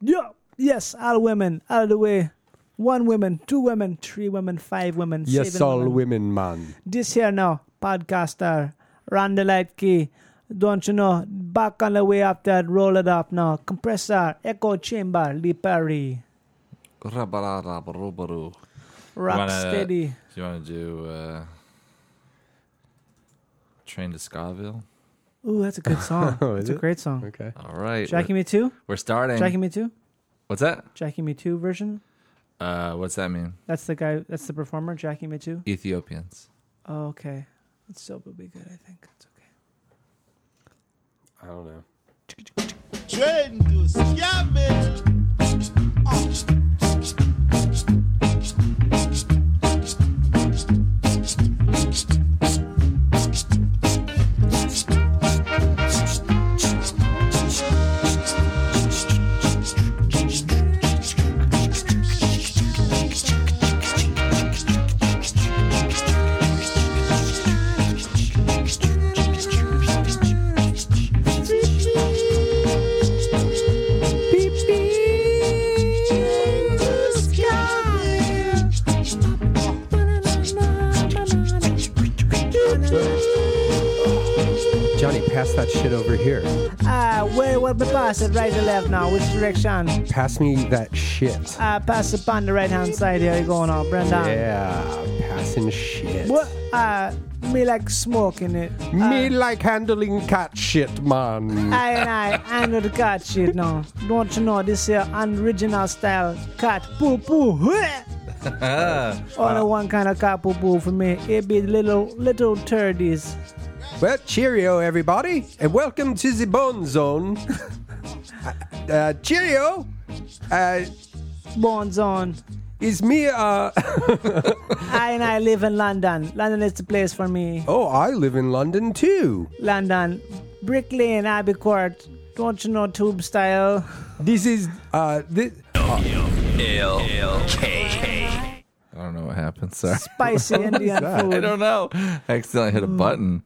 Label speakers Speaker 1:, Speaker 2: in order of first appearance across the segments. Speaker 1: Yeah. Yes, all women, all the way. One woman, two women, three women, five women,
Speaker 2: Yes,
Speaker 1: seven
Speaker 2: all
Speaker 1: women.
Speaker 2: women, man.
Speaker 1: This here now, podcaster, Rondelite Key. Don't you know? Back on the way up that, roll it up now. Compressor, echo chamber, Lee Perry.
Speaker 3: Rabarabarubaru.
Speaker 1: Rock
Speaker 3: Wanna-
Speaker 1: steady.
Speaker 3: Do you want to do uh, Train to Scottville?
Speaker 1: Ooh, that's a good song.
Speaker 2: Oh,
Speaker 1: it's
Speaker 2: is
Speaker 1: a
Speaker 2: it?
Speaker 1: great song.
Speaker 2: Okay.
Speaker 3: All right.
Speaker 1: Jackie
Speaker 3: we're,
Speaker 1: Me Too?
Speaker 3: we're starting.
Speaker 1: Jackie Me Too?
Speaker 3: What's that?
Speaker 1: Jackie Me Too version?
Speaker 3: Uh, what's that mean?
Speaker 1: That's the guy, that's the performer, Jackie Me Too?
Speaker 3: Ethiopians.
Speaker 1: Oh, okay. It's still will be good, I think. It's okay.
Speaker 2: I don't know.
Speaker 4: Trading to Scottville.
Speaker 2: Johnny, pass that shit over here.
Speaker 1: Ah, where will be passed? Right to left now. Which direction?
Speaker 2: Pass me that shit.
Speaker 1: Ah, pass it on the right hand side. Here you go now, Brendan.
Speaker 2: Yeah, passing shit.
Speaker 1: What? Ah, me like smoking it.
Speaker 2: Me like handling cat shit, man.
Speaker 1: I and I under the cat shit now. Don't you know this here unoriginal style cat poo poo? hua! Only one kind of cat poo poo for me. It be little little turdies.
Speaker 2: Well, cheerio, everybody, and welcome to the Bone Zone. uh, cheerio. Uh,
Speaker 1: Bones on.
Speaker 2: is me, uh,
Speaker 1: I and I live in London. London is the place for me.
Speaker 2: oh, I live in London too.
Speaker 1: London, Brick Lane, Abbey Court. Don't you know tube style?
Speaker 2: This is, uh, this,
Speaker 3: I don't know what happened. Sorry.
Speaker 1: Spicy Indian food. Oh,
Speaker 3: I don't know. I accidentally
Speaker 1: Hmm.
Speaker 3: hit a button.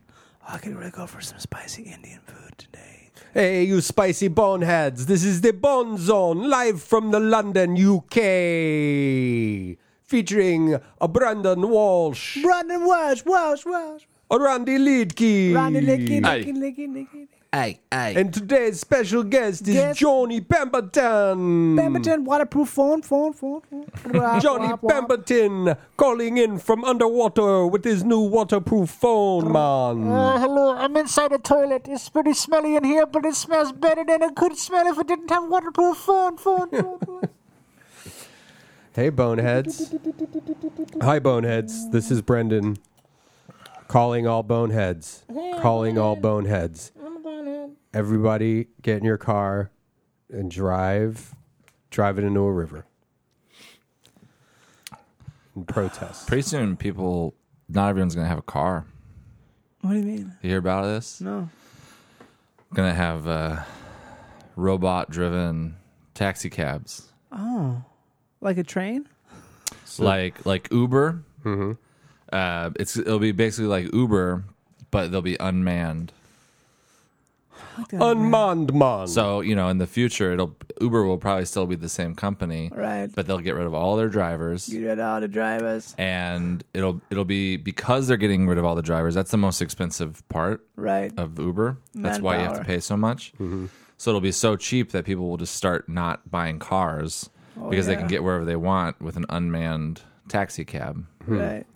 Speaker 1: I could really go for some spicy Indian food today.
Speaker 2: hey, you spicy boneheads, this is the Bone Zone, live from the London, UK. Featuring a Brandon Walsh,
Speaker 1: Brandon Walsh, Walsh, Walsh.
Speaker 2: a Randy Lidkey,
Speaker 1: Randy Licky,
Speaker 3: Aye.
Speaker 1: Licky, Licky, Licky.
Speaker 3: Hey, hey.
Speaker 2: and today's special guest is
Speaker 1: Guest-
Speaker 2: Johnny Pemberton.
Speaker 1: Pemberton waterproof phone, phone, phone, phone. Wah,
Speaker 2: Johnny
Speaker 1: wah, wah.
Speaker 2: Pemberton calling in from underwater with his new waterproof phone,
Speaker 1: Ah,
Speaker 2: man.
Speaker 5: Uh, hello, I'm inside a toilet. It's pretty smelly in here, but it smells better than it could smell if it didn't have waterproof phone, phone, phone, phone.
Speaker 2: Hey, boneheads. Hi, boneheads. This is Brendan calling all boneheads. Calling all boneheads. Everybody, get in your car and drive. Drive it into a river. And protest.
Speaker 3: Pretty soon, people, not everyone's going to have a car.
Speaker 1: What do you mean?
Speaker 3: You hear about this?
Speaker 1: No.
Speaker 3: Going to have uh, robot driven taxi cabs
Speaker 1: Oh. Like a train?
Speaker 3: like like Uber. Uh, it's It'll be basically like Uber, but they'll be unmanned.
Speaker 2: Unmanned man.
Speaker 3: So, you know, in the future, it'll Uber will probably still be the same company,
Speaker 1: Right.
Speaker 3: but they'll get rid of all their drivers.
Speaker 1: You read all the drivers.
Speaker 3: and it'll it'll be because they're getting rid of all the drivers. That's the most expensive part
Speaker 1: Right.
Speaker 2: Uh,
Speaker 3: of Uber. That's why you have to
Speaker 1: Manpower.
Speaker 3: pay so much. So it'll be so cheap that people will just start not buying cars because they
Speaker 1: Oh, yeah.
Speaker 3: can get wherever they want with an unmanned taxi cab.
Speaker 2: hmm.
Speaker 1: Right.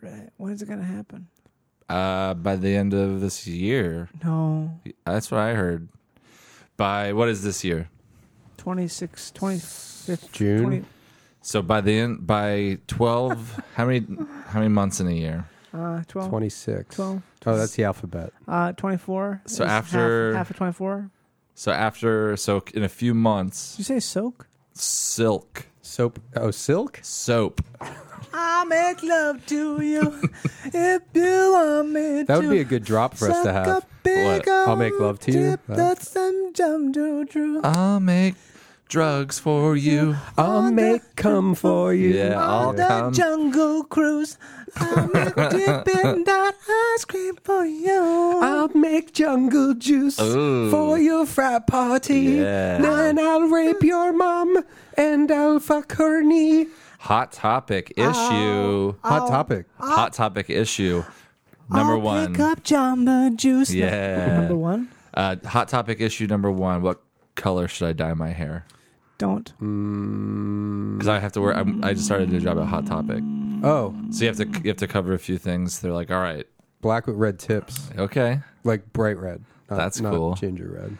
Speaker 1: Right. When is it going to happen?
Speaker 3: Uh, by the end of this year,
Speaker 1: No.
Speaker 3: that's what I heard. By what is this year?
Speaker 1: 26, 25th.
Speaker 2: June?
Speaker 1: 20,
Speaker 3: So by the end, by twelve, how many how many months in a year?
Speaker 1: uh, 12.
Speaker 2: 26.
Speaker 1: Twelve.
Speaker 2: Oh, that's the alphabet.
Speaker 1: Uh, 24.
Speaker 3: So
Speaker 1: is
Speaker 3: after-
Speaker 1: Half, half of 24.
Speaker 3: So after, so in a few
Speaker 1: Did you
Speaker 3: months,
Speaker 1: say soak?
Speaker 3: silk
Speaker 2: Soap. Oh, silk?
Speaker 3: soap
Speaker 1: I'll make love to you if you want me
Speaker 2: That would
Speaker 1: to.
Speaker 2: be a good drop for us to
Speaker 1: Suck
Speaker 2: have.
Speaker 1: a big
Speaker 3: What?
Speaker 2: I'll make love to you?
Speaker 1: dip
Speaker 2: Huh?
Speaker 1: That's some jump to true.
Speaker 3: I'll make drugs for you.
Speaker 2: I'll make come for you.
Speaker 3: Yeah, I'll
Speaker 1: The
Speaker 3: come.
Speaker 1: jungle cruise. I'll make dipping that ice cream for you.
Speaker 2: I'll make jungle juice
Speaker 3: Ooh.
Speaker 2: for your frat party.
Speaker 3: Yeah.
Speaker 2: Then I'll rape your mom and I'll fuck her knee.
Speaker 3: Hot topic issue.
Speaker 2: Hot topic.
Speaker 3: Hot topic issue. Number
Speaker 1: Uh, I'll
Speaker 3: one.
Speaker 1: Pick up Jamba Juice.
Speaker 3: Yeah.
Speaker 1: Number one.
Speaker 3: Uh, hot topic issue number one. What color should I dye my hair?
Speaker 1: Don't.
Speaker 3: Because I have to wear. I'm, I just started a new job at Hot Topic,
Speaker 2: Oh,
Speaker 3: so you have to you have to cover a few things. They're like, all right,
Speaker 2: black with red tips,
Speaker 3: okay.
Speaker 2: like bright red. Not,
Speaker 3: That's
Speaker 2: not
Speaker 3: cool.
Speaker 2: Ginger red.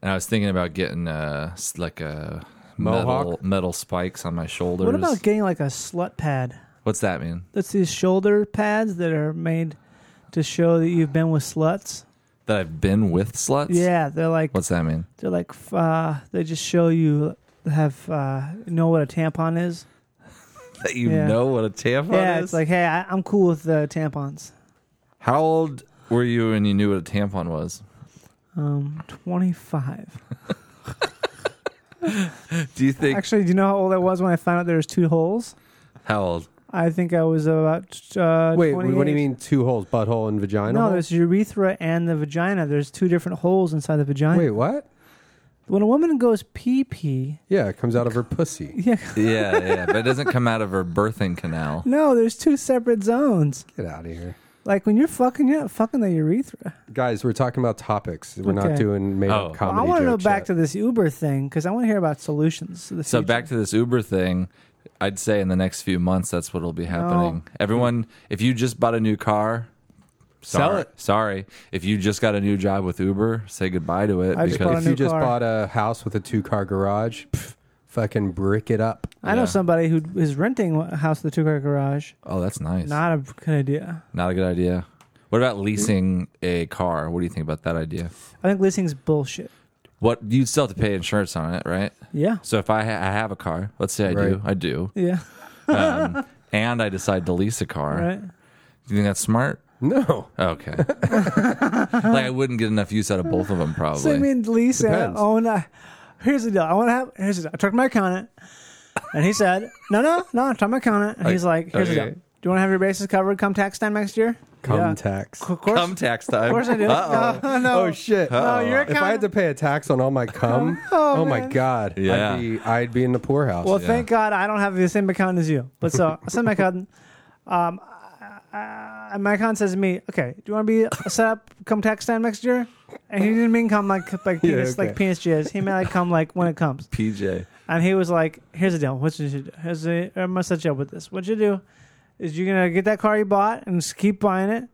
Speaker 3: And I was thinking about getting uh s- like a metal
Speaker 2: Mohawk?
Speaker 3: metal spikes on my shoulders.
Speaker 1: What about getting like a slut pad?
Speaker 3: What's that mean?
Speaker 1: That's these shoulder pads that are made to show that you've been with sluts.
Speaker 3: That I've been with sluts.
Speaker 1: Yeah, they're like
Speaker 3: What's that mean?
Speaker 1: they're like f- uh, they just show you have uh, know what a tampon is.
Speaker 3: That you
Speaker 1: Yeah.
Speaker 3: know what a tampon
Speaker 1: yeah,
Speaker 3: is.
Speaker 1: it's like hey, I, I'm cool with uh, tampons.
Speaker 3: How old were you when you knew what a tampon was?
Speaker 1: Um, 25.
Speaker 3: Do you think
Speaker 1: Actually, do you know how old I was when I found out there was two holes?
Speaker 3: how old?
Speaker 1: I think I was about uh,
Speaker 2: Wait, what do
Speaker 1: 28.
Speaker 2: you mean two holes? Butthole and vagina?
Speaker 1: No,
Speaker 2: hole?
Speaker 1: there's urethra and the vagina. There's two different holes inside the vagina.
Speaker 2: Wait, what?
Speaker 1: When a woman goes pee pee,
Speaker 2: Yeah, it comes out of her pussy.
Speaker 1: yeah,
Speaker 3: Yeah, yeah, but it doesn't come out of her birthing canal.
Speaker 1: no, there's two separate zones.
Speaker 2: Get out of here.
Speaker 1: Like when you're fucking, you're not fucking the urethra.
Speaker 2: Guys, we're talking about topics. We're
Speaker 1: Okay.
Speaker 2: not doing made
Speaker 3: Oh.
Speaker 2: up comedy.
Speaker 1: I want to know
Speaker 2: jokes uh,
Speaker 1: back
Speaker 2: yet.
Speaker 1: to this Uber thing because I want to hear about solutions. To the
Speaker 3: So
Speaker 1: future.
Speaker 3: back to this Uber thing, I'd say in the next few months that's what'll be happening.
Speaker 1: Oh.
Speaker 3: Everyone, if you just bought a new car,
Speaker 2: Sell
Speaker 3: sorry,
Speaker 2: it.
Speaker 3: Sorry, if you just got a new job with Uber, say goodbye to it
Speaker 1: I just bought
Speaker 3: because
Speaker 1: a
Speaker 2: If
Speaker 1: new
Speaker 2: you just
Speaker 1: car.
Speaker 2: bought a house with a two car garage, pff, fucking brick it up.
Speaker 1: I know
Speaker 3: yeah.
Speaker 1: somebody who is renting a house with a two car garage.
Speaker 3: oh, that's nice. Not,
Speaker 1: Not a good idea.
Speaker 3: a good idea. What about leasing a car? What do you think about that idea?
Speaker 1: I think leasing's bullshit.
Speaker 3: What you'd still have to pay insurance on it, right?
Speaker 1: Yeah,
Speaker 3: So if I, ha- I have a car, let's say I do,
Speaker 2: Right.
Speaker 3: I do,
Speaker 1: yeah,
Speaker 3: um, and I decide to lease a car,
Speaker 1: right.
Speaker 3: do you think that's smart?
Speaker 2: No.
Speaker 3: Okay. like I wouldn't get enough use out of both of them, probably.
Speaker 1: So I mean, lease and
Speaker 2: Depends.
Speaker 1: own. A, here's the deal. I want to have. Here's the deal. I talked to my accountant, and he said, "No, no, no." I talked to my accountant, and he's like, "Here's the
Speaker 3: okay.
Speaker 1: deal. Do you want to have your bases covered come tax time next year?"
Speaker 2: Cum
Speaker 1: Yeah.
Speaker 2: tax.
Speaker 1: Of course,
Speaker 3: Come tax time.
Speaker 1: of course I do. No, no.
Speaker 2: Oh shit.
Speaker 1: No, your
Speaker 2: if I had
Speaker 1: accountant
Speaker 2: to pay a tax on all my cum, oh, my god,
Speaker 3: Yeah.
Speaker 2: I'd be I'd be in the poorhouse.
Speaker 1: Well, thank God I don't have the same account as you. But so, I sent my accountant. Um, I, I, my accountant says to me, "Okay, do you want to be set up come tax time next year?" And he didn't mean come like like
Speaker 2: Yeah,
Speaker 1: penis like
Speaker 2: okay.
Speaker 1: penis jizz. He meant like come like when it comes.
Speaker 3: PJ.
Speaker 1: And he was like, "Here's the deal. What you should do? Here's the, I'm gonna set you up with this. What you do is you're gonna get that car you bought and just keep buying it,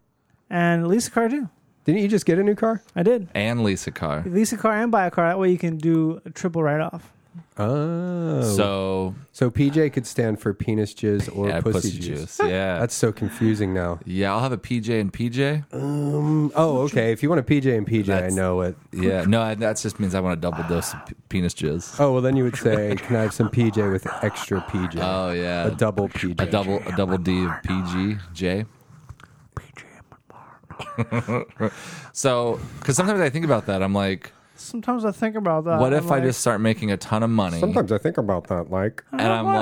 Speaker 1: and lease a car too.
Speaker 2: Didn't you just get a new car?
Speaker 1: I did
Speaker 3: And lease a car.
Speaker 1: lease a car and buy a car. That way you can do a triple write off.
Speaker 2: Oh.
Speaker 3: So
Speaker 2: So PJ could stand for penis jizz or
Speaker 3: yeah,
Speaker 2: pussy, juice.
Speaker 3: juice. Yeah.
Speaker 2: That's so confusing now.
Speaker 3: yeah, I'll have a PJ and PJ.
Speaker 2: Oh, okay. If you want a PJ and PJ,
Speaker 3: That's-
Speaker 2: I know it.
Speaker 3: Yeah. No, I- that just means I want a double dose of p- penis jizz.
Speaker 2: Oh, well, then you would say, can I have some PJ with extra PJ?
Speaker 3: Oh yeah.
Speaker 2: a double PJ.
Speaker 3: a double a double D of PG J. so, because sometimes I think about that, I'm like,
Speaker 1: Sometimes I think about that.
Speaker 3: what
Speaker 1: Uh, I'm
Speaker 3: if I
Speaker 1: like,
Speaker 3: just start making a ton of money?
Speaker 2: Sometimes I think about that, like,
Speaker 3: and I'm
Speaker 1: uh,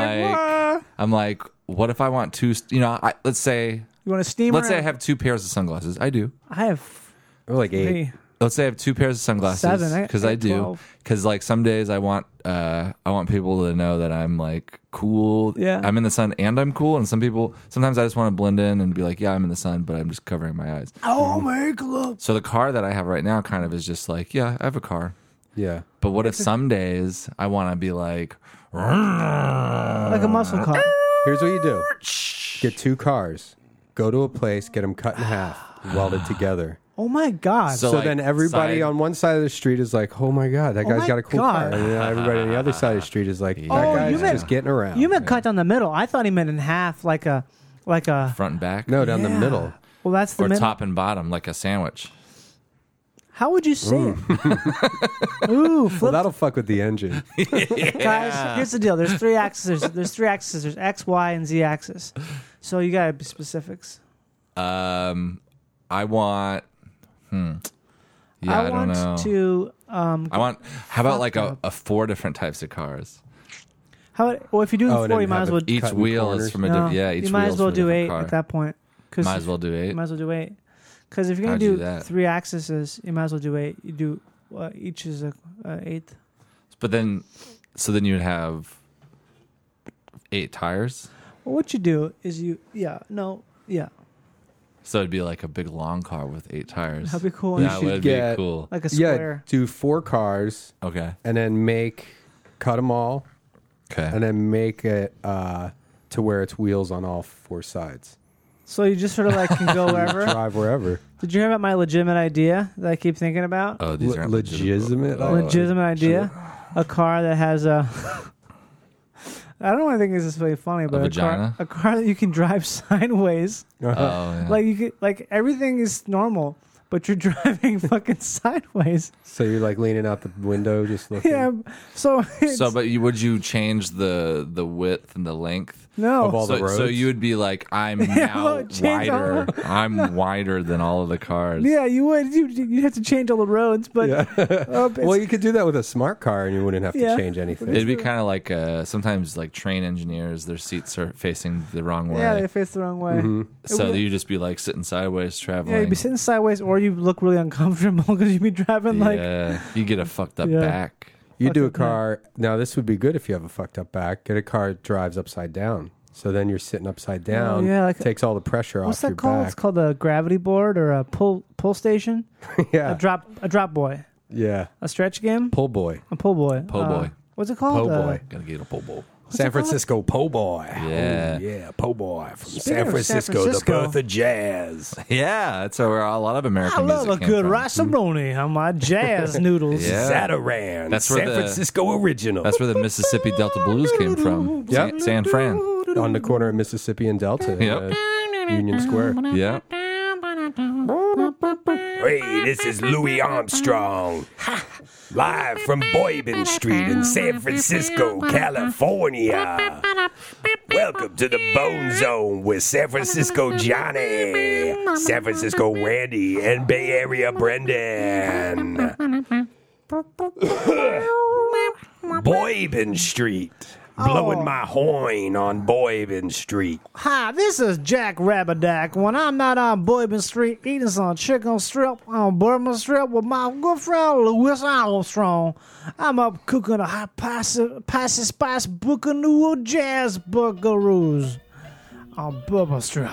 Speaker 3: like, I'm like, what if I want two? st- You know, I, let's say,
Speaker 1: you want to steam?
Speaker 3: let's say I have two pairs of sunglasses. I do.
Speaker 1: I have
Speaker 2: or like eight.
Speaker 1: three.
Speaker 3: let's say I have two pairs of sunglasses
Speaker 1: Seven, I-
Speaker 3: because
Speaker 1: I
Speaker 3: I,
Speaker 1: have
Speaker 3: do
Speaker 1: 12.
Speaker 3: because like some days I want uh I want people to know that I'm like cool
Speaker 1: Yeah.
Speaker 3: I'm in the sun and I'm cool and some people sometimes I just want to blend in and be like yeah I'm in the sun but I'm just covering my eyes Mm-hmm.
Speaker 1: Oh my god!
Speaker 3: so the car that I have right now kind of is just like yeah I have a car
Speaker 2: Yeah.
Speaker 3: but what if some days I want to be like
Speaker 1: Like a muscle
Speaker 3: Uh,
Speaker 1: car.
Speaker 2: Here's what you do get two cars, go to a place, get them cut in half, welded together.
Speaker 1: Oh my god!
Speaker 3: So-
Speaker 2: So
Speaker 3: like,
Speaker 2: then everybody
Speaker 3: side-
Speaker 2: on one side of the street is like, oh my God, that guy's
Speaker 1: my
Speaker 2: got a cool
Speaker 1: God.
Speaker 2: car. And then everybody on the other side of the street is like, that
Speaker 1: Oh,
Speaker 2: guy's
Speaker 1: you meant-
Speaker 2: just getting around.
Speaker 1: you meant cut down the middle. I thought he meant in half, like a, like a.
Speaker 3: front and back
Speaker 2: no, down
Speaker 1: Yeah.
Speaker 2: the middle.
Speaker 1: Well, that's the
Speaker 3: or
Speaker 1: middle.
Speaker 3: top and bottom like a sandwich
Speaker 1: How would you say it? Ooh,
Speaker 2: Well,
Speaker 1: flip
Speaker 2: that'll fuck with the engine.
Speaker 1: guys. Here's the deal. There's three axes. There's, there's three axes. There's X, Y, and Z axis. So you gotta be specifics.
Speaker 3: um I want Yeah, I, don't
Speaker 1: want
Speaker 3: know.
Speaker 1: to. Um,
Speaker 3: I want. How about like a, a four different types of cars?
Speaker 1: how? Well, if you're doing four,
Speaker 2: Oh, and then
Speaker 1: you might as
Speaker 2: have it
Speaker 1: well.
Speaker 2: each
Speaker 3: Each
Speaker 2: Cutting
Speaker 3: wheel
Speaker 2: corners.
Speaker 3: is from a
Speaker 1: no,
Speaker 3: diff- yeah. Each
Speaker 1: you might
Speaker 3: wheel's
Speaker 1: as well
Speaker 3: from a
Speaker 1: do
Speaker 3: different
Speaker 1: eight
Speaker 3: car.
Speaker 1: at that point. 'Cause
Speaker 3: Might as well do
Speaker 1: You
Speaker 3: eight.
Speaker 1: might as well do eight. Because if you're gonna
Speaker 3: How'd you
Speaker 1: do,
Speaker 3: do that?
Speaker 1: three axes, you might as well do eight. You do uh, each is a uh, eighth.
Speaker 3: But then, so then you'd have eight tires.
Speaker 1: Well, what you do is you yeah no yeah
Speaker 3: So it'd be like a big long car with eight tires.
Speaker 1: That'd be cool. You
Speaker 3: That
Speaker 1: should
Speaker 3: would
Speaker 2: get-
Speaker 3: be cool.
Speaker 1: like a
Speaker 2: yeah,
Speaker 1: square.
Speaker 2: do four cars
Speaker 3: Okay.
Speaker 2: and then make cut them all
Speaker 3: Okay.
Speaker 2: and then make it uh, to where it's wheels on all four sides.
Speaker 1: So you just sort of like can go wherever.
Speaker 2: Drive wherever.
Speaker 1: Did you hear about my legitimate idea that I keep thinking about?
Speaker 3: oh, these
Speaker 2: Le-
Speaker 3: are
Speaker 2: legitimate
Speaker 3: Oh,
Speaker 2: Uh,
Speaker 1: legitimate idea, a car that has a. I don't think this is really funny, but a, car,
Speaker 3: vagina?
Speaker 1: a car that you can drive sideways.
Speaker 3: Oh, yeah.
Speaker 1: Like you could, like everything is normal, but you're driving fucking sideways.
Speaker 2: So you're like leaning out the window, just looking.
Speaker 1: Yeah. So it's,
Speaker 3: so, but you, would you change the the width and the length?
Speaker 1: no.
Speaker 2: of all the
Speaker 3: so, so
Speaker 2: roads?
Speaker 3: you would be like, I'm
Speaker 1: well,
Speaker 3: now
Speaker 1: change all
Speaker 3: wider. I'm wider than all of the cars.
Speaker 1: yeah, you would. You you have to change all the roads, but uh, it's-
Speaker 2: Well, you could do that with a smart car, and you wouldn't have to
Speaker 1: Yeah.
Speaker 2: change anything.
Speaker 3: It'd be kind of like uh, sometimes like train engineers, their seats are facing the wrong way.
Speaker 1: yeah, they face the wrong way.
Speaker 2: Mm-hmm.
Speaker 3: so you just be like sitting sideways traveling.
Speaker 1: Yeah, you'd be sitting sideways, or you look really uncomfortable because you'd be driving like
Speaker 3: Yeah, you get a fucked up
Speaker 1: Yeah.
Speaker 3: back.
Speaker 2: you do a
Speaker 1: fucking hell.
Speaker 2: car. Now this would be good if you have a fucked up back. Get a car that drives upside down. So then you're sitting upside down.
Speaker 1: Oh, yeah, like-
Speaker 2: takes all the pressure
Speaker 1: what's
Speaker 2: off
Speaker 1: that
Speaker 2: your
Speaker 1: called? It's
Speaker 2: back.
Speaker 1: called a gravity board or a pull pull station,
Speaker 2: yeah,
Speaker 1: a drop a drop boy,
Speaker 2: yeah.
Speaker 1: a stretch game,
Speaker 2: Po' boy,
Speaker 1: a pull boy,
Speaker 3: Pull
Speaker 1: Uh,
Speaker 3: boy.
Speaker 1: What's it
Speaker 2: po'
Speaker 1: called? Uh,
Speaker 2: boy.
Speaker 3: Gonna get a pole bowl.
Speaker 2: San Francisco po' boy.
Speaker 3: Yeah.
Speaker 2: oh, yeah, po' boy from
Speaker 1: of
Speaker 2: San
Speaker 1: San
Speaker 2: Francisco,
Speaker 1: Francisco-
Speaker 2: the birth of jazz.
Speaker 3: Yeah, that's where a lot of
Speaker 1: I
Speaker 3: American
Speaker 1: love
Speaker 3: music
Speaker 1: a
Speaker 3: came
Speaker 1: good
Speaker 3: from.
Speaker 1: riceroni on my jazz noodles.
Speaker 3: Yeah.
Speaker 2: Zataran,
Speaker 3: That's where
Speaker 2: San
Speaker 3: the-
Speaker 2: Francisco original.
Speaker 3: That's where the Mississippi Delta blues came from.
Speaker 2: Yep.
Speaker 3: San, San Fran.
Speaker 2: on the corner of Mississippi and Delta,
Speaker 3: Yep.
Speaker 2: uh, Union Square.
Speaker 1: Mm,
Speaker 3: Yeah.
Speaker 2: Hey, this is Louis Armstrong, live from Boyden Street in San Francisco, California. Welcome to the Bone Zone with San Francisco Johnny, San Francisco Randy, and Bay Area Brendan. Boyden Street. Blowing my horn on Boyden Street.
Speaker 1: Hi, this is Jack Rabidak. When I'm not on Bourbon Street eating some chicken strip on Bourbon Strip with my good friend Louis Armstrong, I'm up cooking a hot pasta, pasta spice buckanoo jazz buckaroos on Bourbon Strip.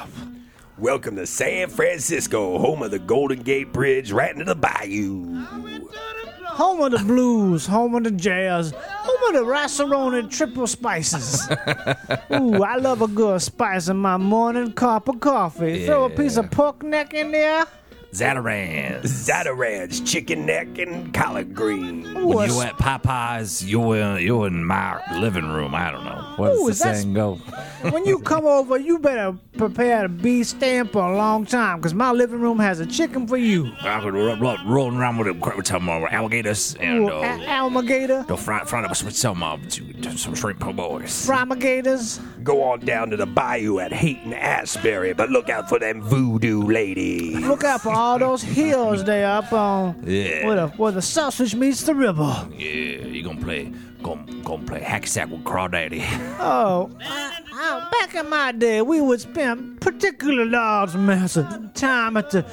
Speaker 2: Welcome to San Francisco, home of the Golden Gate Bridge, right into the bayou.
Speaker 1: Home of the blues, home of the jazz, home of the riceroni triple spices. Ooh, I love a good spice in my morning cup of coffee. Throw a piece of pork neck in there.
Speaker 3: Zatarans.
Speaker 2: Zatarans, chicken neck, and collard green.
Speaker 1: Ooh, a
Speaker 3: You at Popeyes, you in, you in my living room. I don't know.
Speaker 1: Ooh,
Speaker 3: What's
Speaker 1: is
Speaker 3: the
Speaker 1: that
Speaker 3: saying go?
Speaker 1: When you come over, you better prepare to be staying for a long time, because my living room has a chicken for you.
Speaker 6: I could ro- ro- rolling around with, a, with some uh, alligators and
Speaker 1: Ooh,
Speaker 5: Oh.
Speaker 6: uh,
Speaker 1: a- alligator,
Speaker 6: the front, front of us with some uh, some shrimp boys.
Speaker 1: promulgators.
Speaker 2: Go on down to the bayou at Hayton Asbury, but look out for them voodoo ladies.
Speaker 1: Look out for all those hills they up on.
Speaker 6: Yeah.
Speaker 1: Where the, where the sausage meets the river.
Speaker 6: Yeah, you gonna play gonna, gonna play hacky sack with crawdaddy.
Speaker 1: Oh, I, I- back in my day, we would spend particular large amounts of time at the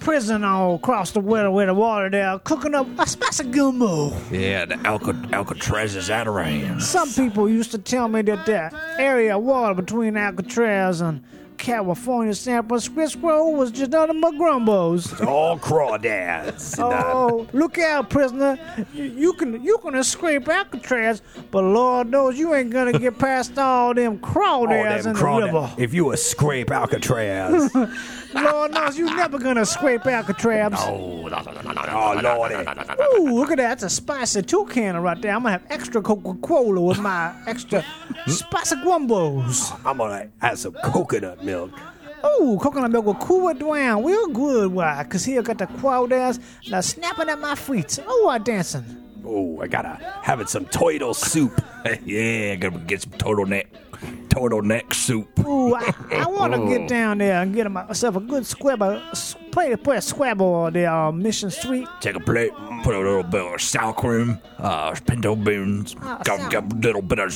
Speaker 1: prison all across the water where the water there, cooking up a spicy gumbo.
Speaker 6: Yeah, the Alca- Alcatraz's Atarans.
Speaker 1: Some people used to tell me that the area of water between Alcatraz and California San Francisco was just nothing but grumbos.
Speaker 2: All crawdads.
Speaker 1: Oh, look out, prisoner! You, you can you can escape Alcatraz, but Lord knows you ain't gonna get past all them crawdads in the river.
Speaker 2: If you a scrape Alcatraz, oh
Speaker 1: Lord knows you never gonna escape Alcatraz.
Speaker 6: Oh, la- la- la- la- la-
Speaker 2: lordy,
Speaker 1: Ooh, look at that! That's a spicy toucan right there. I'm gonna have extra Coca-Cola with my extra spicy gumbos.
Speaker 2: I'm gonna add some coconut milk.
Speaker 1: Ooh, coconut milk will cool it down real good. Why? Cause here got the crowd ass now snapping at my feet. Oh, I dancing.
Speaker 2: Oh, I gotta having some turtle soup.
Speaker 6: yeah, gonna get some turtleneck turtleneck soup.
Speaker 1: Ooh, I, I want to get down there and get myself a good square of s- play play a Scrabble or the uh, Mission Street.
Speaker 6: Take a plate, put a little bit of sour cream, uh, pinto beans, got,
Speaker 1: sour.
Speaker 6: got a little bit of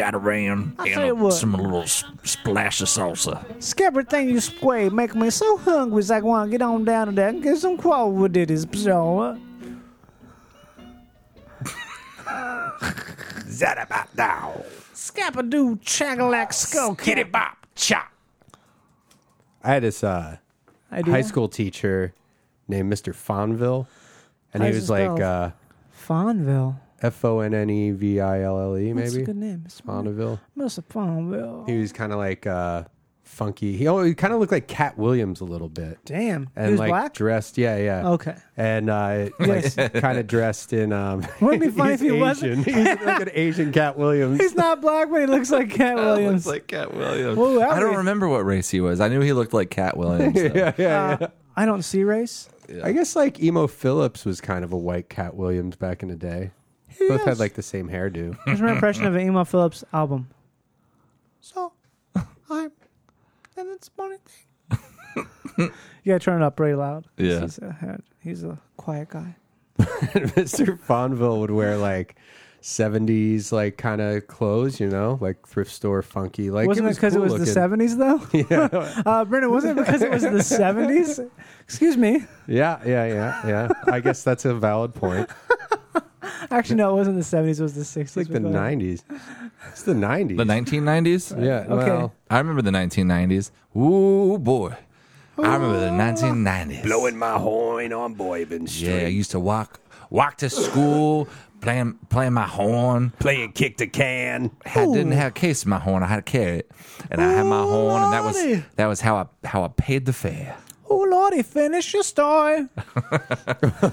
Speaker 6: zibzataran,
Speaker 1: I tell you
Speaker 6: and
Speaker 1: what.
Speaker 6: a, some little s- splash of salsa.
Speaker 1: Scabber thing you square make me so hungry. It's like, want to get on down to that and get some qual with it. Is so.
Speaker 6: That about now.
Speaker 1: Scabber do chagalak skull.
Speaker 6: Get it, bop, chop.
Speaker 2: I had this uh,
Speaker 1: I do.
Speaker 2: high school teacher named Mr. Fonville, and he
Speaker 1: How's it
Speaker 2: was like
Speaker 1: spelled?
Speaker 2: uh,
Speaker 1: Fonville.
Speaker 2: F O N N E V I L L E,
Speaker 1: That's a
Speaker 2: maybe
Speaker 1: good name. It's
Speaker 2: Fonville.
Speaker 1: Mr. Fonville.
Speaker 2: He was kind of like uh, funky. He, al- he kind of looked like Cat Williams a little bit,
Speaker 1: Damn.
Speaker 2: and
Speaker 1: he was
Speaker 2: like
Speaker 1: black?
Speaker 2: dressed. Yeah, yeah.
Speaker 1: Okay.
Speaker 2: And uh, like kind of dressed in. Um,
Speaker 1: Wouldn't it be funny
Speaker 2: he's
Speaker 1: if he wasn't?
Speaker 2: Asian. He's like an Asian Cat Williams.
Speaker 1: He's not black, but he looks like Cat Williams.
Speaker 3: Looks like Cat Williams.
Speaker 1: Whoa, that
Speaker 3: I don't
Speaker 1: was-
Speaker 3: remember what race he was. I knew he looked like Cat Williams. though.
Speaker 2: yeah, yeah,
Speaker 1: Uh, I don't see race.
Speaker 2: yeah. I guess like Emo Phillips was kind of a white Cat Williams back in the day. Both had
Speaker 1: is.
Speaker 2: like the same hairdo.
Speaker 1: Here's my impression of an Emo Phillips album. So, I'm, and it's funny thing. you gotta turn it up pretty loud. 'cause
Speaker 3: Yeah.
Speaker 1: He's a, he's a quiet guy.
Speaker 2: Mr. Fonville would wear like 70s like kind of clothes, you know, like thrift store funky. Like
Speaker 1: wasn't it
Speaker 2: was
Speaker 1: because
Speaker 2: cool
Speaker 1: it was
Speaker 2: looking.
Speaker 1: the 70s, though?
Speaker 2: Yeah,
Speaker 1: Uh, Brendan, wasn't it because it was the 70s? Excuse me.
Speaker 2: yeah, yeah, yeah, yeah. I guess that's a valid point.
Speaker 1: Actually, no, it wasn't the 70s, it was the 60s.
Speaker 2: It's like the
Speaker 1: We're going-
Speaker 2: 90s. It's the 90s.
Speaker 3: The 1990s?
Speaker 2: Yeah,
Speaker 1: Okay.
Speaker 2: well,
Speaker 3: I remember the 1990s. Ooh, boy. I remember the 1990s.
Speaker 6: Blowing my horn on Boybin Street.
Speaker 3: Yeah, I used to walk walk to school, playing playing my horn.
Speaker 6: Playing kick the can.
Speaker 3: I didn't have a case of my horn. I had a carrot, and I had my horn, and that was
Speaker 1: lordy.
Speaker 3: that was how I how I paid the fare.
Speaker 1: Oh, Lordy, finish your story.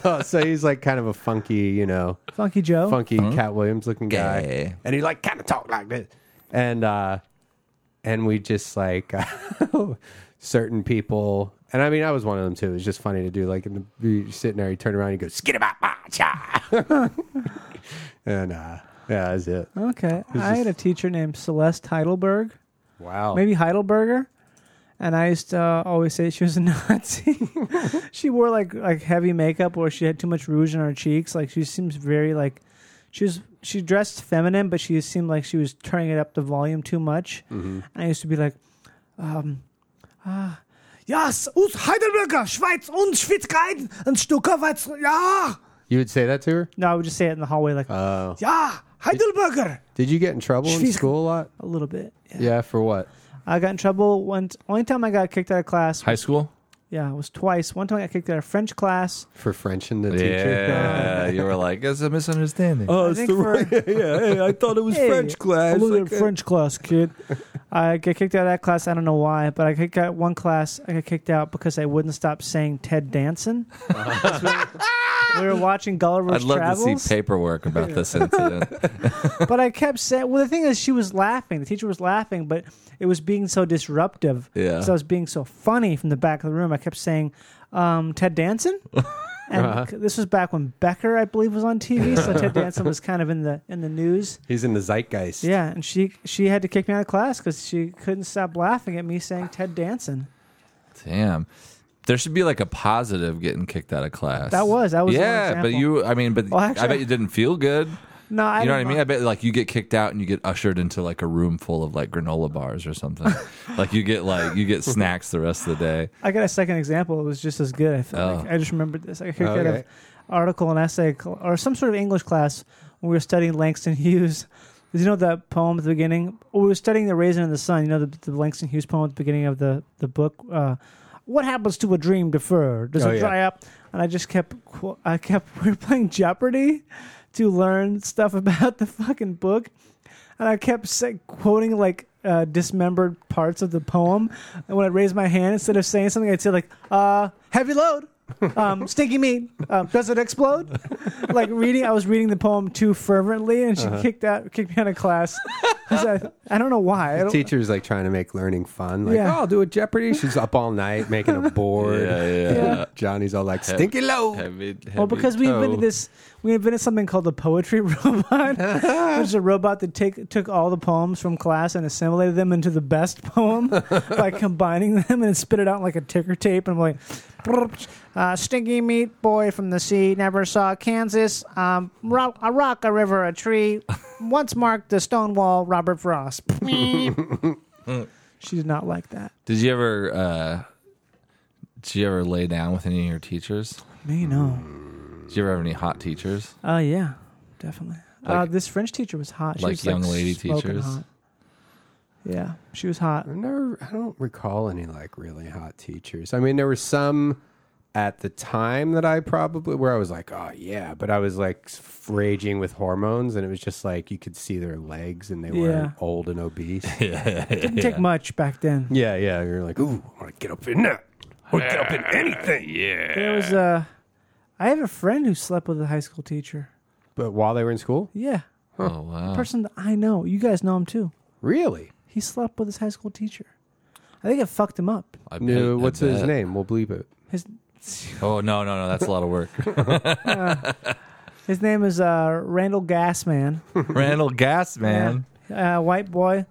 Speaker 2: oh, so he's like kind of a funky, you know,
Speaker 1: Funky Joe.
Speaker 2: funky Cat Williams looking guy.
Speaker 3: Yeah.
Speaker 2: And he like kind of talked like this. And uh and we just like certain people and I mean I was one of them too. It was just funny to do like in the you sitting there, you turn around, you go skid about my cha And uh yeah, that's it.
Speaker 1: Okay. I had a teacher named Celeste Heidelberg.
Speaker 2: Wow.
Speaker 1: maybe Heidelberger. And I used to uh, always say she was a Nazi. she wore like like heavy makeup, or she had too much rouge on her cheeks. Like she seems very like she was she dressed feminine, but she seemed like she was turning it up the volume too much. And I used to be like, um, ah, yes, us Heidelberger, Schweiz und Schwitzgeiten und Stuckerweiz, ja.
Speaker 2: you would say that to her?
Speaker 1: No, I would just say it in the hallway, like,
Speaker 2: Oh.
Speaker 1: yeah, Heidelberger,
Speaker 2: Did you get in trouble in
Speaker 1: She's-
Speaker 2: school a lot?
Speaker 1: a little bit. Yeah.
Speaker 2: Yeah, for what?
Speaker 1: I got in trouble once. Only time I got kicked out of class
Speaker 3: High school.
Speaker 1: Yeah, it was twice. One time I got kicked out of French class.
Speaker 2: For French and the teacher.
Speaker 3: Yeah, you were like, it's a misunderstanding.
Speaker 2: Oh,
Speaker 1: I think for-
Speaker 2: yeah, hey, I thought it was
Speaker 1: Hey,
Speaker 2: class.
Speaker 1: Look at
Speaker 2: Like, uh,
Speaker 1: French class, kid. I got kicked out of that class. I don't know why, but I got kicked out one class. I got kicked out because I wouldn't stop saying Ted Danson. we were watching Gulliver's
Speaker 3: I'd love to
Speaker 1: Travels,
Speaker 3: see paperwork about this incident.
Speaker 1: but I kept saying. Well, the thing is, she was laughing. The teacher was laughing, but it was being so disruptive.
Speaker 3: Yeah.
Speaker 1: So I was being so funny from the back of the room. I kept saying, um, "Ted Danson." And
Speaker 3: Uh-huh.
Speaker 1: this was back when Becker, I believe, was on TV. So Ted Danson was kind of in the in the news.
Speaker 2: He's in the zeitgeist.
Speaker 1: Yeah, and she she had to kick me out of class because she couldn't stop laughing at me saying Ted Danson.
Speaker 3: Damn. There should be like a positive getting kicked out of class.
Speaker 1: That was- that was one
Speaker 3: yeah, but
Speaker 1: example.
Speaker 3: you I mean, but
Speaker 1: Well, actually-
Speaker 3: I bet you didn't feel good.
Speaker 1: No, I
Speaker 3: you know what I
Speaker 1: didn't
Speaker 3: mean? I bet like you get kicked out and you get ushered into like a room full of like granola bars or something. like you get like you get snacks the rest of the day.
Speaker 1: I got a second example. It was just as good. I feel
Speaker 3: Oh.
Speaker 1: like I just remembered this. I got kicked out of
Speaker 2: Okay.
Speaker 1: article and essay cl- or some sort of English class when we were studying Langston Hughes. Did you know that poem at the beginning? We were studying the raisin in the sun. You know the, the Langston Hughes poem at the beginning of the the book. Uh, what happens to a dream deferred? Does
Speaker 2: Oh,
Speaker 1: it
Speaker 2: yeah.
Speaker 1: dry up? And I just kept, qu- I kept. We were playing Jeopardy to learn stuff about the fucking book, and I kept say, quoting like uh, dismembered parts of the poem. And when I raised my hand, instead of saying something, I'd say like, uh, "Heavy load, um, stinky meat, um, does it explode?" like reading, I was reading the poem too fervently, and she kicked out, kicked me out of class So, I don't know why. I don't-
Speaker 2: Teacher's like trying to make learning fun. Like,
Speaker 1: Yeah.
Speaker 2: oh, I'll do a Jeopardy. She's up all night making a board.
Speaker 3: Yeah, yeah, yeah.
Speaker 2: Johnny's all like, stinky low.
Speaker 3: Heavy, heavy
Speaker 1: Well, because we
Speaker 3: toe.
Speaker 1: invented this, we invented something called the poetry robot, which is a robot that take, took all the poems from class and assimilated them into the best poem by combining them and it spit it out like a ticker tape. And I'm like, "Brrp, uh, stinky meat boy from the sea never saw Kansas, um, ro- a rock, a river, a tree, once marked the stone wall, Robert Frost. she did not like that.
Speaker 3: Did you ever? uh Did you ever lay down with any of your teachers?
Speaker 1: Me, no.
Speaker 3: Did you ever have any hot teachers?
Speaker 1: Oh, yeah, definitely. uh,
Speaker 3: Like-
Speaker 1: this French teacher was hot. She
Speaker 3: like
Speaker 1: was,
Speaker 3: young lady
Speaker 1: smoking
Speaker 3: teachers?
Speaker 1: hot. Yeah, she was hot.
Speaker 2: I've never, I don't recall any like really hot teachers. I mean, there were some at the time that I probably, where I was like, oh yeah, but I was like f- raging with hormones and it was just like you could see their legs and they
Speaker 1: Yeah.
Speaker 2: were old and obese.
Speaker 1: Didn't take much back then.
Speaker 2: yeah, yeah. You're like, ooh, I want to get up in there. I want to get up in anything.
Speaker 1: There was Uh, I have a friend who slept with a high school teacher.
Speaker 2: But while they were in school?
Speaker 1: Yeah,
Speaker 3: Oh wow!
Speaker 1: person that I know. You guys know him too.
Speaker 2: Really?
Speaker 1: He slept with his high school teacher. I think it fucked him up.
Speaker 3: I bet-
Speaker 2: No,
Speaker 3: I
Speaker 2: what's his
Speaker 3: bet.
Speaker 2: name? We'll bleep it.
Speaker 1: His
Speaker 3: Oh no, no, no! That's a lot of work.
Speaker 1: his name is uh, Randall Gassman,
Speaker 3: Randall Gas, man.
Speaker 1: uh, white boy.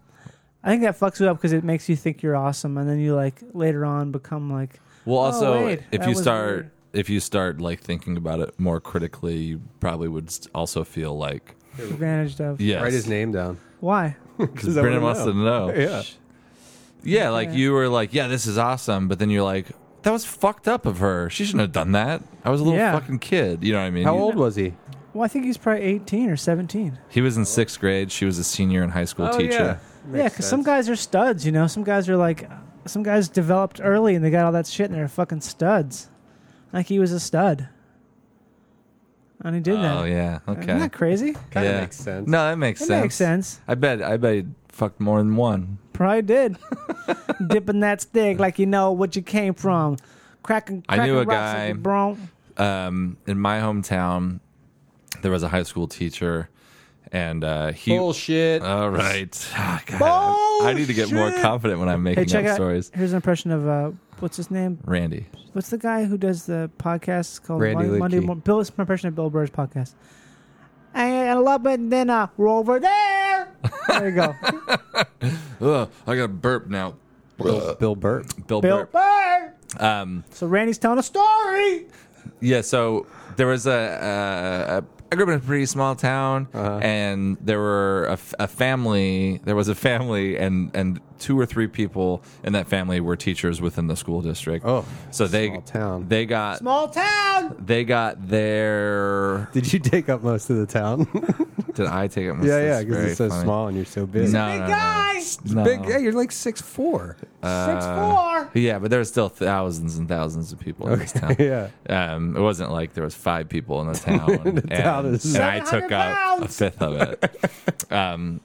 Speaker 1: I think that fucks you up because it makes you think you're awesome, and then you like later on become like
Speaker 2: Oh,
Speaker 3: Well, also,
Speaker 1: wait,
Speaker 3: if
Speaker 1: that
Speaker 3: you
Speaker 1: was
Speaker 3: start
Speaker 1: weird.
Speaker 3: if you start like thinking about it more critically, you probably would s- also feel like
Speaker 1: advantaged of.
Speaker 3: yes,
Speaker 2: Write his name down.
Speaker 1: Why?
Speaker 3: because
Speaker 2: 'Cause I
Speaker 3: Brendan
Speaker 2: wanna
Speaker 3: wants to know.
Speaker 2: Yeah.
Speaker 3: yeah, like you were like, yeah, this is awesome, but then you're like, that was fucked up of her. She shouldn't have done that. I was a little
Speaker 1: Yeah.
Speaker 3: fucking kid. You know what I mean?
Speaker 2: How
Speaker 3: You-
Speaker 2: old was he?
Speaker 1: Well, I think he's probably 18 or 17.
Speaker 3: He was in sixth grade. She was a senior in high school
Speaker 2: Oh,
Speaker 3: teacher.
Speaker 1: Yeah, 'cause yeah, because some guys are studs, you know. Some guys are like, some guys developed early and they got all that shit and they're fucking studs. Like he was a stud. And he did that.
Speaker 3: Oh yeah. Okay.
Speaker 1: Isn't that crazy?
Speaker 2: Kinda
Speaker 3: yeah.
Speaker 2: makes sense.
Speaker 3: No, that makes
Speaker 1: That
Speaker 3: sense.
Speaker 1: makes sense.
Speaker 3: I bet. I bet he fucked more than one.
Speaker 1: Probably did. Dipping that stick like you know what you came from. Cracking, cracking
Speaker 3: I knew a
Speaker 1: rocks at
Speaker 3: guy-
Speaker 1: your bro.
Speaker 3: um, in my hometown, there was a high school teacher, and uh, he.
Speaker 2: Bullshit.
Speaker 3: All right, Ah, God, I- I need to get more confident when I'm
Speaker 1: Hey,
Speaker 3: making
Speaker 1: check
Speaker 3: up
Speaker 1: out.
Speaker 3: stories.
Speaker 1: Here's an impression of uh, what's his name?
Speaker 3: Randy,
Speaker 1: What's the guy who does the podcast It's called
Speaker 2: Randy
Speaker 1: Monday, Monday
Speaker 2: Lidke.
Speaker 1: Morning? Bill, it's my impression of Bill Burr's podcast. I, I love it. And then uh, we're over there. There you go.
Speaker 3: Ugh, I got to burp now.
Speaker 2: Bill Burt.
Speaker 1: Bill
Speaker 3: Bill, burp.
Speaker 1: Burr.
Speaker 3: Um,
Speaker 1: So Randy's telling a story.
Speaker 3: yeah, so there was a. uh, a, a I grew up in a pretty small town,
Speaker 2: Uh-huh.
Speaker 3: and there were a, f- a family. There was a family, and and two or three people in that family were teachers within the school district.
Speaker 2: Oh,
Speaker 3: so they
Speaker 2: small town.
Speaker 3: they got
Speaker 1: Small town.
Speaker 3: they got their
Speaker 2: Did you take up most of the town?
Speaker 3: Did I take it? myself?
Speaker 2: yeah, yeah, because
Speaker 3: very
Speaker 2: it's so
Speaker 3: funny.
Speaker 2: small and you're so big.
Speaker 3: No,
Speaker 1: Big
Speaker 3: no, no.
Speaker 1: guy.
Speaker 3: No.
Speaker 2: Big, yeah, you're like six four.
Speaker 1: Six
Speaker 2: Uh.
Speaker 1: four.
Speaker 3: Yeah, but there were still thousands and thousands of people in this town.
Speaker 2: yeah.
Speaker 3: Um, it wasn't like there was five people in the town, and,
Speaker 2: town is-
Speaker 3: and I took
Speaker 1: 700
Speaker 3: up a
Speaker 1: pounds.
Speaker 3: fifth of it. um,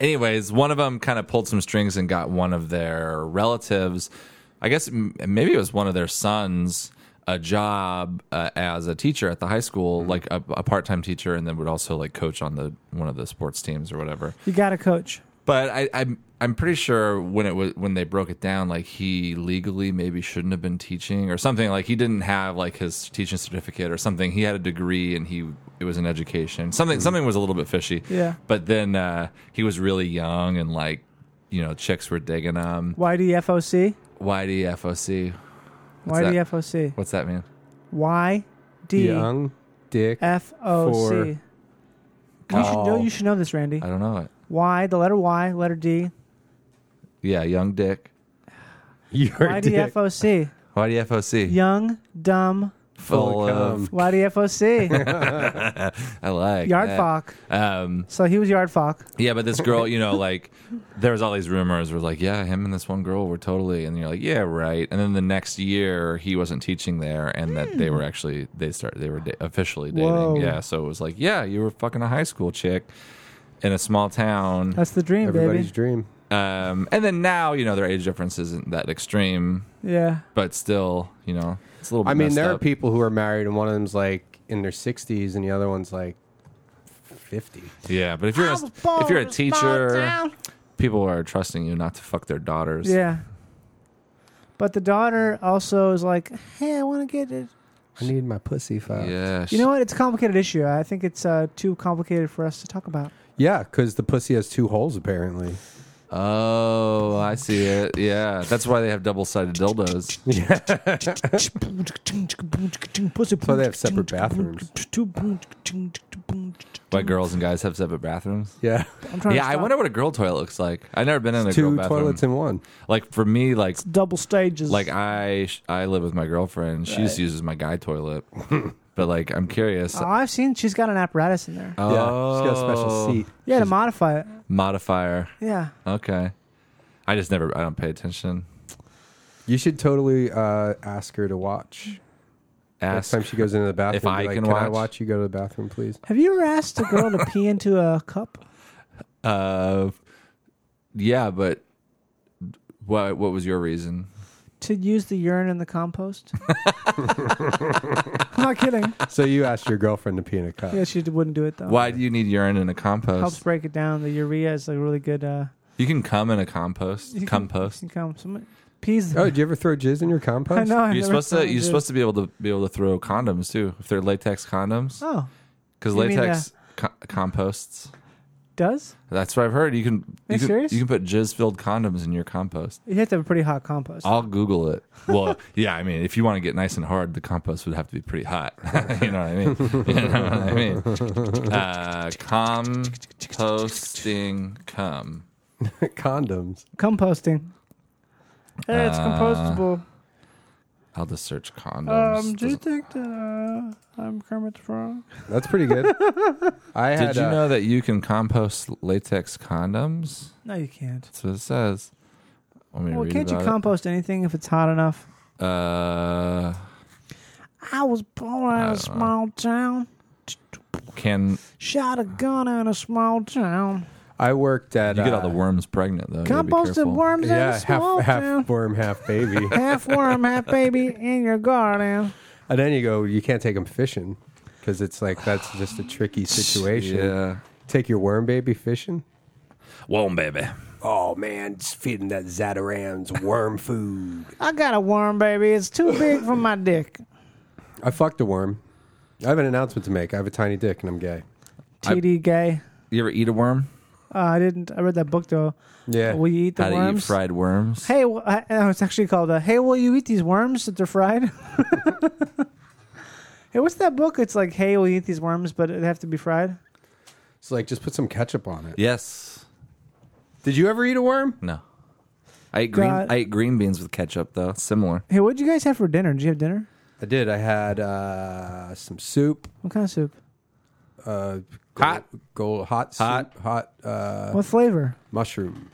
Speaker 3: anyways, one of them kind of pulled some strings and got one of their relatives. I guess m- maybe it was one of their sons a job uh, as a teacher at the high school, like a, a part-time teacher, and then would also like coach on the one of the sports teams or whatever.
Speaker 1: You got a coach.
Speaker 3: But I, I'm I'm pretty sure when it was when they broke it down, like he legally maybe shouldn't have been teaching or something. Like he didn't have like his teaching certificate or something. He had a degree and he it was an education. Something something was a little bit fishy.
Speaker 1: Yeah.
Speaker 3: But then uh, he was really young and like you know chicks were digging him.
Speaker 1: YDFOC.
Speaker 3: YDFOC. What's that?
Speaker 1: YDFOC.
Speaker 3: What's that mean?
Speaker 1: Y D
Speaker 2: Young, dick.
Speaker 1: F O C. You should know. You should know this, Randy.
Speaker 3: I don't know it.
Speaker 1: Y. The letter Y. Letter D.
Speaker 3: Yeah, young dick.
Speaker 2: Your dick.
Speaker 1: YDFOC.
Speaker 3: YDFOC.
Speaker 1: Young dumb.
Speaker 3: Full of.
Speaker 1: YDFOC.
Speaker 3: I like
Speaker 1: Yard
Speaker 3: that.
Speaker 1: Fock.
Speaker 3: Um,
Speaker 1: So he was yard fock.
Speaker 3: Yeah, but this girl, you know, like there was all these rumors were like, yeah, him and this one girl were totally, and you're like, yeah, right. And then the next year, he wasn't teaching there, and that they were actually they started they were da- officially dating.
Speaker 1: Whoa.
Speaker 3: Yeah, so it was like, yeah, you were fucking a high school chick in a small town,
Speaker 1: That's the dream, baby.
Speaker 2: Everybody's dream.
Speaker 3: um, and then now you know their age difference isn't that extreme,
Speaker 1: Yeah.
Speaker 3: but still, you know, it's a little. Bit
Speaker 2: I mean,
Speaker 3: messed
Speaker 2: there are
Speaker 3: up.
Speaker 2: people who are married and one of them's like in their 60s and the other one's like fifty.
Speaker 3: Yeah, but if you're a, if you're a teacher, people are trusting you not to fuck their daughters.
Speaker 1: Yeah. But the daughter also is like, hey, I want to get it.
Speaker 2: I need my pussy file.
Speaker 3: Yeah.
Speaker 1: You know what? It's a complicated issue. I think it's uh, too complicated for us to talk about.
Speaker 2: Yeah, because the pussy has two holes apparently.
Speaker 3: Oh, I see it. Yeah, that's why they have double-sided dildos.
Speaker 2: So they have separate bathrooms.
Speaker 3: Why girls and guys have separate bathrooms?
Speaker 2: Yeah,
Speaker 1: I'm trying to
Speaker 3: Yeah, I
Speaker 1: stop-
Speaker 3: wonder what a girl toilet looks like. I've never been in a girl
Speaker 2: two
Speaker 3: bathroom.
Speaker 2: toilets in one.
Speaker 3: like for me, like
Speaker 1: Double stages.
Speaker 3: like uh, I I live with my girlfriend. She just uses my guy toilet. but like I'm curious.
Speaker 1: oh, I've seen she's got an apparatus in there.
Speaker 3: oh,
Speaker 2: Yeah, she's got a special seat.
Speaker 1: yeah, to modify it.
Speaker 3: modifier.
Speaker 1: Yeah.
Speaker 3: Okay. I just never. I don't pay attention.
Speaker 2: You should totally uh, ask her to watch. Next
Speaker 3: Ask.
Speaker 2: time she goes into the bathroom,
Speaker 3: if
Speaker 2: be
Speaker 3: I
Speaker 2: like,
Speaker 3: can
Speaker 2: I
Speaker 3: watch."
Speaker 2: watch you go to the bathroom, please?
Speaker 1: Have you ever asked a girl to pee into a cup?
Speaker 3: Uh, yeah, but what what was your reason?
Speaker 1: to use the urine in the compost? I'm not kidding.
Speaker 2: So you asked your girlfriend to pee in a cup.
Speaker 1: Yeah, she wouldn't do it though.
Speaker 3: Why do you need urine in a
Speaker 1: Helps
Speaker 3: compost?
Speaker 1: break it down. The urea is a really good. Uh,
Speaker 3: You can come in a compost.
Speaker 1: you can-
Speaker 3: compost.
Speaker 1: you can come. Some peas.
Speaker 2: Oh, did you ever throw jizz in your compost?
Speaker 1: I know. I've
Speaker 3: You're
Speaker 1: never
Speaker 3: supposed
Speaker 1: thought
Speaker 3: to.
Speaker 1: I
Speaker 3: You're
Speaker 1: did.
Speaker 3: supposed to be able to be able to throw condoms too, if they're latex condoms,
Speaker 1: Oh,
Speaker 3: because
Speaker 1: You mean,
Speaker 3: latex co- composts.
Speaker 1: does
Speaker 3: That's what I've heard. You can.
Speaker 1: Are you
Speaker 3: You can,
Speaker 1: serious?
Speaker 3: you can put jizz-filled condoms in your compost.
Speaker 1: you have to have a pretty hot compost?
Speaker 3: I'll Google it. Well, yeah, I mean, if you want to get nice and hard, the compost would have to be pretty hot. you know what I mean? You know what I mean? Uh, composting cum.
Speaker 2: Condoms.
Speaker 1: Composting. Hey, it's compostable.
Speaker 3: I'll just search condoms.
Speaker 1: Um, do you
Speaker 3: Doesn't-
Speaker 1: think that uh, I'm Kermit the Frog?
Speaker 2: That's pretty good. I had.
Speaker 3: Did you
Speaker 2: uh,
Speaker 3: know that you can compost latex condoms?
Speaker 1: No, you can't.
Speaker 3: That's what it says. Want me to
Speaker 1: Well,
Speaker 3: read
Speaker 1: can't you
Speaker 3: about
Speaker 1: compost anything if it's hot enough?
Speaker 3: it? Uh,
Speaker 1: I was born in a small town.
Speaker 3: can
Speaker 1: Shot a gun in a small town.
Speaker 2: I worked at.
Speaker 3: you get all
Speaker 2: uh,
Speaker 3: the worms pregnant though? You gotta be
Speaker 1: Composted
Speaker 3: careful.
Speaker 1: worms in
Speaker 2: Yeah,
Speaker 1: a small
Speaker 2: half,
Speaker 1: town.
Speaker 2: half worm, half baby.
Speaker 1: half worm, half baby in your garden.
Speaker 2: and then you go, you can't take them fishing because it's like that's just a tricky situation.
Speaker 3: Yeah.
Speaker 2: Take your worm baby fishing.
Speaker 6: Whoa, baby.
Speaker 2: Oh man, just feeding that Zatarans worm food.
Speaker 1: I got a worm, baby. It's too big for my dick.
Speaker 2: I fucked a worm. I have an announcement to make. I have a tiny dick and I'm gay.
Speaker 1: TD gay.
Speaker 3: You ever eat a worm?
Speaker 1: Uh, I didn't. I read that book though.
Speaker 2: Yeah.
Speaker 1: Will you eat the
Speaker 3: How to eat
Speaker 1: worms?
Speaker 3: fried worms?
Speaker 1: Hey, wh- I- oh, it's actually called uh, "Hey, will you eat these worms that they're fried?" hey, what's that book? It's like "Hey, will you eat these worms?" but they have to be fried.
Speaker 2: It's like just put some ketchup on it.
Speaker 3: Yes.
Speaker 2: Did you ever eat a worm?
Speaker 3: No. I ate green.
Speaker 1: God.
Speaker 3: I ate green beans with ketchup though. Similar.
Speaker 1: Hey, what did you guys have for dinner? Did you have dinner?
Speaker 2: I did. I had uh, some soup.
Speaker 1: What kind of soup?
Speaker 2: Uh,
Speaker 3: Hot.
Speaker 2: gold, gold hot soup,
Speaker 3: Hot.
Speaker 2: hot uh,
Speaker 1: what flavor?
Speaker 2: mushroom,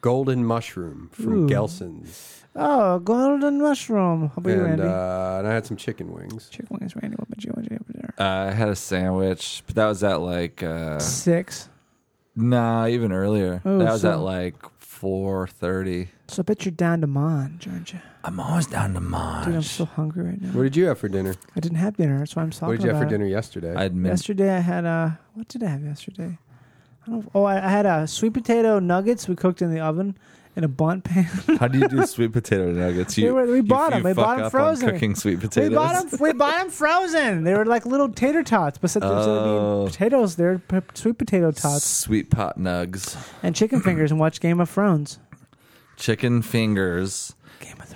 Speaker 2: golden mushroom from
Speaker 1: Ooh.
Speaker 2: Gelson's,
Speaker 1: Oh, golden mushroom. How about you,
Speaker 2: and
Speaker 1: Randy?
Speaker 2: uh, and I had some chicken wings.
Speaker 1: Chicken wings, Randy. What about you? What did you have for dinner?
Speaker 3: Uh, I had a sandwich, but that was at like uh,
Speaker 1: Six.
Speaker 3: nah, even earlier.
Speaker 1: Oh,
Speaker 3: that was
Speaker 1: so-
Speaker 3: at like four thirty.
Speaker 1: So I bet you're down to Monge, aren't you?
Speaker 3: I'm always down to
Speaker 1: Dude, I'm
Speaker 3: munch.
Speaker 1: so hungry right now.
Speaker 2: What did you have for dinner?
Speaker 1: I didn't have dinner, so I'm talking
Speaker 2: what did you have
Speaker 1: about
Speaker 2: for
Speaker 1: it.
Speaker 2: dinner yesterday?
Speaker 3: I had min-
Speaker 1: Yesterday I had a what did I have yesterday? I don't. Oh, I, I had a sweet potato nuggets we cooked in the oven in a bun pan.
Speaker 3: How do you do sweet potato nuggets? You,
Speaker 1: They were- we
Speaker 3: you-
Speaker 1: bought
Speaker 3: you
Speaker 1: 'em. We
Speaker 3: fuck
Speaker 1: bought 'em
Speaker 3: up on
Speaker 1: frozen.
Speaker 3: Cooking sweet
Speaker 1: we
Speaker 3: potatoes.
Speaker 1: bought them. We bought 'em frozen. They were like little tater tots, but instead of
Speaker 3: Oh.
Speaker 1: being potatoes, they're p- sweet potato tots
Speaker 3: Sweet pot nugs,
Speaker 1: and chicken fingers, and watch Game of Thrones.
Speaker 3: chicken fingers,
Speaker 1: Game of Thrones.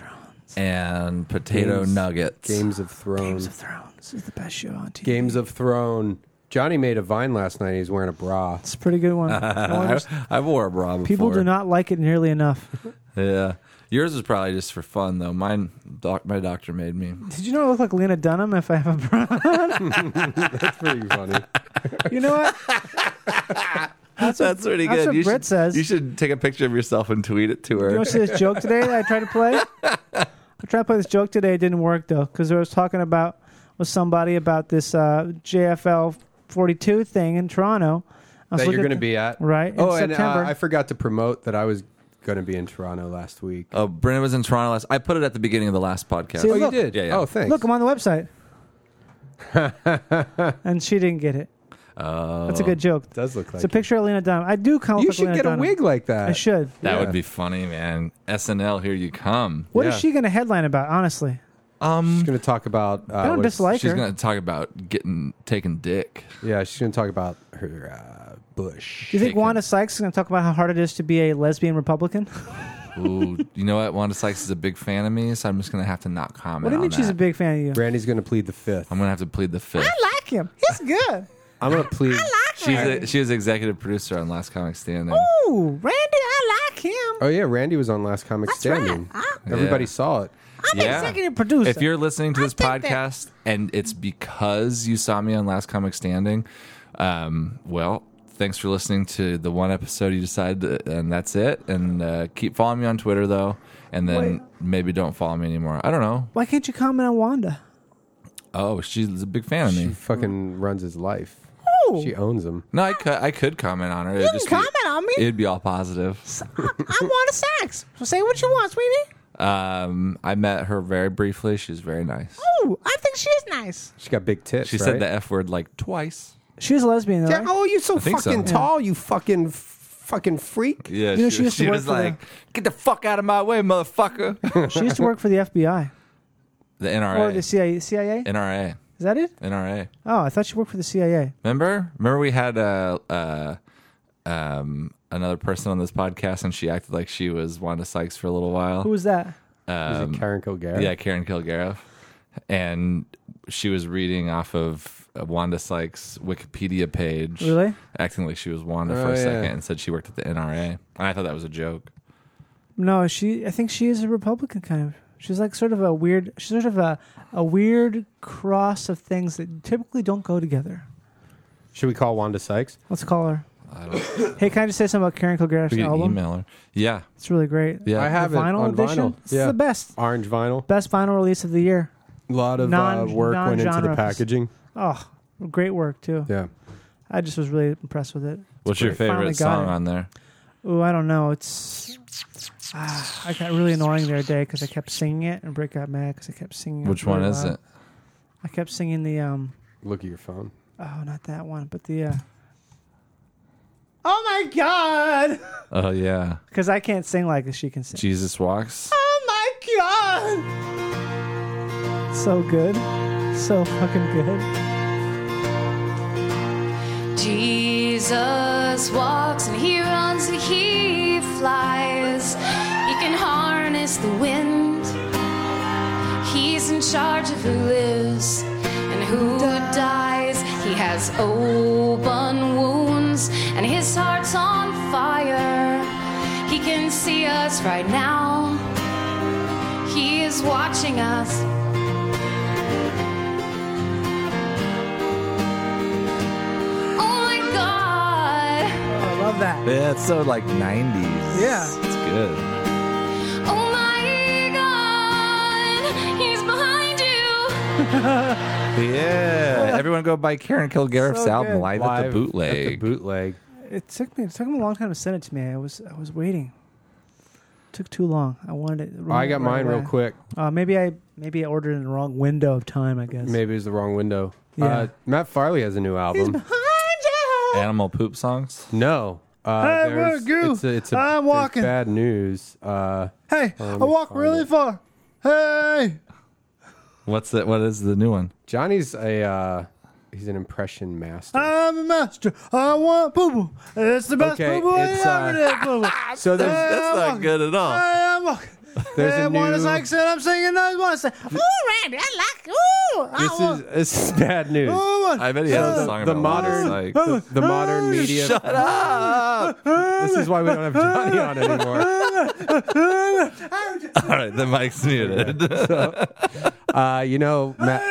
Speaker 3: and potato
Speaker 2: Games-
Speaker 3: nuggets.
Speaker 2: Games of Thrones.
Speaker 1: Games of Thrones is the best show on TV.
Speaker 2: Games of Throne. Johnny made a vine last night. He's wearing a bra.
Speaker 1: It's a pretty good one.
Speaker 3: I, I wore a bra before.
Speaker 1: People do not like it nearly enough.
Speaker 3: Yeah, yours was probably just for fun though. Mine, doc, my doctor made me.
Speaker 1: Did you know I look like Lena Dunham if I have a bra?
Speaker 2: That's pretty funny.
Speaker 1: You know what?
Speaker 3: That's, pretty
Speaker 1: that's
Speaker 3: good.
Speaker 1: what
Speaker 3: you
Speaker 1: Brit
Speaker 3: should,
Speaker 1: says.
Speaker 3: You should take a picture of yourself and tweet it to
Speaker 1: You
Speaker 3: her.
Speaker 1: want to see this joke today that I tried to play? I tried to play this joke today. It didn't work though because I was talking about with somebody about this uh, JFL 42 thing in Toronto. I was
Speaker 2: that you're
Speaker 1: looking
Speaker 2: going to be at
Speaker 1: right in
Speaker 2: Oh,
Speaker 1: September.
Speaker 2: and uh, I forgot to promote that I was going to be in Toronto last week.
Speaker 3: Oh, Brennan was in Toronto last. I put it at the beginning of the last podcast.
Speaker 1: See,
Speaker 2: oh,
Speaker 1: look.
Speaker 2: you did.
Speaker 3: Yeah, yeah.
Speaker 2: Oh, thanks.
Speaker 1: Look, I'm on the website, and she didn't get it. That's a good joke.
Speaker 2: Does look like
Speaker 1: It's a
Speaker 2: it.
Speaker 1: picture of Lena Dunham. I do kind of
Speaker 2: Oh. You
Speaker 1: look
Speaker 2: should
Speaker 1: like Lena
Speaker 2: get a
Speaker 1: Dunham.
Speaker 2: wig like that.
Speaker 1: I should.
Speaker 3: That
Speaker 2: Yeah.
Speaker 3: would be funny, man. SNL, here you come.
Speaker 1: What is
Speaker 2: Yeah.
Speaker 1: she going to headline about? Honestly,
Speaker 2: She's going to talk about. Uh,
Speaker 1: I don't
Speaker 2: what-
Speaker 1: dislike
Speaker 3: She's
Speaker 1: her.
Speaker 3: gonna talk about getting taking dick.
Speaker 2: Yeah, she's going to talk about her uh, bush.
Speaker 1: Do you think
Speaker 3: Taken.
Speaker 1: Wanda Sykes is going to talk about how hard it is to be a lesbian Republican?
Speaker 3: Ooh, you know what? Wanda Sykes is a big fan of me, so I'm just gonna have to not comment.
Speaker 1: What do you
Speaker 3: on
Speaker 1: mean she's a
Speaker 3: that.
Speaker 1: big fan of you?
Speaker 2: Brandy's going to plead the fifth.
Speaker 3: I'm gonna have to plead the fifth.
Speaker 1: like him. He's good.
Speaker 2: I'm going to plead.
Speaker 3: She's a, she was executive producer on Last Comic Standing.
Speaker 1: Ooh, Randy, I like him.
Speaker 2: Oh yeah, Randy was on Last Comic Standing.
Speaker 1: Ah.
Speaker 2: Everybody
Speaker 3: Yeah.
Speaker 2: saw it.
Speaker 1: I'm
Speaker 3: Yeah.
Speaker 1: executive producer.
Speaker 3: If you're listening to this podcast and it's because you saw me on Last Comic Standing, um, well, thanks for listening to the one episode you decided, that, and that's it. And uh, keep following me on Twitter though, and then maybe don't follow me anymore. I don't know.
Speaker 1: Why can't you comment on Wanda?
Speaker 3: Oh, she's a big fan of
Speaker 2: She
Speaker 3: me.
Speaker 2: fucking runs his life. She owns him.
Speaker 3: No, I could I could comment on her. You
Speaker 1: on me.
Speaker 3: It'd be all positive.
Speaker 1: I'm Wanda Sykes. So say what you want, sweetie.
Speaker 3: Um, I met her very briefly. She's very nice.
Speaker 1: Ooh, I think she is nice.
Speaker 2: She got big tits.
Speaker 3: She
Speaker 2: right?
Speaker 3: said the f word like twice.
Speaker 1: She's a lesbian, though,
Speaker 2: Yeah,
Speaker 1: right?
Speaker 2: oh, you're so
Speaker 3: think so.
Speaker 2: fucking tall. You fucking f- fucking freak.
Speaker 3: Yeah,
Speaker 1: know,
Speaker 3: she,
Speaker 1: she used to
Speaker 3: she
Speaker 1: work
Speaker 3: was
Speaker 1: for the-
Speaker 3: like, "Get the fuck out of my way, motherfucker."
Speaker 1: She used to work for the FBI
Speaker 3: the
Speaker 1: or
Speaker 3: NRA,
Speaker 1: the CIA. CIA?
Speaker 3: NRA,
Speaker 1: Is that it?
Speaker 3: NRA.
Speaker 1: Oh, I thought she worked for the CIA.
Speaker 3: Remember? Remember we had uh, uh, um, another person on this podcast, and she acted like she was Wanda Sykes for a little while.
Speaker 1: Who was that?
Speaker 2: Is it Karen Kilgariff?
Speaker 3: Yeah, Karen Kilgariff. And she was reading off of uh, Wanda Sykes' Wikipedia page.
Speaker 1: Really?
Speaker 3: Acting like she was Wanda
Speaker 2: Oh,
Speaker 3: for a
Speaker 2: yeah.
Speaker 3: second and said she worked at the NRA. And I thought that was a joke.
Speaker 1: No, she. I think she is a Republican kind of. She's like sort of a weird. She's sort of a a weird cross of things that typically don't go together.
Speaker 2: Should we call Wanda Sykes?
Speaker 1: Let's call her. hey, can I just say something about Karen Kilgariff's
Speaker 3: We could
Speaker 1: album?
Speaker 3: email her. Yeah.
Speaker 1: It's really great.
Speaker 3: Yeah.
Speaker 2: I have
Speaker 1: the
Speaker 2: it
Speaker 1: vinyl
Speaker 2: on
Speaker 1: edition.
Speaker 2: vinyl.
Speaker 1: It's the best,
Speaker 2: Orange vinyl.
Speaker 1: best vinyl release of the year.
Speaker 2: A lot of
Speaker 1: Non-
Speaker 2: uh, work went into the
Speaker 1: non-genre.
Speaker 2: packaging.
Speaker 1: Oh, great work too.
Speaker 2: Yeah.
Speaker 1: I just was really impressed with it.
Speaker 3: What's your
Speaker 1: great. Finally
Speaker 3: favorite
Speaker 1: got
Speaker 3: song
Speaker 1: it.
Speaker 3: on there?
Speaker 1: Ooh, I don't know. It's ah, I got really annoying the other day because I kept singing it, and Britt got mad because I kept singing. it
Speaker 3: Which
Speaker 1: really
Speaker 3: one is
Speaker 1: loud.
Speaker 3: it?
Speaker 1: I kept singing the um.
Speaker 2: Look at your phone.
Speaker 1: Oh, not that one, but the. Uh, oh my god!
Speaker 3: Oh, yeah.
Speaker 1: Because I can't sing like she can sing.
Speaker 3: Jesus Walks.
Speaker 1: Oh my god! So good, so fucking good.
Speaker 7: Jesus walks and he runs and he flies. He can harness the wind. He's in charge of who lives and who dies. He has open wounds and his heart's on fire. He can see us right now. He is watching us. Oh my God.
Speaker 1: I love that.
Speaker 3: Yeah, it's so like 90s.
Speaker 1: Yeah.
Speaker 3: It's good.
Speaker 7: Oh my God, he's behind you.
Speaker 3: Yeah. Everyone go buy Karen Kilgariff's
Speaker 1: So
Speaker 3: album
Speaker 1: good.
Speaker 3: live, at the bootleg.
Speaker 2: At the bootleg.
Speaker 1: It took me. It took him a long time to send it to me. I was. I was waiting. took too long. I wanted it.
Speaker 2: Oh, I got mine real
Speaker 1: away.
Speaker 2: quick.
Speaker 1: Uh, maybe I maybe I ordered in the wrong window of time. I guess.
Speaker 2: Maybe it was the wrong window.
Speaker 1: Yeah.
Speaker 2: Uh, Matt Farley has a new album.
Speaker 3: Animal poop songs.
Speaker 2: No. Uh,
Speaker 1: Hey,
Speaker 2: there's-
Speaker 1: what, Goo?
Speaker 2: it's a, it's a,
Speaker 1: I'm
Speaker 2: there's
Speaker 1: walking.
Speaker 2: Bad news. Uh,
Speaker 1: Hey,
Speaker 2: let
Speaker 1: I
Speaker 2: me
Speaker 1: walk
Speaker 2: find
Speaker 1: really
Speaker 2: it.
Speaker 1: far. Hey,
Speaker 3: What's the, What is the new one?
Speaker 2: Johnny's a uh, he's an impression master.
Speaker 1: I'm a master. I want boo boo. It's the best
Speaker 2: Okay,
Speaker 1: boo boo I
Speaker 2: it's,
Speaker 1: ever
Speaker 2: uh,
Speaker 1: did. Boo boo. I
Speaker 2: so there's
Speaker 3: That's not good at all.
Speaker 1: am walking.
Speaker 2: there's a
Speaker 1: And one is
Speaker 2: new.
Speaker 1: like said, I'm singing. I want to say,
Speaker 2: Mm.
Speaker 1: Ooh, Randy, I like. Ooh, I
Speaker 2: This is
Speaker 1: want.
Speaker 2: this is bad news.
Speaker 1: Ooh,
Speaker 3: I bet he has a
Speaker 2: The,
Speaker 3: song
Speaker 2: the
Speaker 3: about
Speaker 2: modern
Speaker 3: like,
Speaker 2: the, the modern media. Shut up! This is why we don't have Johnny on anymore.
Speaker 3: All right, the mic's muted.
Speaker 2: Uh, you know Matt.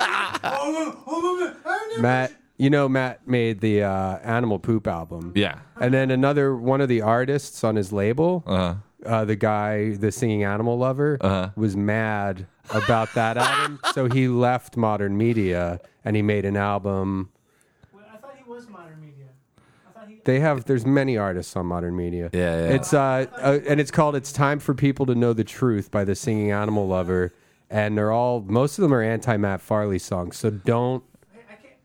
Speaker 2: Matt, you know Matt made the uh, Animal Poop album.
Speaker 3: yeah.
Speaker 2: And then another one of the artists on his label,
Speaker 3: Uh,
Speaker 2: uh, the guy, the singing animal lover, was mad about that album. so he left modern media and he made an album.
Speaker 1: I thought he was modern media.
Speaker 2: They have there's many artists on modern media.
Speaker 3: Yeah, yeah.
Speaker 2: It's uh, uh and it's called "It's Time for People to Know the Truth" by the singing animal lover, and they're all most of them are anti Matt Farley songs. So don't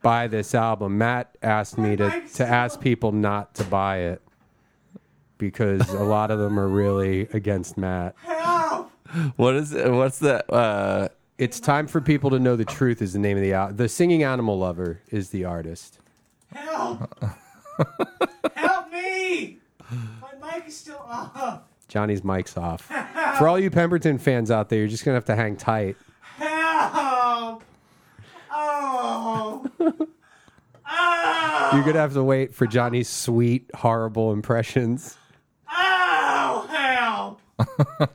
Speaker 2: buy this album. Matt asked me to, to ask people not to buy it because a lot of them are really against Matt.
Speaker 3: What is it? What's the uh,
Speaker 2: It's time for people to know the truth is the name of the album. The singing animal lover is the artist.
Speaker 1: Help me! My mic is still off.
Speaker 2: Johnny's mic's off. For all you Pemberton fans out there, you're just gonna have to hang tight.
Speaker 1: Help! Oh!
Speaker 2: You're gonna have to wait for Johnny's sweet, horrible impressions.
Speaker 1: Oh! Help!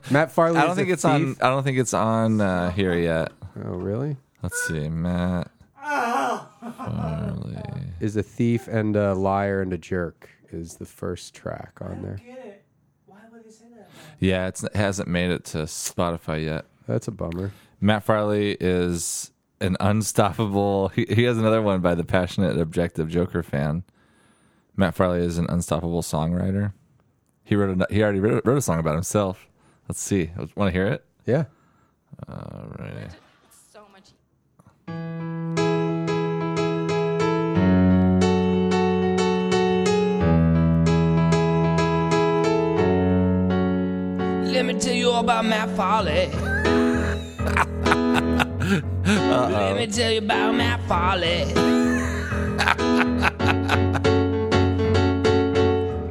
Speaker 2: Matt Farley.
Speaker 3: I
Speaker 2: is
Speaker 3: don't think
Speaker 2: a
Speaker 3: it's on.
Speaker 2: thief.
Speaker 3: I don't think it's on uh, here yet.
Speaker 2: Oh, really?
Speaker 3: Let's see, Matt.
Speaker 2: Is a thief and a liar and a jerk is the first track on there.
Speaker 1: Get it? Why would they say that?
Speaker 3: Yeah, it's, it hasn't made it to Spotify yet.
Speaker 2: That's a bummer.
Speaker 3: Matt Farley is an unstoppable. He, he has another one by the passionate and objective Joker fan. Matt Farley is an unstoppable songwriter. He wrote. A, he already wrote, wrote a song about himself. Let's see. Want to hear it?
Speaker 2: Yeah.
Speaker 3: All right.
Speaker 7: So much.
Speaker 8: Let me tell you all about Matt Farley. Let me tell you about Matt Farley.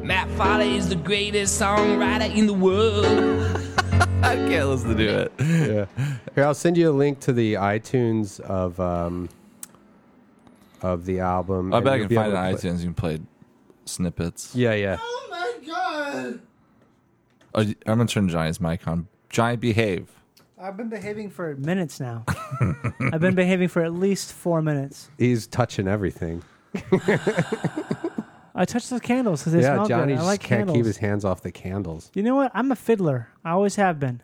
Speaker 8: Matt Farley is the greatest songwriter in the world.
Speaker 3: I can't listen to it.
Speaker 2: Yeah. Here, I'll send you a link to the iTunes of um of the album.
Speaker 3: I
Speaker 2: and
Speaker 3: bet I
Speaker 2: you'll
Speaker 3: can
Speaker 2: be
Speaker 3: find it
Speaker 2: able
Speaker 3: on
Speaker 2: to play-
Speaker 3: iTunes. You can play snippets.
Speaker 2: Yeah, yeah.
Speaker 3: Oh, I'm gonna turn Johnny's mic on. Johnny, behave.
Speaker 1: I've been behaving for minutes now. I've been behaving for at least four minutes.
Speaker 2: He's touching everything.
Speaker 1: I touched the candles because they
Speaker 2: yeah,
Speaker 1: smell
Speaker 2: Johnny
Speaker 1: good. I
Speaker 2: just
Speaker 1: like
Speaker 2: can't
Speaker 1: candles.
Speaker 2: keep his hands off the candles.
Speaker 1: You know what? I'm a fiddler. I always have been.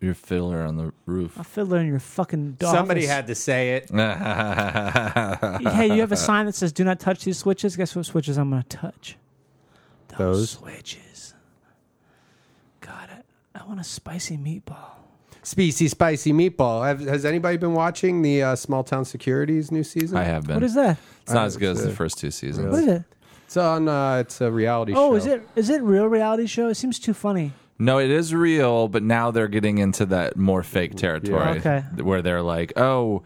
Speaker 3: Your fiddler on the roof.
Speaker 1: A fiddler in your fucking dog.
Speaker 2: to say it.
Speaker 1: Hey, you have a sign that says "Do not touch these switches." Guess what switches I'm gonna touch?
Speaker 2: Those.
Speaker 1: switches. God, I, I want a spicy meatball.
Speaker 2: Specy spicy meatball. Have, has anybody been watching the uh, Small Town Securities new season?
Speaker 3: I have been.
Speaker 1: What is that?
Speaker 3: It's not as good as the first two seasons.
Speaker 1: What is it?
Speaker 2: It's on. Uh, it's a reality show.
Speaker 1: Oh, is it is it real reality show? It seems too funny.
Speaker 3: No, it is real, but now they're getting into that more fake territory
Speaker 1: Yeah. Okay.
Speaker 3: where they're like, "Oh,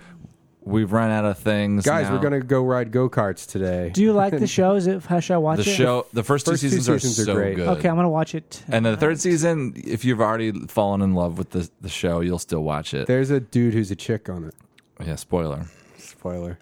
Speaker 3: we've run out of things."
Speaker 2: Guys,
Speaker 3: now."
Speaker 2: we're gonna go ride go karts today.
Speaker 1: Do you like the show? Is it how should I watch
Speaker 3: the
Speaker 1: it?
Speaker 3: show. The first,
Speaker 2: First two
Speaker 3: two seasons,
Speaker 2: seasons
Speaker 3: are,
Speaker 2: are
Speaker 3: so
Speaker 2: great.
Speaker 3: good.
Speaker 1: Okay, I'm gonna watch it.
Speaker 3: And then the third season, if you've already fallen in love with the the show, you'll still watch it.
Speaker 2: There's a dude who's a chick on it.
Speaker 3: yeah, spoiler,
Speaker 2: Spoiler.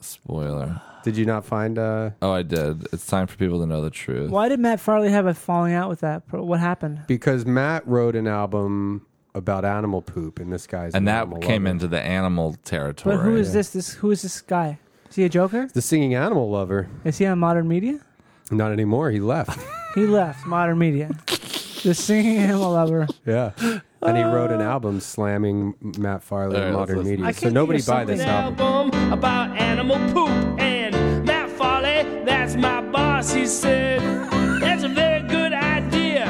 Speaker 3: spoiler.
Speaker 2: Did you not find? Uh,
Speaker 3: Oh, I did. It's time for people to know the truth.
Speaker 1: Why did Matt Farley have a falling out with that? pro- What happened?
Speaker 2: because Matt wrote an album about animal poop, and this guy's
Speaker 3: And
Speaker 2: an
Speaker 3: that
Speaker 2: animal
Speaker 3: came
Speaker 2: lover.
Speaker 3: into the animal territory.
Speaker 1: But who is this? This who is this guy? Is he a Joker?
Speaker 2: the singing animal lover.
Speaker 1: Is he on Modern Media?
Speaker 2: Not anymore. He left.
Speaker 1: He left Modern Media. The singing animal lover.
Speaker 2: yeah. And he wrote an album slamming Matt Farley
Speaker 3: All right,
Speaker 2: and
Speaker 3: let's
Speaker 2: modern
Speaker 3: listen.
Speaker 1: Uh, I
Speaker 2: media. So
Speaker 1: can't
Speaker 2: nobody
Speaker 1: think of
Speaker 2: buy this
Speaker 1: something
Speaker 2: album.
Speaker 8: Album about animal poop and Matt Farley, that's my boss, he said. That's a very good idea.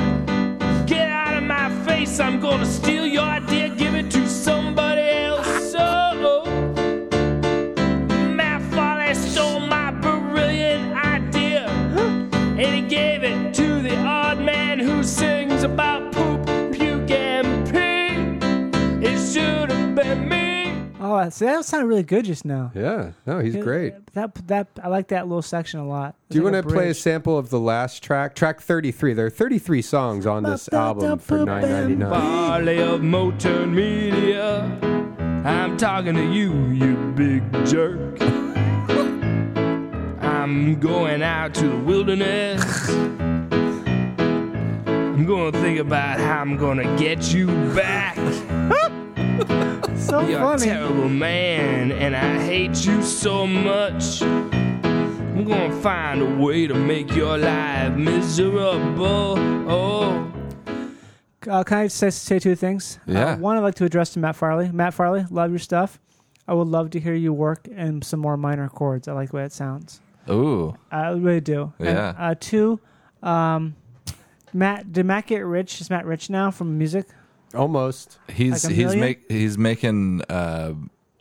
Speaker 8: Get out of my face, I'm gonna steal your idea, give it to somebody else. So, Matt Farley stole my brilliant idea and he gave it to the odd man who sings about poop, puke, and pee. It should have been me.
Speaker 1: Oh, so that sounded really good just now.
Speaker 2: Yeah. No, he's great.
Speaker 1: That that I like that little section a lot.
Speaker 2: Do you want to play a sample of the last track? Track 33. There are 33 songs on this album for 9.99.
Speaker 8: Barley of Motown Media. I'm talking to you, you big jerk. I'm going out to the wilderness. I'm going to think about how I'm going to get you back.
Speaker 1: So
Speaker 8: You're a
Speaker 1: funny.
Speaker 8: terrible man, and I hate you so much. I'm going to find a way to make your life miserable. Oh.
Speaker 1: Uh, can I say, say two things?
Speaker 3: Yeah.
Speaker 1: Uh, one, I'd like to address to Matt Farley. Matt Farley, love your stuff. I would love to hear you work in some more minor chords. I like the way it sounds.
Speaker 3: Ooh,
Speaker 1: I really do. And,
Speaker 3: Yeah.
Speaker 1: uh, two, um, Matt, did Matt get rich? Is Matt rich now from music?
Speaker 2: Almost.
Speaker 3: he's
Speaker 1: Like a
Speaker 3: he's
Speaker 1: million?
Speaker 3: make he's making uh,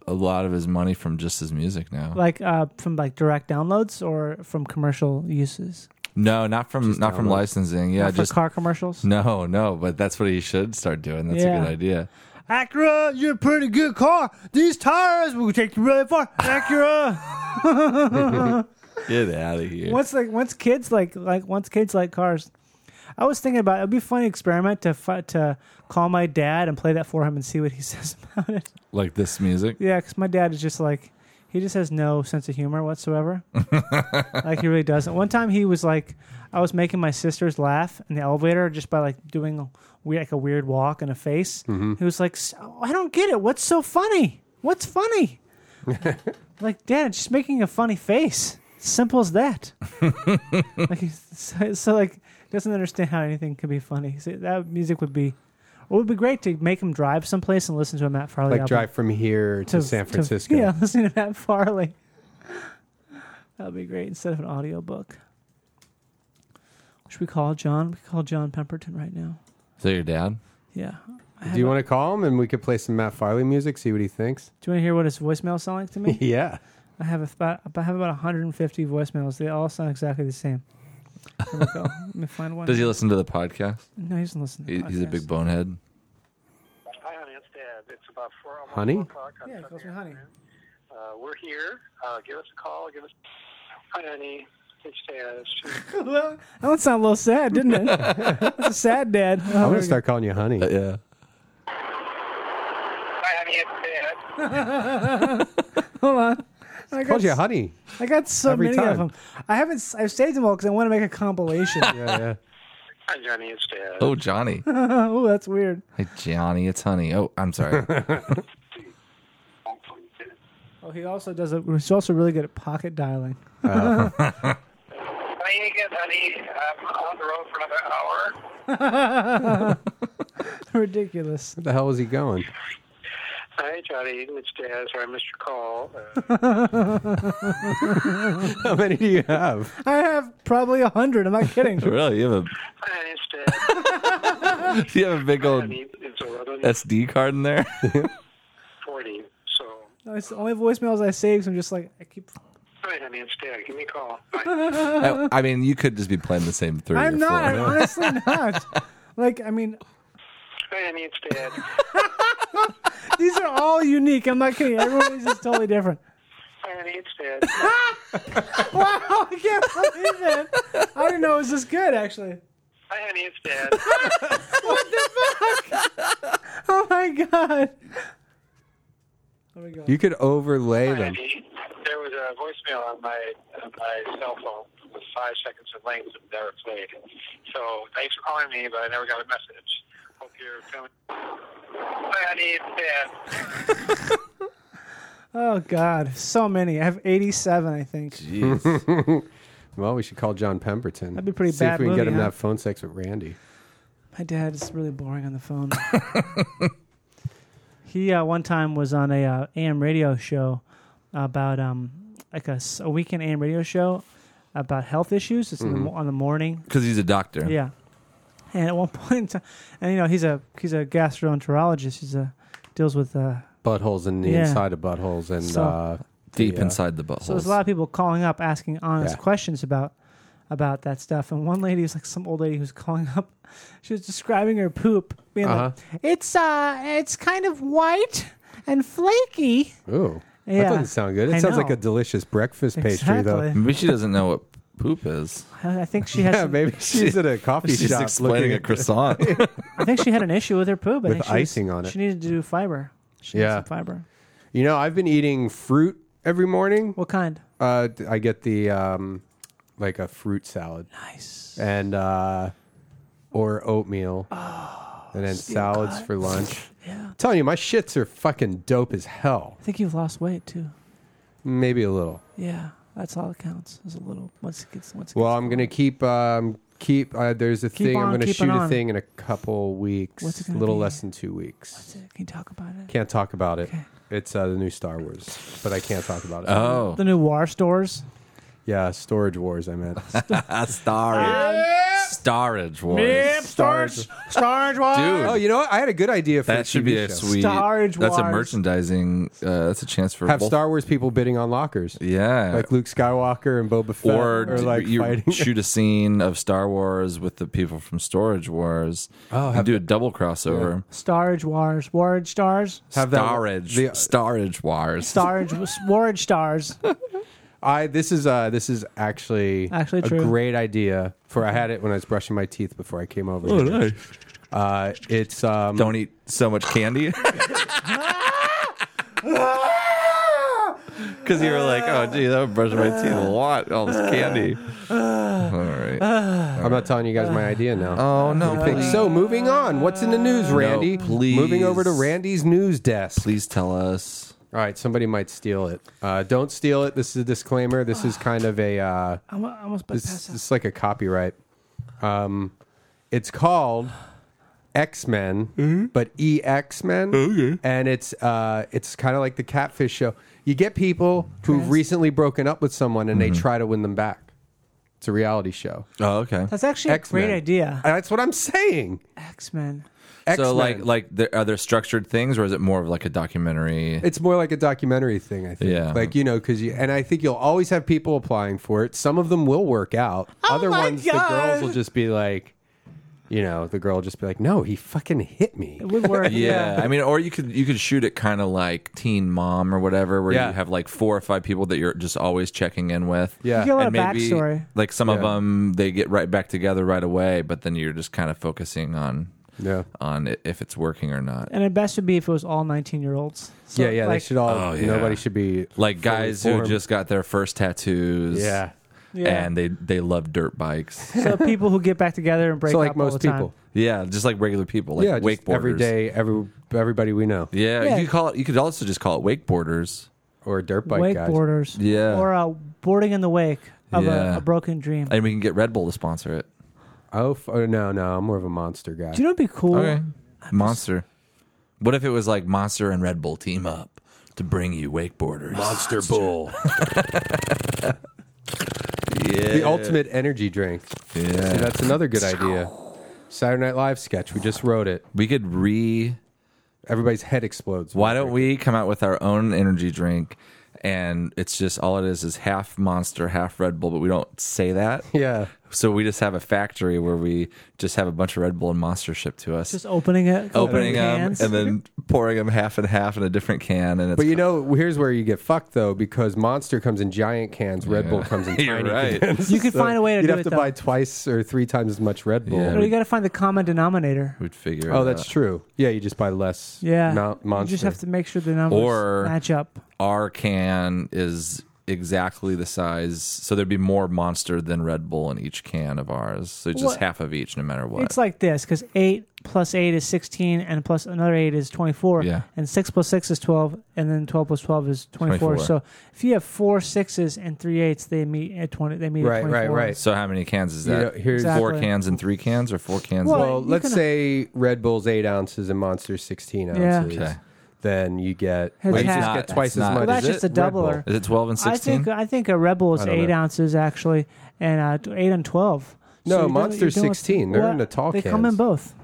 Speaker 3: a lot of his money from just his music now.
Speaker 1: Like uh, from like direct downloads or from commercial uses?
Speaker 3: no, not from not from
Speaker 2: download.
Speaker 3: licensing. Yeah,
Speaker 1: Not for
Speaker 3: just
Speaker 1: car commercials?
Speaker 3: no, no. But that's what he should start doing. That's a
Speaker 1: Yeah.
Speaker 3: good idea.
Speaker 1: Acura, you're a pretty good car. These tires will take you really far. Acura.
Speaker 3: Get out of here.
Speaker 1: once like once kids like like once kids like cars. I was thinking about it'd be a funny experiment to fi- to call my dad and play that for him and see what he says about it.
Speaker 3: Like this music.
Speaker 1: Yeah, because my dad is just like he just has no sense of humor whatsoever. like he really doesn't. One time he was like, I was making my sisters laugh in the elevator just by like doing a weird like a weird walk and a face. He was like, "S- I don't get it. What's so funny? What's funny? like Dad, it's just making a funny face. Simple as that. like he's, so, so like doesn't understand how anything could be funny. So that music would be. It would be great to make him drive someplace and listen to a Matt Farley
Speaker 2: Like
Speaker 1: album
Speaker 2: drive from here to, San Francisco.
Speaker 1: yeah, listening to Matt Farley. That would be great instead of an audiobook. Should we call John? We could call John Pemberton right now.
Speaker 3: Is that your dad?
Speaker 1: Yeah. I
Speaker 2: Do you want to call him and we could play some Matt Farley music, see what he thinks?
Speaker 1: Do you want to hear what his voicemail sound like to me?
Speaker 2: Yeah.
Speaker 1: I have about I have about 150 voicemails. They all sound exactly the same. Here we go. Let me find one.
Speaker 3: Does he listen to the podcast?
Speaker 1: No, he doesn't listen. To
Speaker 3: He, he's a
Speaker 1: podcasts.
Speaker 3: big bonehead.
Speaker 9: Hi, honey. It's Dad. It's about four almost
Speaker 2: Honey?
Speaker 9: four o'clock on
Speaker 1: Yeah, he calls
Speaker 9: Sunday
Speaker 1: me honey.
Speaker 9: afternoon. Uh, we're here. Uh, give us a call. Give us. Hi, honey. It's Dad. It's Chief.
Speaker 1: that one sounded a little sad, didn't it? That's a sad dad. Oh,
Speaker 2: I'm
Speaker 1: there
Speaker 2: going
Speaker 1: we
Speaker 2: to
Speaker 1: go.
Speaker 2: start calling you honey.
Speaker 1: Uh,
Speaker 3: yeah.
Speaker 9: Hi, honey. It's Dad.
Speaker 1: Hold on. I
Speaker 2: Called
Speaker 1: got,
Speaker 2: you honey.
Speaker 1: I got so
Speaker 2: every
Speaker 1: many of
Speaker 2: time.
Speaker 1: them. I haven't. s- I've saved them all because I want to make a compilation.
Speaker 2: Yeah, yeah.
Speaker 9: Hi, Johnny. It's Dad.
Speaker 3: Oh, Johnny.
Speaker 1: oh, that's weird.
Speaker 3: Hey, Johnny, it's Honey. Oh, I'm sorry.
Speaker 1: Oh, he also does a. He's also really good at pocket dialing.
Speaker 9: How you good, honey? I'm on the road for another hour.
Speaker 1: Ridiculous.
Speaker 2: Where the hell is he going?
Speaker 9: Hi, Johnny. It's Dad. Sorry, I missed your call. Uh,
Speaker 2: How many do you have?
Speaker 1: I have probably a hundred. I'm not kidding.
Speaker 3: really? You have
Speaker 9: hi, honey. It's Dad.
Speaker 3: a you have a big old
Speaker 9: honey, it's 11:40.
Speaker 3: SD card in there?
Speaker 9: So,
Speaker 1: No, it's the only voicemails I save. So I'm just like I keep.
Speaker 9: hi, honey. It's Dad. Give me a call. Bye.
Speaker 3: I, I mean, you could just be playing the same three. or
Speaker 1: I'm not. I'm
Speaker 3: four. Oh,
Speaker 1: honestly not. Like I mean,
Speaker 9: hi, honey. It's Dad.
Speaker 1: these are all unique. I'm not kidding. Everybody's just totally different.
Speaker 9: Hi, honey. It's Dad.
Speaker 1: Wow, I can't believe it. I didn't know it was this good. Actually.
Speaker 9: Hi, honey. It's Dad.
Speaker 1: Oh my god. There we go.
Speaker 2: You could overlay them.
Speaker 9: There was a voicemail on my on my cell phone with five seconds of length and never played. So thanks for calling me, but I never got a message. Hope you're feeling. Hi, honey, it's Dad.
Speaker 1: Oh god, so many. I have 87, I think.
Speaker 3: Jeez.
Speaker 2: Well, we should call John Pemberton.
Speaker 1: That'd be pretty
Speaker 2: See
Speaker 1: bad
Speaker 2: if we can get
Speaker 1: movie,
Speaker 2: him
Speaker 1: huh?
Speaker 2: that phone sex with Randy.
Speaker 1: My dad is really boring on the phone. he uh, one time was on a uh, AM radio show about um like a, s- a weekend AM radio show about health issues. It's in the, mo- on the morning.
Speaker 3: Because he's a doctor.
Speaker 1: Yeah. And at one point in time, and you know he's a he's a gastroenterologist. He's a deals with uh,
Speaker 2: Buttholes and the
Speaker 1: Yeah.
Speaker 2: inside of buttholes and
Speaker 1: So-
Speaker 2: uh,
Speaker 3: Deep
Speaker 2: Yeah.
Speaker 3: inside the buttholes.
Speaker 1: So there's a lot of people calling up asking honest
Speaker 2: Yeah.
Speaker 1: questions about about that stuff. And one lady was like some old lady who's calling up. She was describing her poop, being
Speaker 2: Uh-huh.
Speaker 1: like, "It's uh, it's kind of white and flaky."
Speaker 2: ooh.
Speaker 1: Yeah.
Speaker 2: That doesn't sound good. It
Speaker 1: I
Speaker 2: sounds like
Speaker 1: know.
Speaker 2: a delicious breakfast pastry, though.
Speaker 1: exactly.
Speaker 3: Maybe she doesn't know what poop is.
Speaker 1: I I think she has.
Speaker 2: Yeah,
Speaker 1: some-
Speaker 2: maybe she's at a coffee
Speaker 3: She's
Speaker 2: shop looking
Speaker 3: explaining a
Speaker 2: at-
Speaker 3: croissant.
Speaker 1: I think she had an issue with her poop. I
Speaker 2: With
Speaker 1: think she was-
Speaker 2: icing on it.
Speaker 1: She needed to do fiber. She needs
Speaker 2: Yeah.
Speaker 1: some fiber.
Speaker 2: You know, I've been eating fruit every morning.
Speaker 1: What kind?
Speaker 2: Uh, d- I get the um, like a fruit salad
Speaker 1: Nice.
Speaker 2: and uh, or oatmeal, and then salads for lunch.
Speaker 1: Oh, Yeah.
Speaker 2: I'm telling you, my shits are fucking dope as hell.
Speaker 1: I think you've lost weight too.
Speaker 2: Maybe a little.
Speaker 1: Yeah, that's all that counts. Is a little once it gets once. It
Speaker 2: Well,
Speaker 1: gets
Speaker 2: I'm
Speaker 1: going.
Speaker 2: gonna keep. Um, keep. Uh, there's a thing. I'm
Speaker 1: on
Speaker 2: gonna
Speaker 1: keeping
Speaker 2: shoot a
Speaker 1: on.
Speaker 2: thing in a couple weeks.
Speaker 1: What's it
Speaker 2: a
Speaker 1: gonna
Speaker 2: little
Speaker 1: be?
Speaker 2: less than two weeks.
Speaker 1: Can you talk about it?
Speaker 2: Can't talk about it.
Speaker 1: Okay.
Speaker 2: It's uh, the new Star Wars, but I can't talk about it.
Speaker 3: Oh.
Speaker 1: The new war stores.
Speaker 2: yeah, Storage Wars. I meant.
Speaker 3: Star. Starage Wars.
Speaker 1: Yep, Starge. Starge Wars.
Speaker 3: Dude.
Speaker 2: Oh, you know what? I had a good idea for a
Speaker 3: That should
Speaker 2: TV
Speaker 3: be a
Speaker 2: show.
Speaker 3: sweet.
Speaker 1: Starge
Speaker 3: That's a
Speaker 1: Wars.
Speaker 3: merchandising. Uh, that's a chance for
Speaker 2: Have
Speaker 3: both-
Speaker 2: Star Wars people bidding on lockers,
Speaker 3: Yeah.
Speaker 2: like Luke Skywalker and Boba Fett,
Speaker 3: or
Speaker 2: or,
Speaker 3: d-
Speaker 2: like
Speaker 3: you
Speaker 2: fighting.
Speaker 3: shoot a scene of Star Wars with the people from Storage Wars.
Speaker 2: Oh,
Speaker 3: and
Speaker 2: have
Speaker 3: do a double crossover.
Speaker 1: Starge Wars. Ward Stars.
Speaker 2: Have that-
Speaker 3: Storage,
Speaker 2: the-
Speaker 3: Storage Wars.
Speaker 1: Starge. Ward Stars.
Speaker 2: I this is uh this is actually
Speaker 1: Actually
Speaker 2: a
Speaker 1: true.
Speaker 2: great idea for I had it when I was brushing my teeth before I came
Speaker 3: Oh,
Speaker 2: over. here. Uh, it's um
Speaker 3: Don't eat so much candy. Because you were like, oh, gee, that would brush my teeth a lot. All this candy. All right.
Speaker 2: I'm not telling you guys my idea now.
Speaker 3: Oh no!
Speaker 2: Think-
Speaker 3: Please,
Speaker 2: so moving on, what's in the news, Randy?
Speaker 3: please.
Speaker 2: Moving over to Randy's news desk.
Speaker 3: please tell us.
Speaker 2: All right, somebody might steal it. Uh, don't steal it. This is a disclaimer. This is kind of a uh,
Speaker 1: I'm I'm almost about to
Speaker 2: this,
Speaker 1: pass out.
Speaker 2: this is like a copyright. Um, it's called X Men,
Speaker 1: Mm-hmm.
Speaker 2: but E X Men,
Speaker 1: Oh,
Speaker 2: and it's uh, it's kind of like the Catfish show. You get people who've recently broken up with someone, and
Speaker 3: Mm-hmm.
Speaker 2: they try to win them back. It's a reality show.
Speaker 3: Oh, okay.
Speaker 1: That's actually
Speaker 2: X-Men.
Speaker 1: a great idea.
Speaker 2: And that's what I'm saying.
Speaker 1: X Men.
Speaker 2: X-Men.
Speaker 3: So, like, like, there, are there structured things, or is it more of like a documentary?
Speaker 2: It's more like a documentary thing, I think.
Speaker 3: Yeah.
Speaker 2: Like you know, because you and I think you'll always have people applying for it. Some of them will work out. Other
Speaker 1: Oh my
Speaker 2: ones,
Speaker 1: God.
Speaker 2: the girls will just be like, you know, the girl will just be like, no, he fucking hit me.
Speaker 1: It would work.
Speaker 3: Yeah, I mean, or you could you could shoot it kind of like Teen Mom or whatever, where
Speaker 2: Yeah.
Speaker 3: you have like four or five people that you're just always checking in with.
Speaker 2: Yeah.
Speaker 1: You get a lot
Speaker 3: And
Speaker 1: of
Speaker 3: maybe
Speaker 1: backstory.
Speaker 3: like some of
Speaker 2: Yeah.
Speaker 3: them they get right back together right away, but then you're just kind of focusing on
Speaker 2: Yeah.
Speaker 3: on i- if it's working or not.
Speaker 1: And the best would be if it was all 19 year olds. So,
Speaker 2: yeah, yeah.
Speaker 1: Like,
Speaker 2: they should all.
Speaker 3: Oh, yeah.
Speaker 2: Nobody should be
Speaker 3: Like
Speaker 2: fully
Speaker 3: guys who
Speaker 2: formed.
Speaker 3: just got their first tattoos,
Speaker 2: Yeah.
Speaker 1: yeah.
Speaker 3: and they they love dirt bikes.
Speaker 1: so people who get back together and break
Speaker 2: So
Speaker 1: up
Speaker 2: like
Speaker 1: all
Speaker 2: most
Speaker 1: the time.
Speaker 2: people.
Speaker 3: yeah, just like regular people, like
Speaker 2: yeah. Just
Speaker 3: wakeboarders.
Speaker 2: every day, every everybody we know
Speaker 3: Yeah,
Speaker 1: Yeah.
Speaker 3: you could call it. You could also just call it wakeboarders.
Speaker 2: or dirt bike guys.
Speaker 1: Wakeboarders.
Speaker 3: Yeah.
Speaker 1: Or uh, boarding in the wake of
Speaker 3: Yeah.
Speaker 1: a, a broken dream.
Speaker 3: And we can get Red Bull to sponsor it.
Speaker 2: Oh, f- oh no, no. I'm more of a monster guy.
Speaker 1: Do you know what'd be
Speaker 2: Oh,
Speaker 1: cool?
Speaker 3: Okay. Monster. What if it was like Monster and Red Bull team up to bring you wakeboarders? Monster Bull.
Speaker 2: the ultimate energy drink. Yeah. See, that's another good idea. Saturday Night Live sketch. We just wrote it.
Speaker 3: We could re.
Speaker 2: Everybody's head explodes.
Speaker 3: Why don't we come out with our own energy drink? And it's just all it is is half Monster, half Red Bull, but we don't say that.
Speaker 2: Yeah.
Speaker 3: So we just have a factory where we just have a bunch of Red Bull and Monster shipped to us.
Speaker 1: Just opening it,
Speaker 3: opening them
Speaker 1: cans.
Speaker 3: and then pouring them half and half in a different can, and it's
Speaker 2: But you know, here's where you get fucked though, because Monster comes in giant cans, Red Bull comes in
Speaker 3: You're
Speaker 2: tiny
Speaker 3: right.
Speaker 2: cans.
Speaker 1: You could find a way to
Speaker 2: You'd
Speaker 1: do
Speaker 2: have
Speaker 1: it,
Speaker 2: to
Speaker 1: though.
Speaker 2: buy twice or three times as much Red Bull.
Speaker 1: Or you got to find the common denominator.
Speaker 3: we'd figure.
Speaker 2: Oh,
Speaker 3: it
Speaker 2: that's
Speaker 3: out.
Speaker 2: true. Yeah, you just buy less.
Speaker 1: Yeah.
Speaker 2: Not
Speaker 1: You
Speaker 2: Monster.
Speaker 1: just have to make sure the numbers
Speaker 3: Or-
Speaker 1: match up.
Speaker 3: our can is exactly the size so there'd be more monster than red bull in each can of ours so it's just
Speaker 1: What?
Speaker 3: half of each no matter what
Speaker 1: It's like this because 8 plus 8 is 16, and plus another 8 is 24.
Speaker 3: Yeah.
Speaker 1: And 6 plus 6 is 12, and then 12 plus 12 is 24.
Speaker 3: 24.
Speaker 1: So if you have four sixes and three eights, they meet at 20. They meet
Speaker 2: Right,
Speaker 1: at
Speaker 2: right,
Speaker 1: 24.
Speaker 2: right.
Speaker 3: so how many cans is
Speaker 2: You
Speaker 3: that
Speaker 2: know, here's-
Speaker 3: four
Speaker 1: Exactly.
Speaker 3: cans and three cans or four cans
Speaker 1: Well,
Speaker 3: and-
Speaker 2: Well,
Speaker 1: You
Speaker 2: let's
Speaker 1: can-
Speaker 2: say Red Bull's eight ounces and Monster's sixteen
Speaker 1: Yeah.
Speaker 2: ounces.
Speaker 3: Okay.
Speaker 2: Then you get
Speaker 1: It's
Speaker 2: well, you just
Speaker 1: half.
Speaker 2: get twice as
Speaker 3: It's not-
Speaker 2: much.
Speaker 1: Well, that's
Speaker 2: Is
Speaker 1: just
Speaker 2: it?
Speaker 1: a
Speaker 2: Red Bull.
Speaker 1: doubler.
Speaker 3: is it 12 and
Speaker 1: I
Speaker 3: 16
Speaker 1: think uh, I think a Rebel is
Speaker 2: I don't
Speaker 1: eight
Speaker 2: know.
Speaker 1: ounces actually, and uh, t- eight and twelve.
Speaker 2: No,
Speaker 1: you're doing-
Speaker 2: Monster's
Speaker 1: you're doing-
Speaker 2: 16. They're
Speaker 1: Well,
Speaker 2: in the tall
Speaker 1: They come
Speaker 2: cans.
Speaker 1: in both.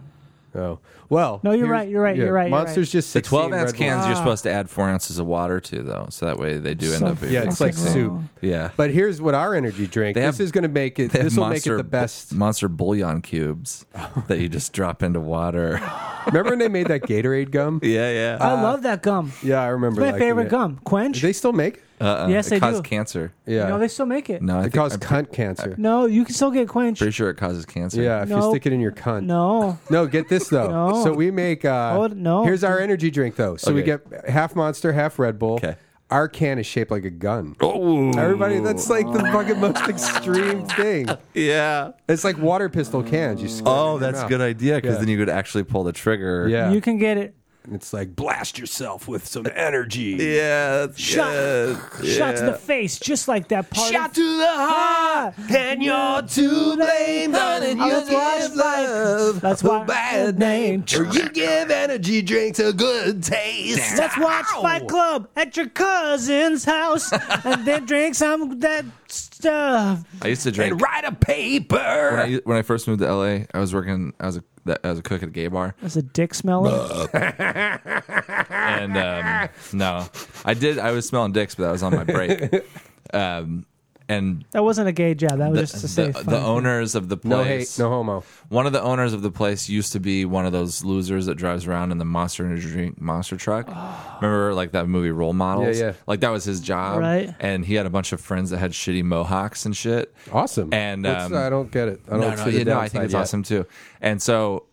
Speaker 2: Oh. Well.
Speaker 1: No, you're
Speaker 2: here's-
Speaker 1: right, you're right, you're right, Ah. you're
Speaker 2: Monster's
Speaker 1: right.
Speaker 2: just
Speaker 3: the
Speaker 2: sixteen.
Speaker 3: 12
Speaker 2: Red
Speaker 3: ounce
Speaker 2: Bull-
Speaker 3: cans you're supposed to add four ounces of water to though so that way they do end
Speaker 1: So
Speaker 3: up being
Speaker 2: Yeah, it's like
Speaker 1: Fucking
Speaker 2: soup.
Speaker 1: wrong.
Speaker 3: yeah
Speaker 2: But here's what our energy drink.
Speaker 3: They
Speaker 2: This
Speaker 3: have-
Speaker 2: is going to make it.
Speaker 3: They have
Speaker 2: This will make it
Speaker 3: Monster
Speaker 2: the
Speaker 3: bu-
Speaker 2: best.
Speaker 3: monster bouillon cubes that you just drop into water
Speaker 2: Remember when they made that Gatorade gum?
Speaker 3: yeah yeah
Speaker 2: Uh,
Speaker 1: I love that gum. It's
Speaker 2: Yeah, I remember.
Speaker 1: my
Speaker 2: liking
Speaker 1: favorite
Speaker 2: it.
Speaker 1: gum.
Speaker 2: Do
Speaker 1: Quench.
Speaker 2: they still make? It?
Speaker 3: uh-uh.
Speaker 1: Yes,
Speaker 3: it
Speaker 1: they
Speaker 3: caused
Speaker 1: do.
Speaker 3: cancer
Speaker 2: Yeah,
Speaker 1: No, they still make it.
Speaker 3: no i
Speaker 2: it
Speaker 3: think
Speaker 2: caused
Speaker 3: i'm
Speaker 2: cunt cancer.
Speaker 1: No, you can still get Quench.
Speaker 3: pretty sure it causes cancer
Speaker 2: yeah, if you
Speaker 1: No.
Speaker 2: stick it in your cunt.
Speaker 1: No,
Speaker 2: No, get this though.
Speaker 1: No.
Speaker 2: So we make. Uh,
Speaker 1: Oh, no.
Speaker 2: Here's our energy drink though. So we
Speaker 3: Okay.
Speaker 2: get half Monster, half Red Bull.
Speaker 3: Okay.
Speaker 2: Our can is shaped like a gun. Oh, everybody! That's like the fucking most extreme thing.
Speaker 3: yeah
Speaker 2: It's like water pistol cans. You. squirt it
Speaker 3: Oh,
Speaker 2: in your
Speaker 3: that's a
Speaker 2: mouth.
Speaker 3: good idea because
Speaker 2: Yeah.
Speaker 3: then you could actually pull the trigger.
Speaker 2: Yeah.
Speaker 1: you can get it
Speaker 2: And it's like blast yourself with some energy.
Speaker 3: Yeah, that's
Speaker 5: Shot,
Speaker 3: good.
Speaker 5: shot to
Speaker 3: Yeah.
Speaker 5: the face, just like that part. of-
Speaker 3: to the heart, and you're to blame, honey.
Speaker 5: Oh, that's why I just like- that's why-
Speaker 3: Or you give energy drinks a good taste.
Speaker 5: Let's watch Fight Club at your cousin's house, and then drink some of that stuff.
Speaker 3: I used to drink.
Speaker 2: And write a
Speaker 3: When
Speaker 2: paper.
Speaker 3: I, when I first moved to LA, I was working as a that- as a cook at a gay bar,
Speaker 5: That's a dick smelling.
Speaker 3: and um, no, I did. I was smelling dicks, but that was on my break. Um, and
Speaker 5: That wasn't a gay job. That was
Speaker 3: the,
Speaker 5: just to say.
Speaker 3: the, the owners of the
Speaker 2: No
Speaker 3: place,
Speaker 2: hate, no homo.
Speaker 3: one of the owners of the place used to be one of those losers that drives around in the monster energy drink monster truck. Remember, like that movie Role
Speaker 2: Oh.
Speaker 3: Models.
Speaker 2: Yeah, yeah.
Speaker 3: Like that was his job,
Speaker 5: Right.
Speaker 3: And he had a bunch of friends that had shitty mohawks and shit.
Speaker 2: Awesome.
Speaker 3: And,
Speaker 2: What's-
Speaker 3: um,
Speaker 2: I don't get it. I don't
Speaker 3: No, no,
Speaker 2: see the
Speaker 3: yeah, no, I
Speaker 2: downside
Speaker 3: think it's
Speaker 2: yet.
Speaker 3: awesome too. And so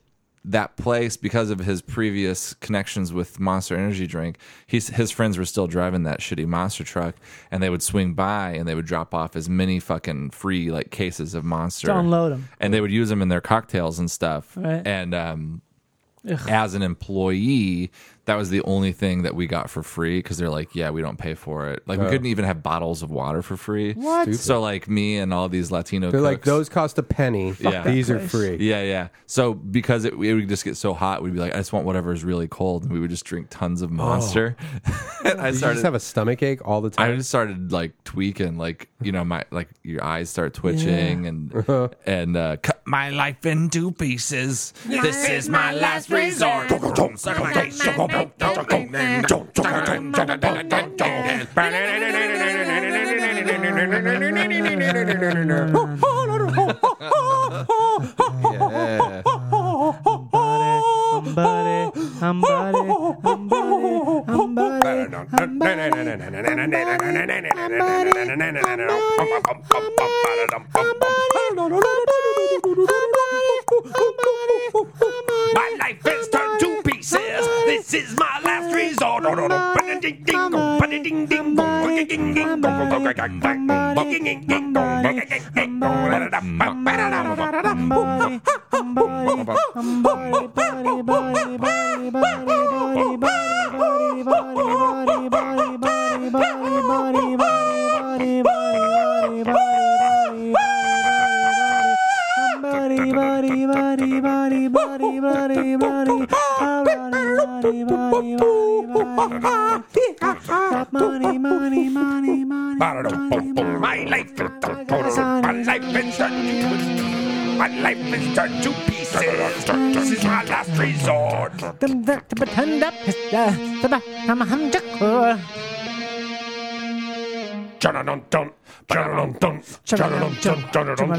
Speaker 3: that place, because of his previous connections with Monster Energy Drink, he's, his friends were still driving that shitty monster truck, and they would swing by and they would drop off as many fucking free like cases of Monster,
Speaker 5: Don't load 'em.
Speaker 3: and they would use them in their cocktails and stuff.
Speaker 5: Right.
Speaker 3: And um, as an employee, that was the only thing that we got for free because they're like, yeah, we don't pay for it. Like we couldn't even have bottles of water for free.
Speaker 5: What?
Speaker 3: So like me and all these Latino,
Speaker 2: They're like
Speaker 3: cooks-
Speaker 2: those cost a penny.
Speaker 3: Yeah.
Speaker 2: These are
Speaker 5: Christ.
Speaker 2: free.
Speaker 3: yeah, yeah. So because it, it would just get so hot, we'd be like, I just want whatever is really cold, and we would just drink tons of Monster. and I
Speaker 2: Did you
Speaker 3: started.
Speaker 2: just have a stomach ache all the
Speaker 3: I
Speaker 2: time.
Speaker 3: just started like tweaking, like you know, my like your eyes start twitching, and and uh, cut my life into pieces. This is my last resort. Suck my dick, suck my dick, suck my dick.
Speaker 5: I'm buddy, I'm buddy, I'm buddy, I'm buddy, I'm buddy, I'm buddy, I'm buddy,
Speaker 6: My life is turned to pieces. This is my last resort.
Speaker 5: I'm buddy, I'm buddy, I'm buddy, buddy, buddy, buddy, buddy, buddy, buddy, buddy, buddy, buddy, buddy, buddy, buddy, buddy, buddy, buddy, buddy, buddy, buddy. I'm buddy, buddy, buddy, buddy, buddy, buddy, buddy. I'm buddy, buddy, buddy, buddy, buddy. Got money, money, money, money, money, money.
Speaker 6: My life is turned my life is turned to pieces. This is my last resort.
Speaker 5: Dum da- da- ba- dum da- da- da- ba- hum- hum- da- uh.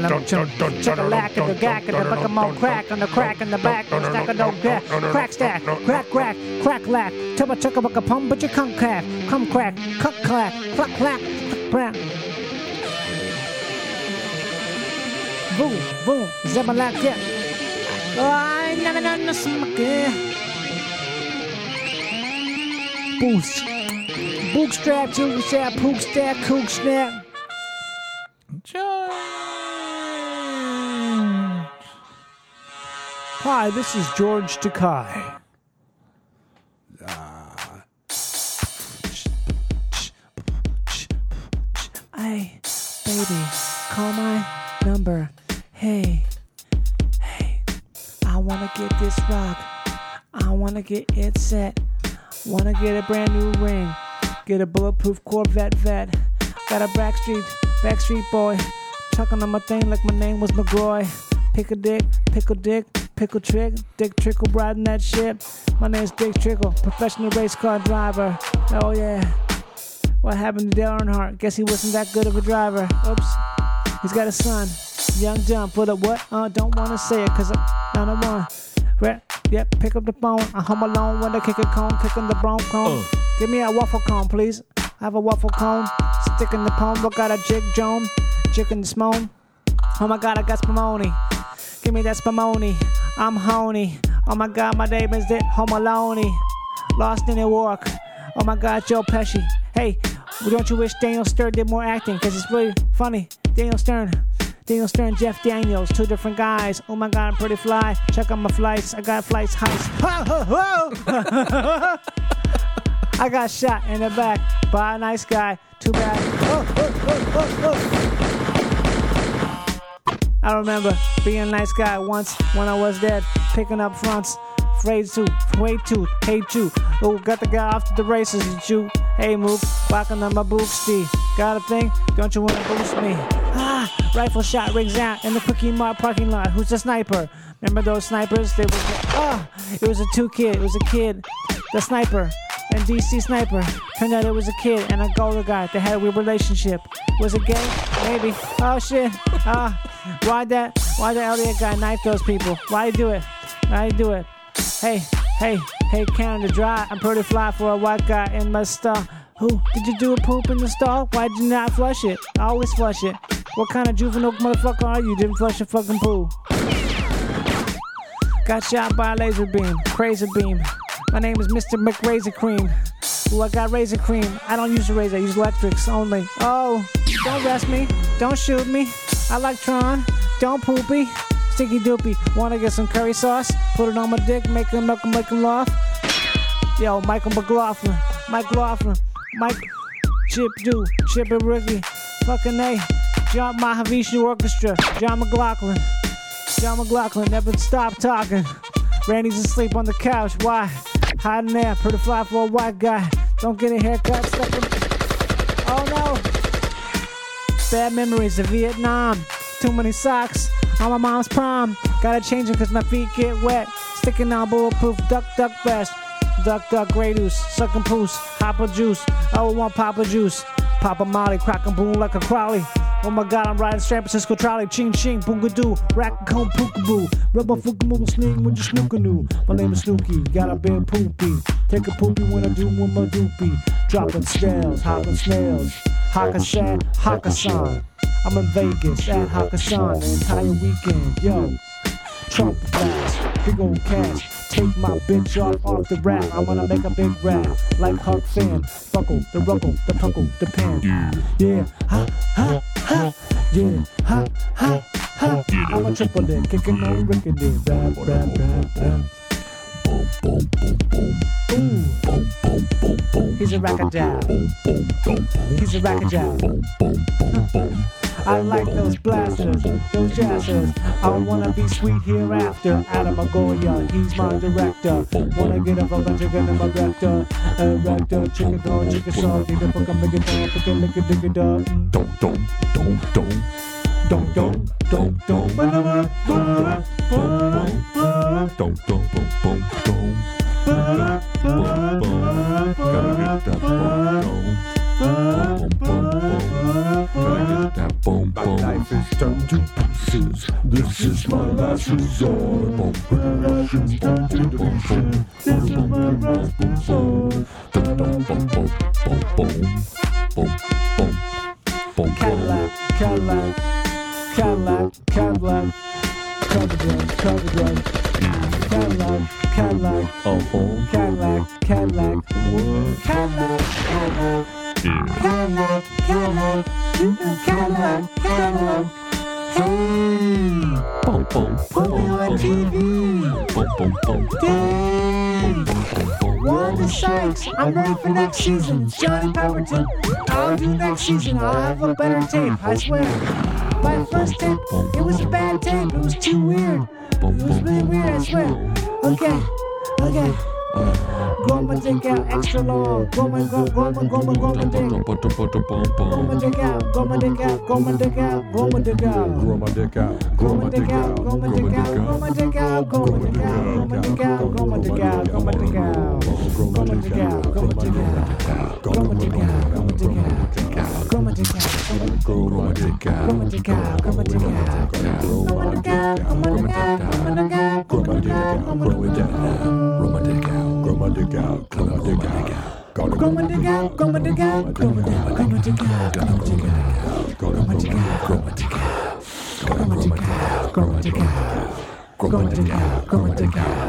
Speaker 5: Chugga-lacka, the gacka, the buck 'em all, crack on the crack in the back, on the stack of no crack, crack stack, crack crack, crack lack, tubba chugga bucka pum, but you cum crack, cum crack, cuck clack, cluck clack, cluck crack. Boom, boom, zebba lack, yeah. Oh, I never done this monkey. Boost. Bookstrap, jukstrap, pookstack, kook snap. Hi, this is George Takai. Hey, baby, call my number. Hey, hey, I wanna get this rock. I wanna get it set. Wanna get a brand new ring. Get a bulletproof Corvette vet. Got a Backstreet, Backstreet boy. Tucking on my thing like my name was McGroy. Pick a dick, pickle dick, pickle trick. Dick Trickle riding that shit. My name's Dick Trickle, professional race car driver. Oh yeah. What happened to Dale Earnhardt? Guess he wasn't that good of a driver. Oops. He's got a son, young John. Put up what? Uh, don't wanna say it, cause I not a one. Rep, yep, pick up the phone. I'm home alone when they kick a cone, kicking the brown cone. Give me a waffle cone, please. I have a waffle cone. Stick in the poem, look got a jig joan, chicken smone. Oh my god, I got spumoni. Give me that spumoni. I'm honey. Oh my god, my name is it Homaloni. Lost in New York. Oh my god, Joe Pesci. Hey, don't you wish Daniel Stern did more acting? Because it's really funny. Daniel Stern. Daniel Stern, Jeff Daniels, two different guys. Oh my god, I'm pretty fly. Check out my flights. I got flights heights. Ho, ho, ho. I got shot in the back by a nice guy. Too bad. Ho, ho, ho, ho, ho. I remember being a nice guy once when I was dead, picking up fronts. Afraid to, way too, hate you. Oh, got the guy off to the races with you. Hey, move, walking on my boots, D. Got a thing? Don't you wanna boost me? Ah, rifle shot rings out in the Quickie Mart parking lot. Who's the sniper? Remember those snipers? They was ah, it was a two kid. It was a kid, the sniper, and DC sniper. Turned out it was a kid and a golder guy. They had a weird relationship. Was it gay? Maybe. Oh shit. Ah, why that? Why the Elliot guy knife those people? Why do it? Why do it? Hey, hey, hey, Canada Dry. I'm pretty fly for a white guy in my stall. Who did you do a poop in the stall? Why did you not flush it? I always flush it. What kind of juvenile motherfucker are you? Didn't flush your fucking poo. Got shot by a laser beam, crazy beam. My name is Mr. McRazor Cream. Ooh, I got razor cream. I don't use a razor, I use electrics only. Oh, don't arrest me, don't shoot me. I like Tron, don't poopy. Sticky doopy, wanna get some curry sauce? Put it on my dick, make him milk him, make him laugh. Yo, Michael McLaughlin, Mike Laughlin, Mike Chip Do, Chip and Ricky, fucking A, John Mahavishnu Orchestra, John McLaughlin, John McLaughlin, never stop talking. Randy's asleep on the couch, why? Hiding there, pretty fly for a white guy. Don't get a haircut, stuck in. Oh no! Bad memories of Vietnam. Too many socks on my mom's prom. Gotta change them cause my feet get wet. Sticking on bulletproof duck duck vest. Duck duck Grey Goose, sucking poos, hopper juice. I would want Papa juice. Papa Molly, crackin' boom like a crawly. Oh my god, I'm riding San Francisco trolley. Ching ching, boongadoo, raccoon pookaboo. Rub my fucking mobile sling when you snookanoo. My name is Snooky, got a big poopy. Take a poopy when I do with my doopy. Dropping snails, hopping snails. Hakashan, Hakasan. I'm in Vegas at Hakkasan the entire weekend. Yo, Trump blast, big old cash. Take my bitch off off the rap. I'm gonna make a big rap like Huck Finn. Buckle the ruckle, the puckle, the pin. Yeah, ha ha ha. Yeah, ha ha ha. I'm a triple it, kicking on rickety. Rap, rap, rap, rap. Boom, boom, boom, boom. Ooh. He's a racker jab. He's a racker jab. I like those blasters, those jazzers. I wanna be sweet hereafter. Adam Agoya, he's my director. Wanna get a fucking chicken in my rector. Erector, chicken dog, chicken saw. Need a fucking make it dog, fucking lick it, dig it up.
Speaker 10: Don't, don't, don't, don't.
Speaker 5: Don't, don't, don't, don't. Ba-da-ba, ba-da-ba, ba-da-ba,
Speaker 10: Don't, don't, boom, boom, boom. Boom, boom, boom. Gotta get that boom, boom. Boom, boom, boom, boom. Gotta get that boom,
Speaker 6: My
Speaker 10: boom.
Speaker 6: life is turned to pieces.
Speaker 10: This is my last resort. Boom, boom, boom, boom, boom, boom, boom, boom. This is my last resort. Boom, boom, boom, boom, boom, boom. Boom, boom, boom, boom.
Speaker 5: Cadillac, Cadillac, Cadillac, Cadillac. Cover drug, cover drug. Cadillac, Cadillac,
Speaker 10: Uh-huh.
Speaker 5: Cadillac, Cadillac.
Speaker 10: What?
Speaker 5: Cadillac, Cadillac,
Speaker 10: Yeah.
Speaker 5: Cadillac, Cadillac, Cadillac, Cadillac. Hey,
Speaker 10: Boom, boom,
Speaker 5: put me
Speaker 10: boom,
Speaker 5: on
Speaker 10: boom.
Speaker 5: TV.
Speaker 10: Boom, boom, boom,
Speaker 5: Hey,
Speaker 10: boom, boom, boom.
Speaker 5: Wanda Sykes, I'm ready for next season. Johnny Pemberton, I'll do next season. I'll have a better tape, I swear. My first tape, it was a bad tape. It was too weird.
Speaker 10: Boom,
Speaker 5: It was
Speaker 10: boom,
Speaker 5: really
Speaker 10: boom,
Speaker 5: weird, I
Speaker 10: boom,
Speaker 5: swear.
Speaker 10: boom.
Speaker 5: Okay, okay. Grow my dick out extra long. Grow my, grow, grow my, grow my, grow my dick. Grow my dick out, grow my dick out, grow my dick out, grow my dick out.
Speaker 6: Grow my dick out.
Speaker 5: Grow my dick out, grow my dick out, grow my dick out, grow my dick out, grow my dick out, grow my dick out, grow my dick out. Grow my dick out, grow my dick out, grow my dick out, grow my dick out, grow my dick out, grow my dick out. Grow my dick out, grow my dick out. Grow my dick out, grow my dick out, grow my dick out, grow my dick out, grow my dick out. Grow my dick out, grow my dick out, grow my dick out, grow my dick out, grow my dick out. Grow my dick out, grow my dick out. Grow my dick out, grow my dick out. Grow my dick out, grow my dick out.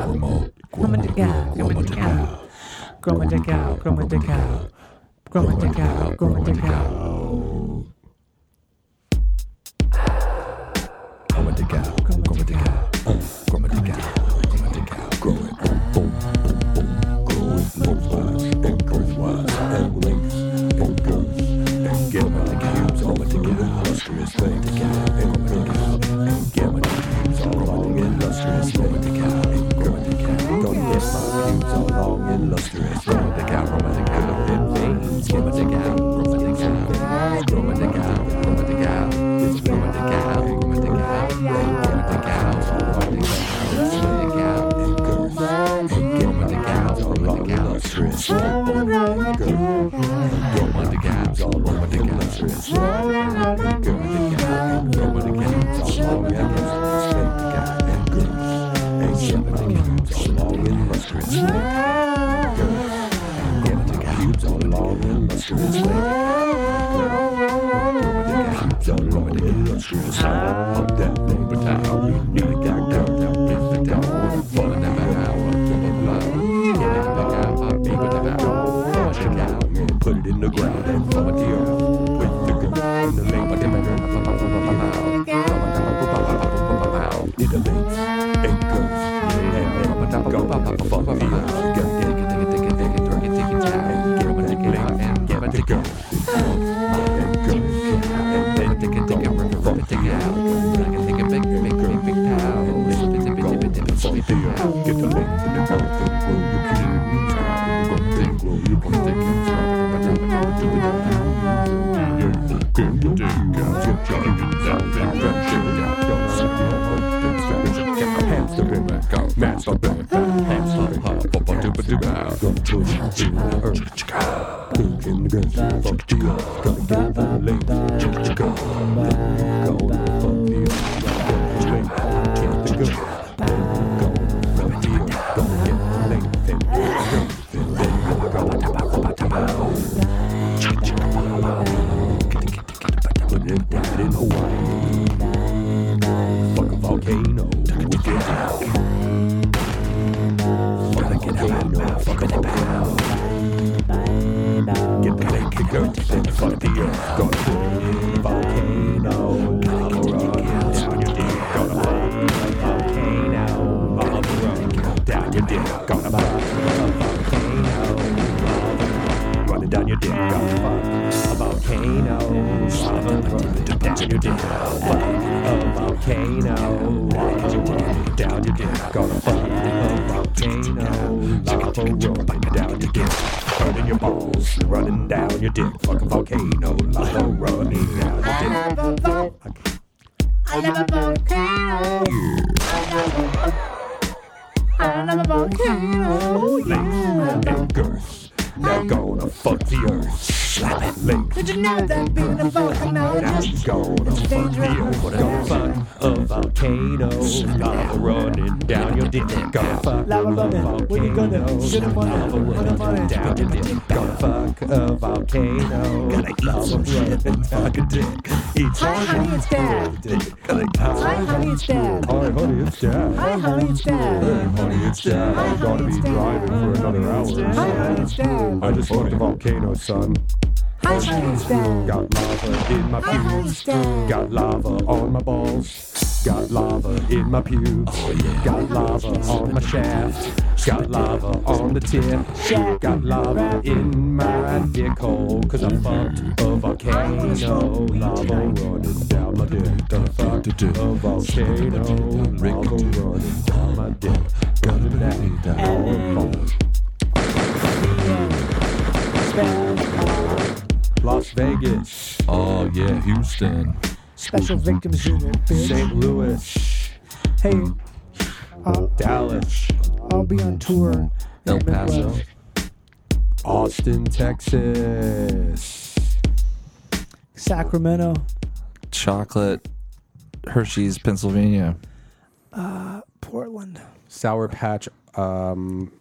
Speaker 5: Grow my dick out, grow my dick out. Grow my dick out, grow my dick out. Grow my dick out, grow my dick out.
Speaker 8: industrious way to cow. Ain't gonna make it out. Ain't get my views all along industrious way to cow. Ain't gonna make it out. Don't get my views all along illustrious. Gonna make out romantic good of them veins. Get my dick out. Romantic out. Romantic out. Romantic out. It's romantic out. Romantic out. Romantic out. Romantic out. It's romantic out. Ain't gonna make it out. Romantic out. Romantic out. Illustrious. Romantic out. Romantic out. Romantic out. Illustrious. Put it in the ground and vomit the earth with the good and the late.
Speaker 6: Lava bubble. What you gonna do? Shit up on it. Put up on it. Hi, honey, it's dad. Hi, honey, it's dad.
Speaker 8: Hi, honey, it's Dad.
Speaker 6: Hi, honey, it's dad.
Speaker 8: Honey, it's Dad. I've got to be driving for another
Speaker 6: Hi,
Speaker 8: hour.
Speaker 6: honey, it's dad.
Speaker 8: I just fucked a volcano, son.
Speaker 6: Hi, honey, it's dad.
Speaker 8: Got lava in my pubes. Got lava on my balls. Got lava in my pubes. Got lava on my shaft. Got lava on the tip. Got lava in my dick hole. Cause I fucked a volcano. Lava running down my dick. The fuck a volcano. Lava running down my dick. Gonna be that hole. Las Vegas.
Speaker 3: Oh yeah, Houston.
Speaker 6: Special victims unit, bitch.
Speaker 8: St. Louis,
Speaker 6: Hey,
Speaker 8: Dallas,
Speaker 6: I'll be on tour.
Speaker 3: El Paso.
Speaker 8: Austin, Texas,
Speaker 6: Sacramento.
Speaker 3: Chocolate. Hershey's, Pennsylvania.
Speaker 6: Portland.
Speaker 2: Sour Patch, um,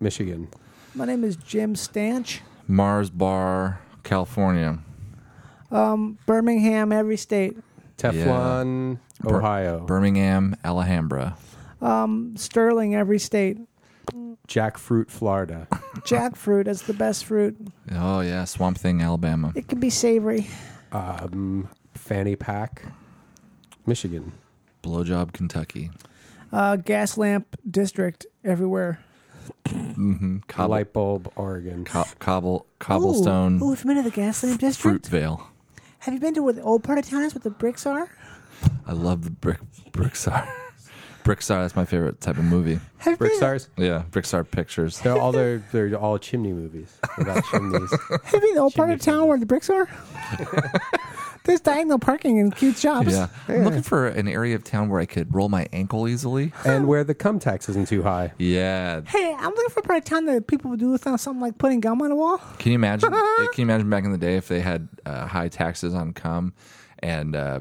Speaker 2: Michigan.
Speaker 6: My name is Jim Stanch.
Speaker 3: Mars Bar, California.
Speaker 6: Birmingham, every state.
Speaker 2: Teflon,
Speaker 3: Bir-
Speaker 2: Ohio.
Speaker 3: Birmingham, Alhambra.
Speaker 6: Sterling, every state.
Speaker 2: Jackfruit, Florida.
Speaker 6: Jackfruit is the best fruit.
Speaker 3: Oh yeah, Swamp Thing, Alabama.
Speaker 6: It can be savory.
Speaker 2: Fanny Pack, Michigan.
Speaker 3: Blowjob, Kentucky.
Speaker 6: Uh, gas lamp district everywhere.
Speaker 3: Cobble,
Speaker 2: Light bulb, Oregon.
Speaker 3: co- cobble, cobblestone,
Speaker 6: Ooh, ooh, have you been to the gas lamp district?
Speaker 3: Fruitvale.
Speaker 5: Have you been to where the old part of town is, where the bricks are?
Speaker 3: I love the brick Brickstar. Brickstar, that's my favorite type of movie.
Speaker 5: Have you
Speaker 2: Brick
Speaker 5: been,
Speaker 2: stars.
Speaker 3: Yeah, Brickstar Pictures.
Speaker 2: They're all they're, they're all chimney movies about chimneys.
Speaker 5: have you been to the old part of town where the bricks are? There's diagonal parking and cute shops.
Speaker 3: Yeah. I'm looking for an area of town where I could roll my ankle easily.
Speaker 2: and where the cum tax isn't too high.
Speaker 3: Yeah.
Speaker 5: Hey, I'm looking for a part of town that people would do without something like putting gum on a wall.
Speaker 3: Can you imagine? can you imagine back in the day if they had uh, high taxes on cum, and uh,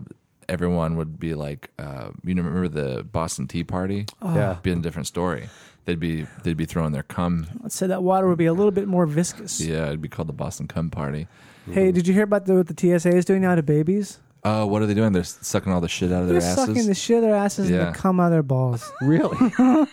Speaker 3: everyone would be like, uh, you know, remember the Boston Tea Party?
Speaker 2: Yeah.
Speaker 3: be a different story. They'd be they'd be throwing their cum.
Speaker 5: Let's say that water would be a little bit more viscous.
Speaker 3: Yeah, it'd be called the Boston Cum Party.
Speaker 5: Hey, did you hear about the, what the TSA is doing now to babies?
Speaker 3: Oh, what are they doing? They're sucking all the shit out of
Speaker 5: They're
Speaker 3: their
Speaker 5: sucking
Speaker 3: asses.
Speaker 5: the shit out of their asses
Speaker 3: Yeah.
Speaker 5: and the cum out of their balls.
Speaker 2: Really?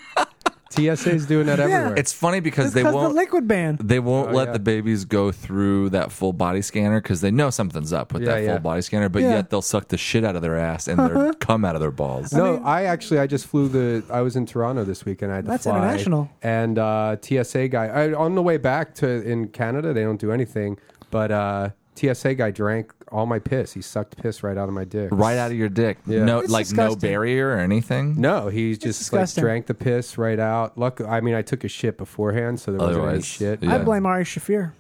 Speaker 2: TSA's doing that everywhere.
Speaker 3: it's funny because
Speaker 5: It's
Speaker 3: they
Speaker 5: because the
Speaker 3: won't.
Speaker 5: liquid ban.
Speaker 3: they won't
Speaker 2: Oh,
Speaker 3: let
Speaker 2: yeah.
Speaker 3: the babies go through that full body scanner because they know something's up with
Speaker 2: Yeah,
Speaker 3: that
Speaker 2: yeah.
Speaker 3: full body scanner, but
Speaker 5: Yeah.
Speaker 3: yet they'll suck the shit out of their ass and their cum out of their balls.
Speaker 2: no, I, actually I just flew the I was in Toronto this week and I had to
Speaker 5: That's
Speaker 2: fly.
Speaker 5: international.
Speaker 2: And uh, TSA guy I, on the way back to in Canada they don't do anything, but uh, TSA guy drank all my piss. He sucked piss right out of my dick.
Speaker 3: Right out of your dick.
Speaker 2: Yeah.
Speaker 3: No,
Speaker 5: It's
Speaker 3: like no
Speaker 5: disgusting.
Speaker 3: barrier or anything.
Speaker 2: No, he just like
Speaker 5: disgusting.
Speaker 2: drank the piss right out. Luck I mean I took a shit beforehand so there wasn't any
Speaker 3: Otherwise,
Speaker 2: shit.
Speaker 3: yeah.
Speaker 5: I blame Ari Shafir.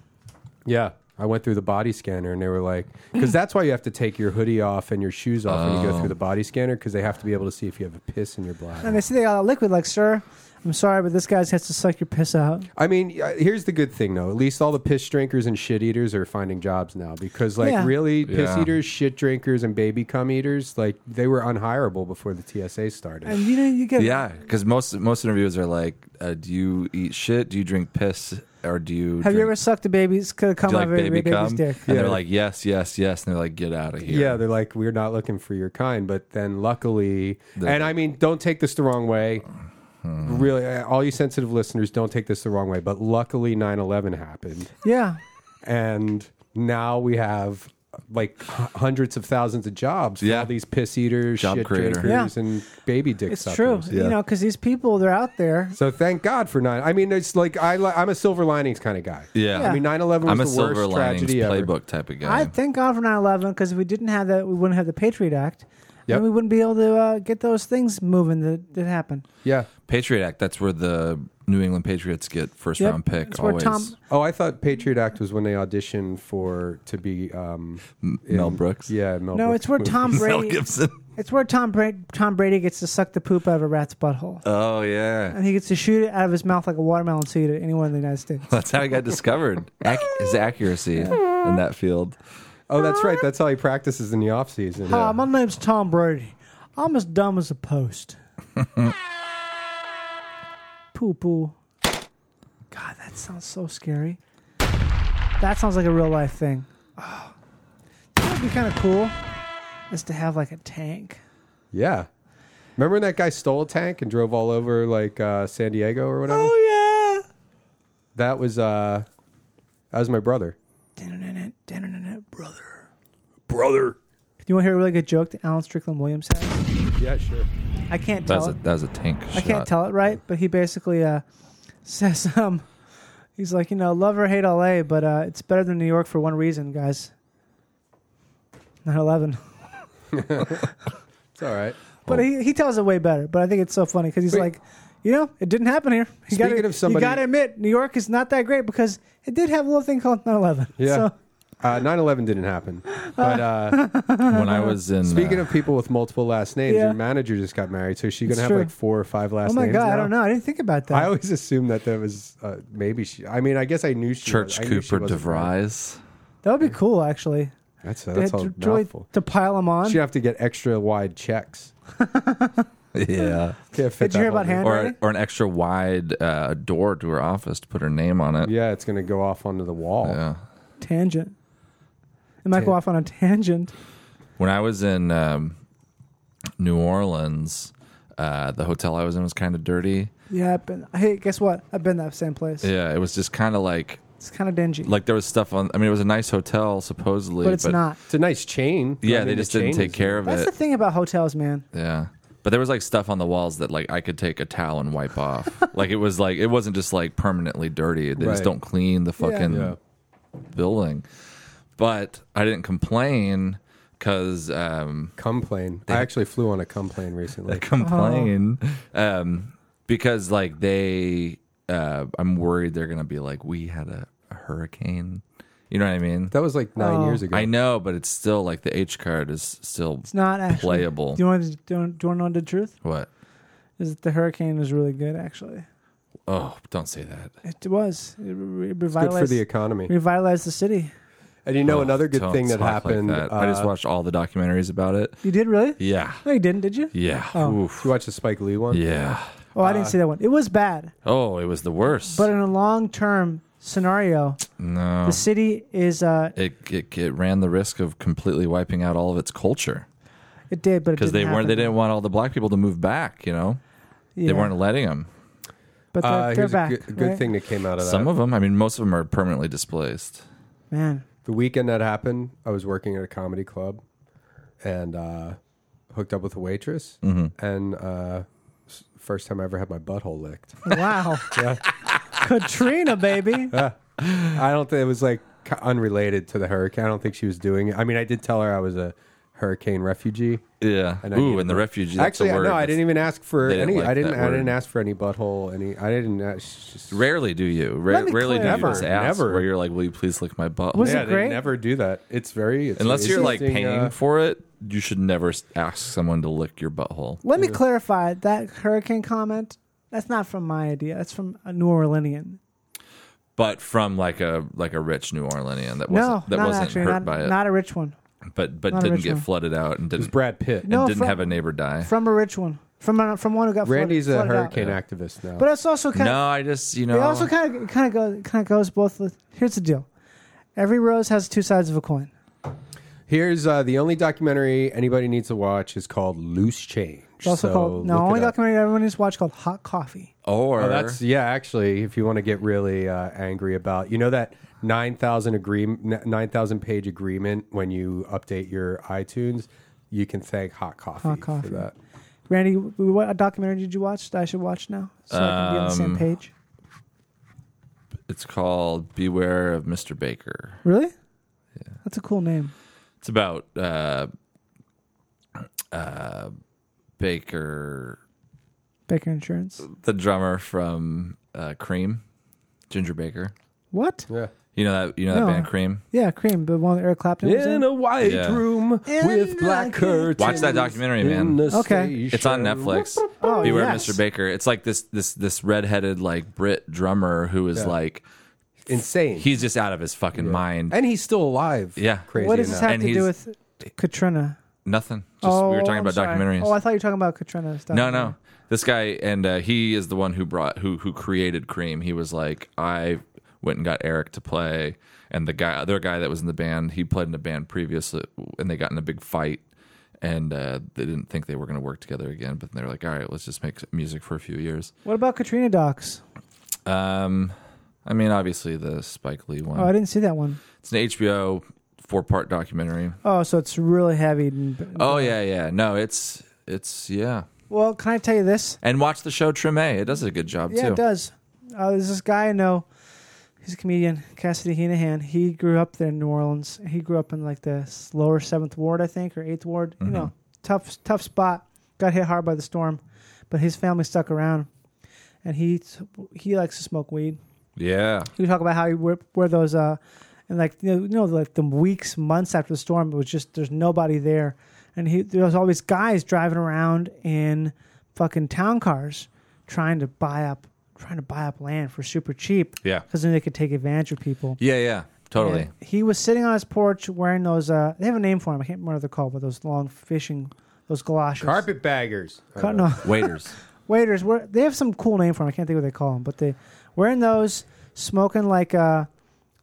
Speaker 2: Yeah. I went through the body scanner and they were like, because that's why you have to take your hoodie off and your shoes off when you go through
Speaker 3: Oh.
Speaker 2: the body scanner because they have to be able to see if you have a piss in your
Speaker 5: And
Speaker 2: bladder.
Speaker 5: they see they got a liquid, like, sir, I'm sorry, but this guy has to suck your piss out.
Speaker 2: I mean, uh, here's the good thing though. At least all the piss drinkers and shit eaters are finding jobs now because, like,
Speaker 5: Yeah.
Speaker 2: really, piss
Speaker 3: Yeah.
Speaker 2: eaters, shit drinkers, and baby cum eaters, like, they were unhirable before the TSA started.
Speaker 5: And you know, you get
Speaker 3: Yeah, because most most interviewers are like, uh, "Do you eat shit? Do you drink piss? Or do you
Speaker 5: Have you
Speaker 3: drink-
Speaker 5: ever sucked a baby's could have
Speaker 3: do
Speaker 5: come
Speaker 3: you
Speaker 5: out
Speaker 3: like
Speaker 5: of a
Speaker 3: baby
Speaker 5: baby's
Speaker 3: cum?"
Speaker 5: dick?
Speaker 3: And
Speaker 2: Yeah.
Speaker 3: they're like, "Yes, yes, yes," and they're like, "Get out of here."
Speaker 2: Yeah, they're like, we're not looking for your kind. But then luckily,
Speaker 3: They're-
Speaker 2: and I mean, don't take this the wrong way. Really, uh, all you sensitive listeners, don't take this the wrong way. But luckily, 9 11 happened.
Speaker 5: Yeah.
Speaker 2: And now we have like h- hundreds of thousands of jobs for
Speaker 3: Yeah.
Speaker 2: all these piss eaters,
Speaker 3: Job
Speaker 2: shit
Speaker 3: creator.
Speaker 2: drinkers,
Speaker 5: Yeah.
Speaker 2: and baby dick
Speaker 5: It's true.
Speaker 2: suckers.
Speaker 5: You know, because these people, they're out there.
Speaker 2: So thank God for 9 I mean, it's like, I, li- I'm a silver linings kind of guy.
Speaker 3: yeah.
Speaker 5: Yeah.
Speaker 2: I mean, 9 11 was
Speaker 3: I'm a
Speaker 2: the
Speaker 3: silver
Speaker 2: worst
Speaker 3: linings
Speaker 2: tragedy ever.
Speaker 3: playbook type of guy.
Speaker 5: I thank God for 9 11 because if we didn't have that, we wouldn't have the Patriot Act.
Speaker 2: Yep.
Speaker 5: And we wouldn't be able to uh, get those things moving that, that happened.
Speaker 2: Yeah.
Speaker 3: Patriot Act. That's where the New England Patriots get first
Speaker 5: Yep.
Speaker 3: round pick.
Speaker 5: That's where
Speaker 3: always
Speaker 5: Tom-
Speaker 2: Oh, I thought Patriot Act was when they auditioned for to be um, in-
Speaker 3: Mel Brooks.
Speaker 2: Yeah, Mel.
Speaker 5: No,
Speaker 2: Brooks
Speaker 5: it's where
Speaker 2: movie.
Speaker 5: Tom
Speaker 3: Mel
Speaker 5: Brady.
Speaker 3: Gibson.
Speaker 5: It's where Tom, Bra- Tom Brady gets to suck the poop out of a rat's butthole.
Speaker 3: Oh yeah,
Speaker 5: and he gets to shoot it out of his mouth like a watermelon so you eat it anywhere in the United States.
Speaker 3: that's how he got discovered. Ac- his accuracy in that field.
Speaker 2: Oh, that's right. That's how he practices in the off season.
Speaker 5: Hi, Uh, my name's Tom Brady. I'm as dumb as a post. poo poo. God, that sounds so scary. That sounds like a real life thing. Oh. You know What'd be kind of cool is to have like a tank.
Speaker 2: Yeah. Remember when that guy stole a tank and drove all over like uh, San Diego or whatever?
Speaker 5: Oh yeah.
Speaker 2: That was uh, that was my brother.
Speaker 5: Brother. Brother. You want to hear a really good joke that Alan Strickland Williams had?
Speaker 2: Yeah, sure.
Speaker 5: I can't tell.
Speaker 3: That's a
Speaker 5: it.
Speaker 3: that's a tank.
Speaker 5: I can't tell it right, but he basically uh, says, um, he's like, you know, love or hate LA, but uh, it's better than New York for one reason, guys. 9 11.
Speaker 2: It's all right.
Speaker 5: But he, he tells it way better, but I think it's so funny because he's
Speaker 2: Oh. Wait.
Speaker 5: like, you know, it didn't happen here. You
Speaker 2: Speaking
Speaker 5: gotta,
Speaker 2: of somebody-
Speaker 5: You got to admit, New York is not that great because it did have a little thing called 9 11.
Speaker 2: Yeah.
Speaker 5: So,
Speaker 2: Uh, 9-11 didn't happen. But uh,
Speaker 3: When I was in
Speaker 2: speaking
Speaker 3: uh,
Speaker 2: of people with multiple last names,
Speaker 5: Yeah.
Speaker 2: your manager just got married, so is she going
Speaker 5: It's
Speaker 2: to have
Speaker 5: true.
Speaker 2: like four or five last
Speaker 5: oh my
Speaker 2: names
Speaker 5: God, I
Speaker 2: now?
Speaker 5: don't know. I didn't think about that.
Speaker 2: I always assumed that that was uh, maybe she. I mean, I guess I knew she.
Speaker 3: Church
Speaker 2: was, I knew she
Speaker 3: Cooper
Speaker 2: wasn't married.
Speaker 3: DeVries.
Speaker 5: that would be cool, actually.
Speaker 2: That's that's
Speaker 5: They
Speaker 2: all
Speaker 5: had to, really-
Speaker 2: mouthful.
Speaker 5: to pile them on.
Speaker 2: She'd have to get extra wide checks.
Speaker 3: Yeah.
Speaker 2: Can't fit
Speaker 5: Did
Speaker 2: that
Speaker 5: you hear
Speaker 2: whole
Speaker 5: about
Speaker 2: thing.
Speaker 5: hand-
Speaker 3: or
Speaker 5: Ready?
Speaker 3: or an extra wide uh, door to her office to put her name on it.
Speaker 2: Yeah, it's going to go off onto the wall.
Speaker 3: Yeah.
Speaker 5: Tangent. It might go off on a tangent.
Speaker 3: When I was in um, New Orleans, uh, the hotel I was in was kind of dirty.
Speaker 5: Yeah, I've been. Hey, guess what? I've been that same place.
Speaker 3: Yeah, it was just kind of like
Speaker 5: It's kind of dingy,
Speaker 3: like there was stuff on. I mean, it was a nice hotel supposedly,
Speaker 5: but it's not.
Speaker 2: It's a nice chain.
Speaker 3: Yeah,
Speaker 2: I mean,
Speaker 3: they
Speaker 2: the
Speaker 3: just didn't
Speaker 2: chain
Speaker 3: take
Speaker 2: is-
Speaker 3: care of
Speaker 5: That's
Speaker 3: it.
Speaker 5: the thing about hotels, man.
Speaker 3: Yeah. But there was like stuff on the walls that like I could take a towel and wipe off. like it was like it wasn't just like permanently dirty. They
Speaker 2: Right.
Speaker 3: just don't clean the fucking
Speaker 2: Yeah.
Speaker 3: building. but I didn't complain because um,
Speaker 2: Cum plane. I actually flew on a cum plane recently.
Speaker 3: complain um, because like they uh, I'm worried they're gonna be like we had a, a hurricane. You know what I mean?
Speaker 2: That was like
Speaker 1: oh,
Speaker 2: nine years ago.
Speaker 3: I know, but it's still like the H card is still
Speaker 1: It's not actually
Speaker 3: playable.
Speaker 1: Do you want to do you want to know the truth?
Speaker 3: what?
Speaker 1: Is that the hurricane was really good actually?
Speaker 3: Oh, don't say that.
Speaker 1: It was. It re-
Speaker 2: Good for
Speaker 1: revitalized
Speaker 2: the economy.
Speaker 1: revitalized the city.
Speaker 2: And you know
Speaker 3: Oh,
Speaker 2: another good
Speaker 3: don't
Speaker 2: thing that
Speaker 3: talk like
Speaker 2: happened.
Speaker 3: that. I just
Speaker 2: uh,
Speaker 3: watched all the documentaries about it.
Speaker 1: You did really?
Speaker 3: Yeah,
Speaker 1: No, you didn't, did you?
Speaker 3: yeah,
Speaker 2: You
Speaker 3: Oof.
Speaker 2: watched the Spike Lee one.
Speaker 3: yeah.
Speaker 1: Oh, I didn't see that one. It was bad,
Speaker 3: Oh, it was the worst.
Speaker 1: but in a long-term scenario,
Speaker 3: no,
Speaker 1: the city is uh
Speaker 3: it, it it ran the risk of completely wiping out all of its culture
Speaker 1: it did, but it
Speaker 3: because they
Speaker 1: didn't
Speaker 3: weren't. They
Speaker 1: happen.
Speaker 3: didn't want all the black people to move back. You know,
Speaker 1: Yeah.
Speaker 3: they weren't letting them.
Speaker 1: But they're,
Speaker 2: Uh,
Speaker 1: they're
Speaker 2: here's
Speaker 1: back.
Speaker 2: a good, good
Speaker 1: right?
Speaker 2: thing that came out of that.
Speaker 3: Some of them. I mean, most of them are permanently displaced.
Speaker 1: man.
Speaker 2: the weekend that happened, I was working at a comedy club and uh, hooked up with a waitress.
Speaker 3: Mm-hmm.
Speaker 2: And uh, s- first time I ever had my butthole licked.
Speaker 1: Wow, Katrina, baby.
Speaker 2: I don't think it was like ki- unrelated to the hurricane. I don't think she was doing it. I mean, I did tell her I was a hurrifane refugee.
Speaker 3: Yeah.
Speaker 2: And I
Speaker 3: Ooh,
Speaker 2: needed
Speaker 3: and the
Speaker 2: to-
Speaker 3: refugee. That's
Speaker 2: Actually,
Speaker 3: a word.
Speaker 2: no, I didn't even ask for
Speaker 3: They didn't
Speaker 2: any.
Speaker 3: like
Speaker 2: I didn't.
Speaker 3: that
Speaker 2: I didn't
Speaker 3: word.
Speaker 2: ask for any butthole. Any. I didn't. uh, ask- Just,
Speaker 3: Rarely do you. Ra-
Speaker 1: Let me
Speaker 3: rarely do
Speaker 1: clear-
Speaker 3: you
Speaker 2: Never,
Speaker 3: just ask
Speaker 2: never.
Speaker 3: where you're like, "Will you please lick my butt?"
Speaker 1: Was
Speaker 2: yeah,
Speaker 1: it
Speaker 2: they
Speaker 1: great?
Speaker 2: never do that. It's very. It's
Speaker 3: Unless
Speaker 2: an
Speaker 3: you're like
Speaker 2: interesting,
Speaker 3: paying
Speaker 2: uh,
Speaker 3: for it, you should never s- ask someone to lick your butthole.
Speaker 1: Let me clarify that hurricane comment. That's not from my idea. That's from a New Orleanian.
Speaker 3: But from like a like a rich New Orleanian that
Speaker 1: No,
Speaker 3: wasn't that
Speaker 1: not
Speaker 3: wasn't
Speaker 1: actually.
Speaker 3: hurt
Speaker 1: not,
Speaker 3: by it,
Speaker 1: not a rich one.
Speaker 3: but but
Speaker 1: not a
Speaker 3: didn't
Speaker 1: rich
Speaker 3: get
Speaker 1: one.
Speaker 3: flooded out and didn't
Speaker 2: Brad Pitt.
Speaker 1: No,
Speaker 3: and didn't
Speaker 1: from-
Speaker 3: have a neighbor die.
Speaker 1: From a rich one. From a, from one who got
Speaker 2: Randy's a
Speaker 1: flooded, flooded out.
Speaker 2: hurricane activist now.
Speaker 1: But it's also kind
Speaker 3: no,
Speaker 1: of
Speaker 3: I just you
Speaker 1: It
Speaker 3: know
Speaker 1: also kind of kind of goes kind of goes both. With, here's the deal: every rose has two sides of a coin.
Speaker 2: Here's uh, the only documentary anybody needs to watch is called Loose Change.
Speaker 1: It's also
Speaker 2: so
Speaker 1: called no
Speaker 2: look it
Speaker 1: only
Speaker 2: up.
Speaker 1: documentary everyone needs to watch called Hot Coffee.
Speaker 3: or
Speaker 2: Oh, that's yeah. Actually, if you want to get really uh, angry about, you know that nine thousand agreement, nine thousand page agreement when you update your iTunes, you can thank Hot Coffee,
Speaker 1: Hot Coffee.
Speaker 2: for that.
Speaker 1: Randy, what documentary did you watch that I should watch now so I can be on the same page?
Speaker 3: it's called Beware of Mr. Baker.
Speaker 1: Really? That's a cool name.
Speaker 3: It's about uh, uh, Baker,
Speaker 1: Baker Insurance.
Speaker 3: the drummer from uh, Cream, Ginger Baker.
Speaker 1: What?
Speaker 2: Yeah.
Speaker 3: You know that you know
Speaker 1: No.
Speaker 3: that band Cream.
Speaker 1: Yeah, Cream, but one that Eric Clapton was in.
Speaker 2: In a white
Speaker 3: Yeah.
Speaker 2: room
Speaker 1: In a
Speaker 2: with black
Speaker 1: black room.
Speaker 2: curtains.
Speaker 3: Watch that documentary, man.
Speaker 1: Okay.
Speaker 3: It's on Netflix.
Speaker 1: Oh,
Speaker 3: Beware
Speaker 1: yes.
Speaker 3: Mr. Baker. It's like this this this redheaded like Brit drummer who is like
Speaker 2: Insane.
Speaker 3: he's just out of his fucking mind.
Speaker 2: and he's still alive.
Speaker 3: Yeah.
Speaker 2: Crazy.
Speaker 1: What does this
Speaker 2: enough.
Speaker 1: have
Speaker 3: And
Speaker 1: to do
Speaker 3: he's-
Speaker 1: with Katrina?
Speaker 3: Nothing. Just
Speaker 1: oh,
Speaker 3: we were talking
Speaker 1: I'm
Speaker 3: about
Speaker 1: sorry.
Speaker 3: documentaries.
Speaker 1: Oh, I thought you were talking about Katrina stuff.
Speaker 3: no, no. This guy and uh, he is the one who brought who who created Cream. He was like I went and got Eric to play and the guy other guy that was in the band, he played in a band previously and they got in a big fight and uh, they didn't think they were going to work together again, but then they were like, "All right, let's just make music for a few years."
Speaker 1: What about Katrina docs?
Speaker 3: Um, I mean, obviously the Spike Lee one.
Speaker 1: Oh, I didn't see that one.
Speaker 3: It's an HBO four part documentary.
Speaker 1: Oh, so it's really heavy. and-
Speaker 3: Oh yeah, yeah. No, it's it's yeah.
Speaker 1: Well, can I tell you this?
Speaker 3: And watch the show Treme. It does a good job
Speaker 1: Yeah,
Speaker 3: too.
Speaker 1: it does. Uh, there's this guy I know. He's a comedian, Cassidy Heenahan. He grew up there in New Orleans. He grew up in like the lower seventh ward, I think, or eighth ward. You know,
Speaker 3: Mm-hmm.
Speaker 1: tough, tough spot. Got hit hard by the storm, but his family stuck around, and he he likes to smoke weed.
Speaker 3: Yeah.
Speaker 1: You talk about how you where, where those uh, and like you know, you know, like the weeks, months after the storm, it was just there's nobody there, and he there was always guys driving around in fucking town cars trying to buy up trying to buy up land for super cheap.
Speaker 3: Yeah.
Speaker 1: because then they could take advantage of people.
Speaker 3: Yeah, yeah. Totally.
Speaker 1: And he was sitting on his porch wearing those. Uh, they have a name for them. I can't remember what they're called, but those long fishing, those galoshes.
Speaker 2: Carpetbaggers. Uh,
Speaker 1: Car- no,
Speaker 3: Waiters.
Speaker 1: waiters. Where, they have some cool name for them. I can't think what they call them, but they wearing those, smoking like a,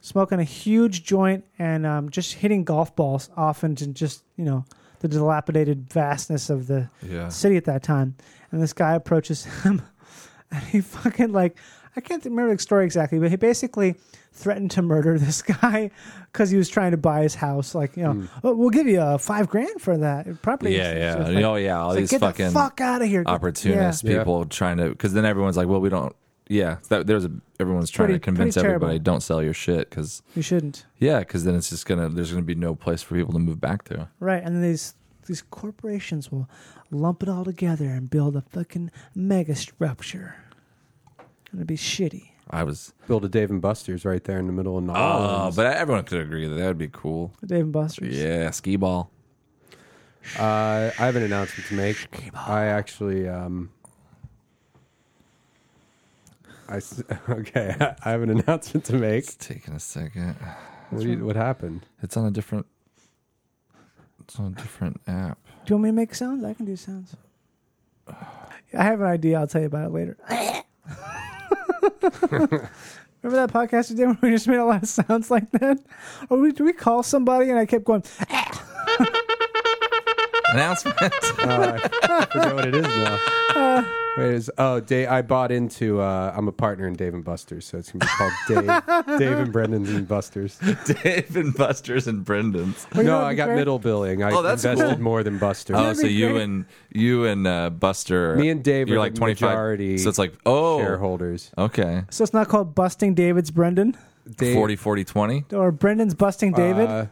Speaker 1: smoking a huge joint and um, just hitting golf balls often and just you know the dilapidated vastness of the
Speaker 3: Yeah.
Speaker 1: city at that time. And this guy approaches him, and he fucking like I can't remember the story exactly, but he basically threatened to murder this guy because he was trying to buy his house. Like you know, "Oh, we'll give you uh, five grand for that property.
Speaker 3: Hmm. Yeah, yeah.
Speaker 1: It's like-
Speaker 3: oh yeah. All
Speaker 1: it's like,
Speaker 3: these
Speaker 1: get
Speaker 3: fucking
Speaker 1: the fuck out of here. Yeah.
Speaker 3: opportunists,
Speaker 2: Yeah.
Speaker 3: people trying to because then everyone's like, well, we don't. yeah, that, there's a everyone's trying
Speaker 1: Pretty-
Speaker 3: to convince
Speaker 1: pretty terrible.
Speaker 3: everybody don't sell your shit because
Speaker 1: You shouldn't.
Speaker 3: yeah, because then it's just gonna there's gonna be no place for people to move back to.
Speaker 1: Right, and then these these corporations will lump it all together and build a fucking mega structure. It'll be shitty.
Speaker 3: I was
Speaker 2: Build a Dave and Buster's right there in the middle of New
Speaker 3: oh,
Speaker 2: Orleans.
Speaker 3: but everyone could agree that that would be cool.
Speaker 1: Dave and Buster's.
Speaker 3: Yeah, skee ball.
Speaker 2: Uh, I have an announcement to make. I actually, um, I s- okay. I have an announcement to make.
Speaker 3: It's taking a second.
Speaker 2: What, do you, what happened?
Speaker 3: It's on a different. It's on a different app.
Speaker 1: Do you want me to make sounds? I can do sounds. I have an idea. I'll tell you about it later. Remember that podcast we did where we just made a lot of sounds like that? Or we, did we call somebody and I kept going,
Speaker 3: Announcement.
Speaker 2: I forget what it is now. Wait, is oh Dave? I bought into. Uh, I'm a partner in Dave and Buster's, so it's gonna be called Dave, Dave and Brendan's and Buster's.
Speaker 3: Dave and Buster's and Brendan's.
Speaker 1: you know
Speaker 2: No,
Speaker 1: what'd
Speaker 2: I
Speaker 1: be
Speaker 2: got
Speaker 1: great?
Speaker 2: middle billing. I
Speaker 3: Oh, that's
Speaker 2: invested
Speaker 3: cool.
Speaker 2: more than Buster's.
Speaker 3: Oh,
Speaker 1: be
Speaker 3: so you
Speaker 1: great.
Speaker 3: and you and uh, Buster,
Speaker 2: Me and Dave
Speaker 3: you're
Speaker 2: are
Speaker 3: like
Speaker 2: the
Speaker 3: 25.
Speaker 2: majority
Speaker 3: So it's like oh,
Speaker 2: shareholders.
Speaker 3: okay,
Speaker 1: So it's not called Busting David's Brendan?
Speaker 2: Dave,
Speaker 3: 40, 40, 20.
Speaker 1: Or Brendan's Busting David?
Speaker 2: Uh,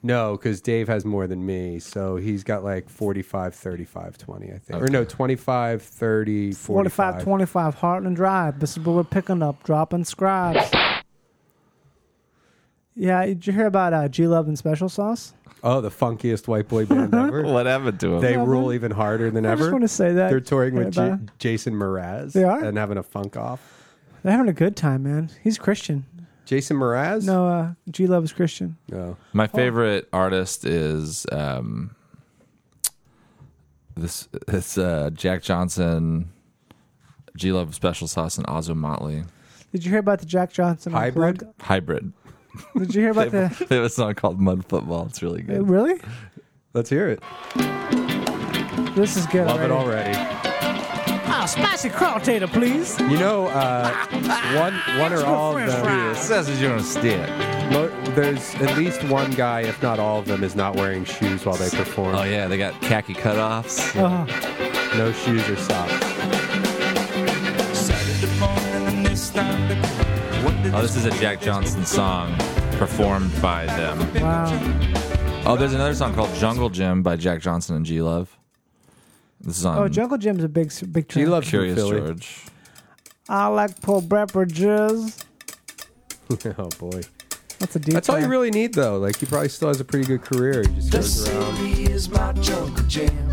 Speaker 2: no, because Dave has more than me. So he's got like 45, 35, 20, I think. Or no, 25, 30, 45.
Speaker 1: 45 25 Heartland Drive. This is what we're picking up, dropping scribes. Yeah, did you hear about uh, G Love and Special Sauce?
Speaker 2: Oh, the funkiest white boy band ever.
Speaker 3: What happened to him?
Speaker 2: They
Speaker 1: Yeah,
Speaker 2: rule
Speaker 1: man.
Speaker 2: even harder than
Speaker 1: I
Speaker 2: ever.
Speaker 1: just want to say that.
Speaker 2: They're touring with
Speaker 1: They're
Speaker 2: J- Jason Mraz.
Speaker 1: They are?
Speaker 2: And having a funk off.
Speaker 1: They're having a good time, man. He's Christian.
Speaker 2: Jason Mraz?
Speaker 1: No, uh, G Love is Christian.
Speaker 2: No.
Speaker 3: My favorite artist is um, this. It's uh, Jack Johnson, G Love Special Sauce, and Ozzo Motley
Speaker 1: Did you hear about the Jack Johnson
Speaker 2: Hybrid?
Speaker 1: unplugged?
Speaker 3: hybrid.
Speaker 1: Did you hear about the?
Speaker 3: They have a song called Mud Football. It's really
Speaker 1: Uh,
Speaker 3: good.
Speaker 1: Really?
Speaker 2: Let's hear it.
Speaker 1: This is good.
Speaker 2: Love it
Speaker 1: already.
Speaker 2: already.
Speaker 1: Ah, spicy crawl tater, please.
Speaker 2: You know, uh, one, one or all of them.
Speaker 3: Says you're gonna stick.
Speaker 2: Mo- There's at least one guy, if not all of them, is not wearing shoes while they perform.
Speaker 3: Oh yeah, they got khaki cutoffs.
Speaker 1: Oh,
Speaker 2: No shoes or socks.
Speaker 3: Oh, this is a Jack Johnson song performed by them.
Speaker 1: wow.
Speaker 3: Oh, there's another song called Jungle Gym by Jack Johnson and G Love. This is on
Speaker 1: Oh, Jungle Jim's a big, big
Speaker 2: She
Speaker 1: trend.
Speaker 2: loves
Speaker 3: Curious
Speaker 2: Philly.
Speaker 3: George.
Speaker 1: I like pulled beverages.
Speaker 2: oh boy,
Speaker 1: That's a deep.
Speaker 2: that's all you
Speaker 1: cut.
Speaker 2: really need though. Like he probably still has a pretty good career. He just goes around.
Speaker 11: is my jungle jam.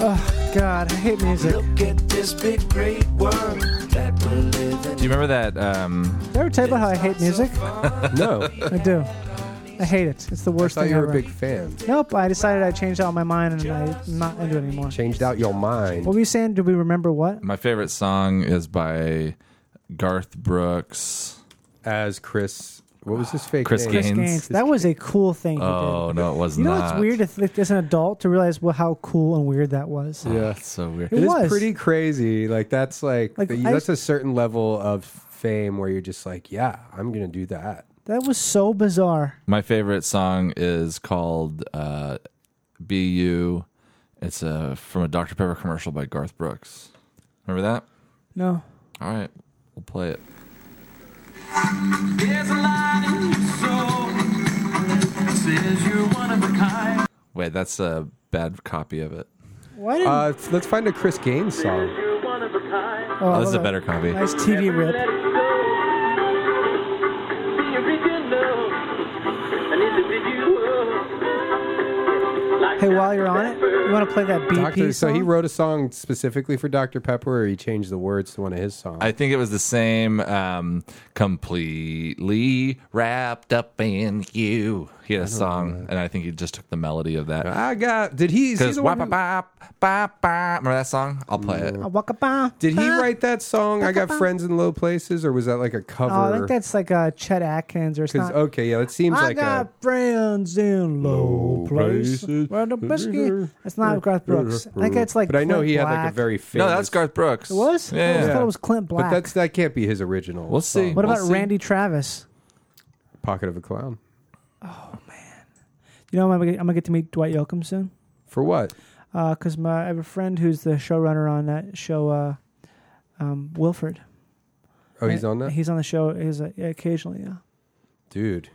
Speaker 1: Oh God, I hate music.
Speaker 11: Look at this big great world that we're living.
Speaker 3: Do you remember that? Um,
Speaker 1: Did I ever tell you about how I hate music?
Speaker 2: No, I
Speaker 1: I do. I hate it. It's the worst
Speaker 2: thought
Speaker 1: thing
Speaker 2: you were
Speaker 1: ever.
Speaker 2: a big fan.
Speaker 1: Nope. I decided I changed out my mind and I'm not into it anymore.
Speaker 2: Changed out your
Speaker 1: What
Speaker 2: mind.
Speaker 1: were you saying? Do we remember what?
Speaker 3: my favorite song is by Garth Brooks.
Speaker 2: As Chris, what was his fake
Speaker 3: Chris
Speaker 2: name?
Speaker 1: Chris
Speaker 3: Gaines.
Speaker 1: Gaines. That was a cool thing he
Speaker 3: Oh
Speaker 1: did.
Speaker 3: no, it was
Speaker 1: You know
Speaker 3: not.
Speaker 1: it's weird to think as an adult to realize well, how cool and weird that was.
Speaker 2: Yeah,
Speaker 3: It's so weird.
Speaker 1: It
Speaker 2: it is
Speaker 1: was.
Speaker 2: pretty crazy. Like that's like,
Speaker 1: Like,
Speaker 2: the-
Speaker 1: I-
Speaker 2: that's a certain level of fame where you're just like, yeah, I'm gonna do that.
Speaker 1: That was so bizarre.
Speaker 3: My favorite song is called uh, "Be You." It's uh, from a Dr Pepper commercial by Garth Brooks. Remember that?
Speaker 1: No.
Speaker 3: All right, we'll play it.
Speaker 11: There's a light in your soul. Says you're one of a kind.
Speaker 3: Wait, that's a bad copy of it.
Speaker 1: Why didn't?
Speaker 2: Uh, let's find a Chris Gaines song.
Speaker 1: oh, I
Speaker 3: Oh, this is a
Speaker 1: love
Speaker 3: better copy.
Speaker 1: it. Nice TV rip. Hey, while you're on it, you want to play that BP
Speaker 2: Doctor, so
Speaker 1: song?
Speaker 2: he wrote a song specifically for Dr. Pepper, or he changed the words to one of his songs.
Speaker 3: I think it was the same. Um, completely wrapped up in you. He had a song, and I think he just took the melody of that.
Speaker 2: I got. Did he? is he
Speaker 3: Because
Speaker 2: Ah, the one who-
Speaker 3: remember that song? I'll play it.
Speaker 1: I walk about-
Speaker 2: did he write that song? I got friends in low places, or was that like a cover?
Speaker 1: Oh, I think that's like uh, Chet Atkins or
Speaker 2: 'Cause,
Speaker 1: something.
Speaker 2: okay, yeah, it seems
Speaker 1: I
Speaker 2: like uh,
Speaker 1: got
Speaker 2: a.
Speaker 1: friends in low places. Where the biscuit. That's not Garth Brooks. I think that's like.
Speaker 2: But I know
Speaker 1: Clint
Speaker 2: he had
Speaker 1: Black.
Speaker 2: like a very famous.
Speaker 3: No, that's Garth Brooks. It
Speaker 1: Was? I always
Speaker 3: Yeah.
Speaker 1: thought it was Clint Black.
Speaker 2: But that's that can't be his original.
Speaker 3: We'll see.
Speaker 2: song.
Speaker 1: what about
Speaker 3: we'll see.
Speaker 1: Randy Travis?
Speaker 2: Pocket of a Clown?
Speaker 1: You know, I'm gonna, get, I'm gonna get to meet Dwight Yoakam soon.
Speaker 2: For what?
Speaker 1: because my I have a friend who's the showrunner on that show, uh, um, uh, Wilford.
Speaker 2: Oh, he's on that?
Speaker 5: He's on the show. He's uh, yeah, occasionally. Yeah,
Speaker 2: Dude,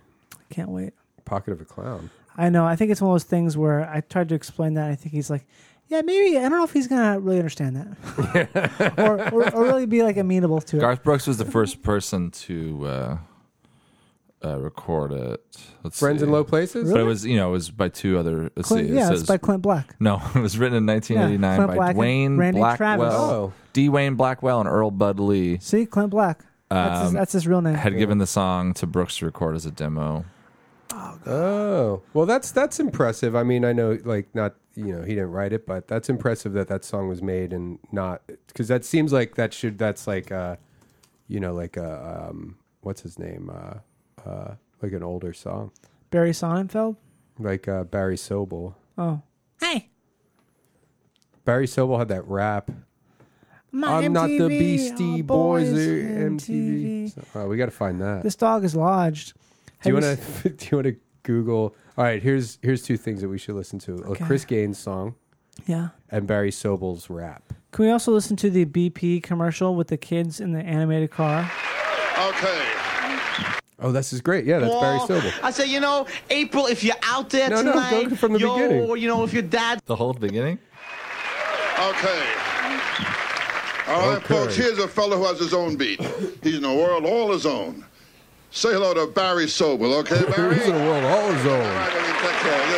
Speaker 5: can't wait.
Speaker 2: pocket of a clown.
Speaker 5: I know. I think it's one of those things where I tried to explain that. I think he's like, yeah, maybe. I don't know if he's gonna really understand that, or, or or really be like amenable to it.
Speaker 3: Garth Brooks was the first person to uh, uh, record it. Let's
Speaker 2: Friends
Speaker 3: see.
Speaker 2: in Low Places?
Speaker 3: But it
Speaker 2: Really?
Speaker 3: was, you know, it was by two other. Let's
Speaker 5: Clint-
Speaker 3: see. It
Speaker 5: yeah,
Speaker 3: says,
Speaker 5: it's by Clint Black.
Speaker 3: No, it was written in 1989
Speaker 5: Yeah, Clint
Speaker 3: by
Speaker 5: Black and
Speaker 3: Dwayne
Speaker 5: Randy
Speaker 3: Blackwell,
Speaker 5: Travis.
Speaker 2: Oh.
Speaker 3: D. Wayne Blackwell, and Earl Bud Lee.
Speaker 5: See, Clint Black. That's, his,
Speaker 3: Um,
Speaker 5: that's his real name.
Speaker 3: Had given the song to Brooks to record as a demo.
Speaker 2: Oh, well, that's that's impressive. I mean, I know, like, not you know, he didn't write it, but that's impressive that that song was made and not because that seems like that should that's like, uh, you know, like a um, what's his name, uh, uh, like an older song,
Speaker 5: Barry Sonnenfeld.
Speaker 2: like uh, Barry Sobel.
Speaker 5: Oh, hey,
Speaker 2: Barry Sobel had that rap.
Speaker 5: my
Speaker 2: I'm not the
Speaker 5: MTV,
Speaker 2: Beastie
Speaker 5: our
Speaker 2: Boys or
Speaker 5: MTV.
Speaker 2: MTV. Oh, we got to find that.
Speaker 5: This dog is lodged.
Speaker 2: do you
Speaker 5: Have
Speaker 2: want
Speaker 5: s-
Speaker 2: to? Do you want to Google? All right, here's here's two things that we should listen to:
Speaker 5: Okay.
Speaker 2: a Chris Gaines song
Speaker 5: Yeah.
Speaker 2: and Barry Sobel's rap.
Speaker 5: Can we also listen to the BP commercial with the kids in the animated car?
Speaker 12: Okay.
Speaker 2: Oh, this is great. Yeah, that's Barry Sobel.
Speaker 8: I say, you know, April, if you're out there
Speaker 2: No, no, go
Speaker 8: tonight,
Speaker 2: from the
Speaker 8: yo,
Speaker 2: beginning.
Speaker 8: you know, if your dad
Speaker 3: The whole beginning?
Speaker 13: Okay. All right,
Speaker 2: Okay.
Speaker 13: folks, here's a fellow who has his own beat. He's in the world all his own. Say hello to Barry Sobel, okay, Barry?
Speaker 2: He's in the world all his
Speaker 13: All
Speaker 2: own.
Speaker 13: right, let me take care of you.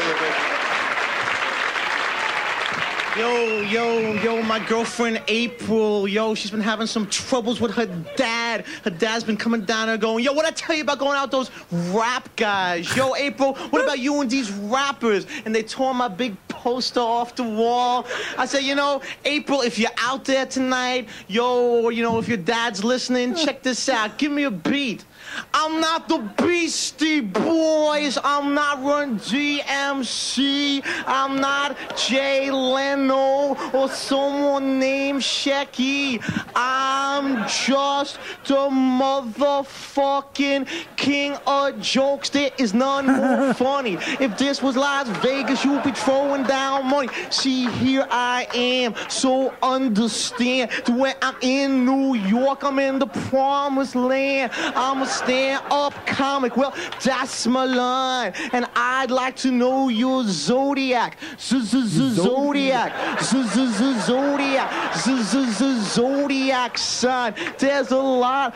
Speaker 8: Yo, yo, yo, my girlfriend April, yo, she's been having some troubles with her dad. Her dad's been coming down there going, yo, what I tell you about going out with those rap guys? Yo, April, what about you and these rappers? And they tore my big poster off the wall. I said, you know, April, if you're out there tonight, yo, or, you know, if your dad's listening, check this out. Give me a beat. I'm not the Beastie Boys. I'm not Run DMC. I'm not Jay Leno or someone named Shecky. I'm just the motherfucking king of jokes. There is none more funny. If this was Las Vegas, you would be throwing down money. See, here I am. So understand that when I'm in New York, I'm in the promised land. I'm a stand up comic. Well, that's my line. And I'd like to know your zodiac. Z-z-z-zodiac. Z-z-z-zodiac. Z-z-z-zodiac sign. There's a lot.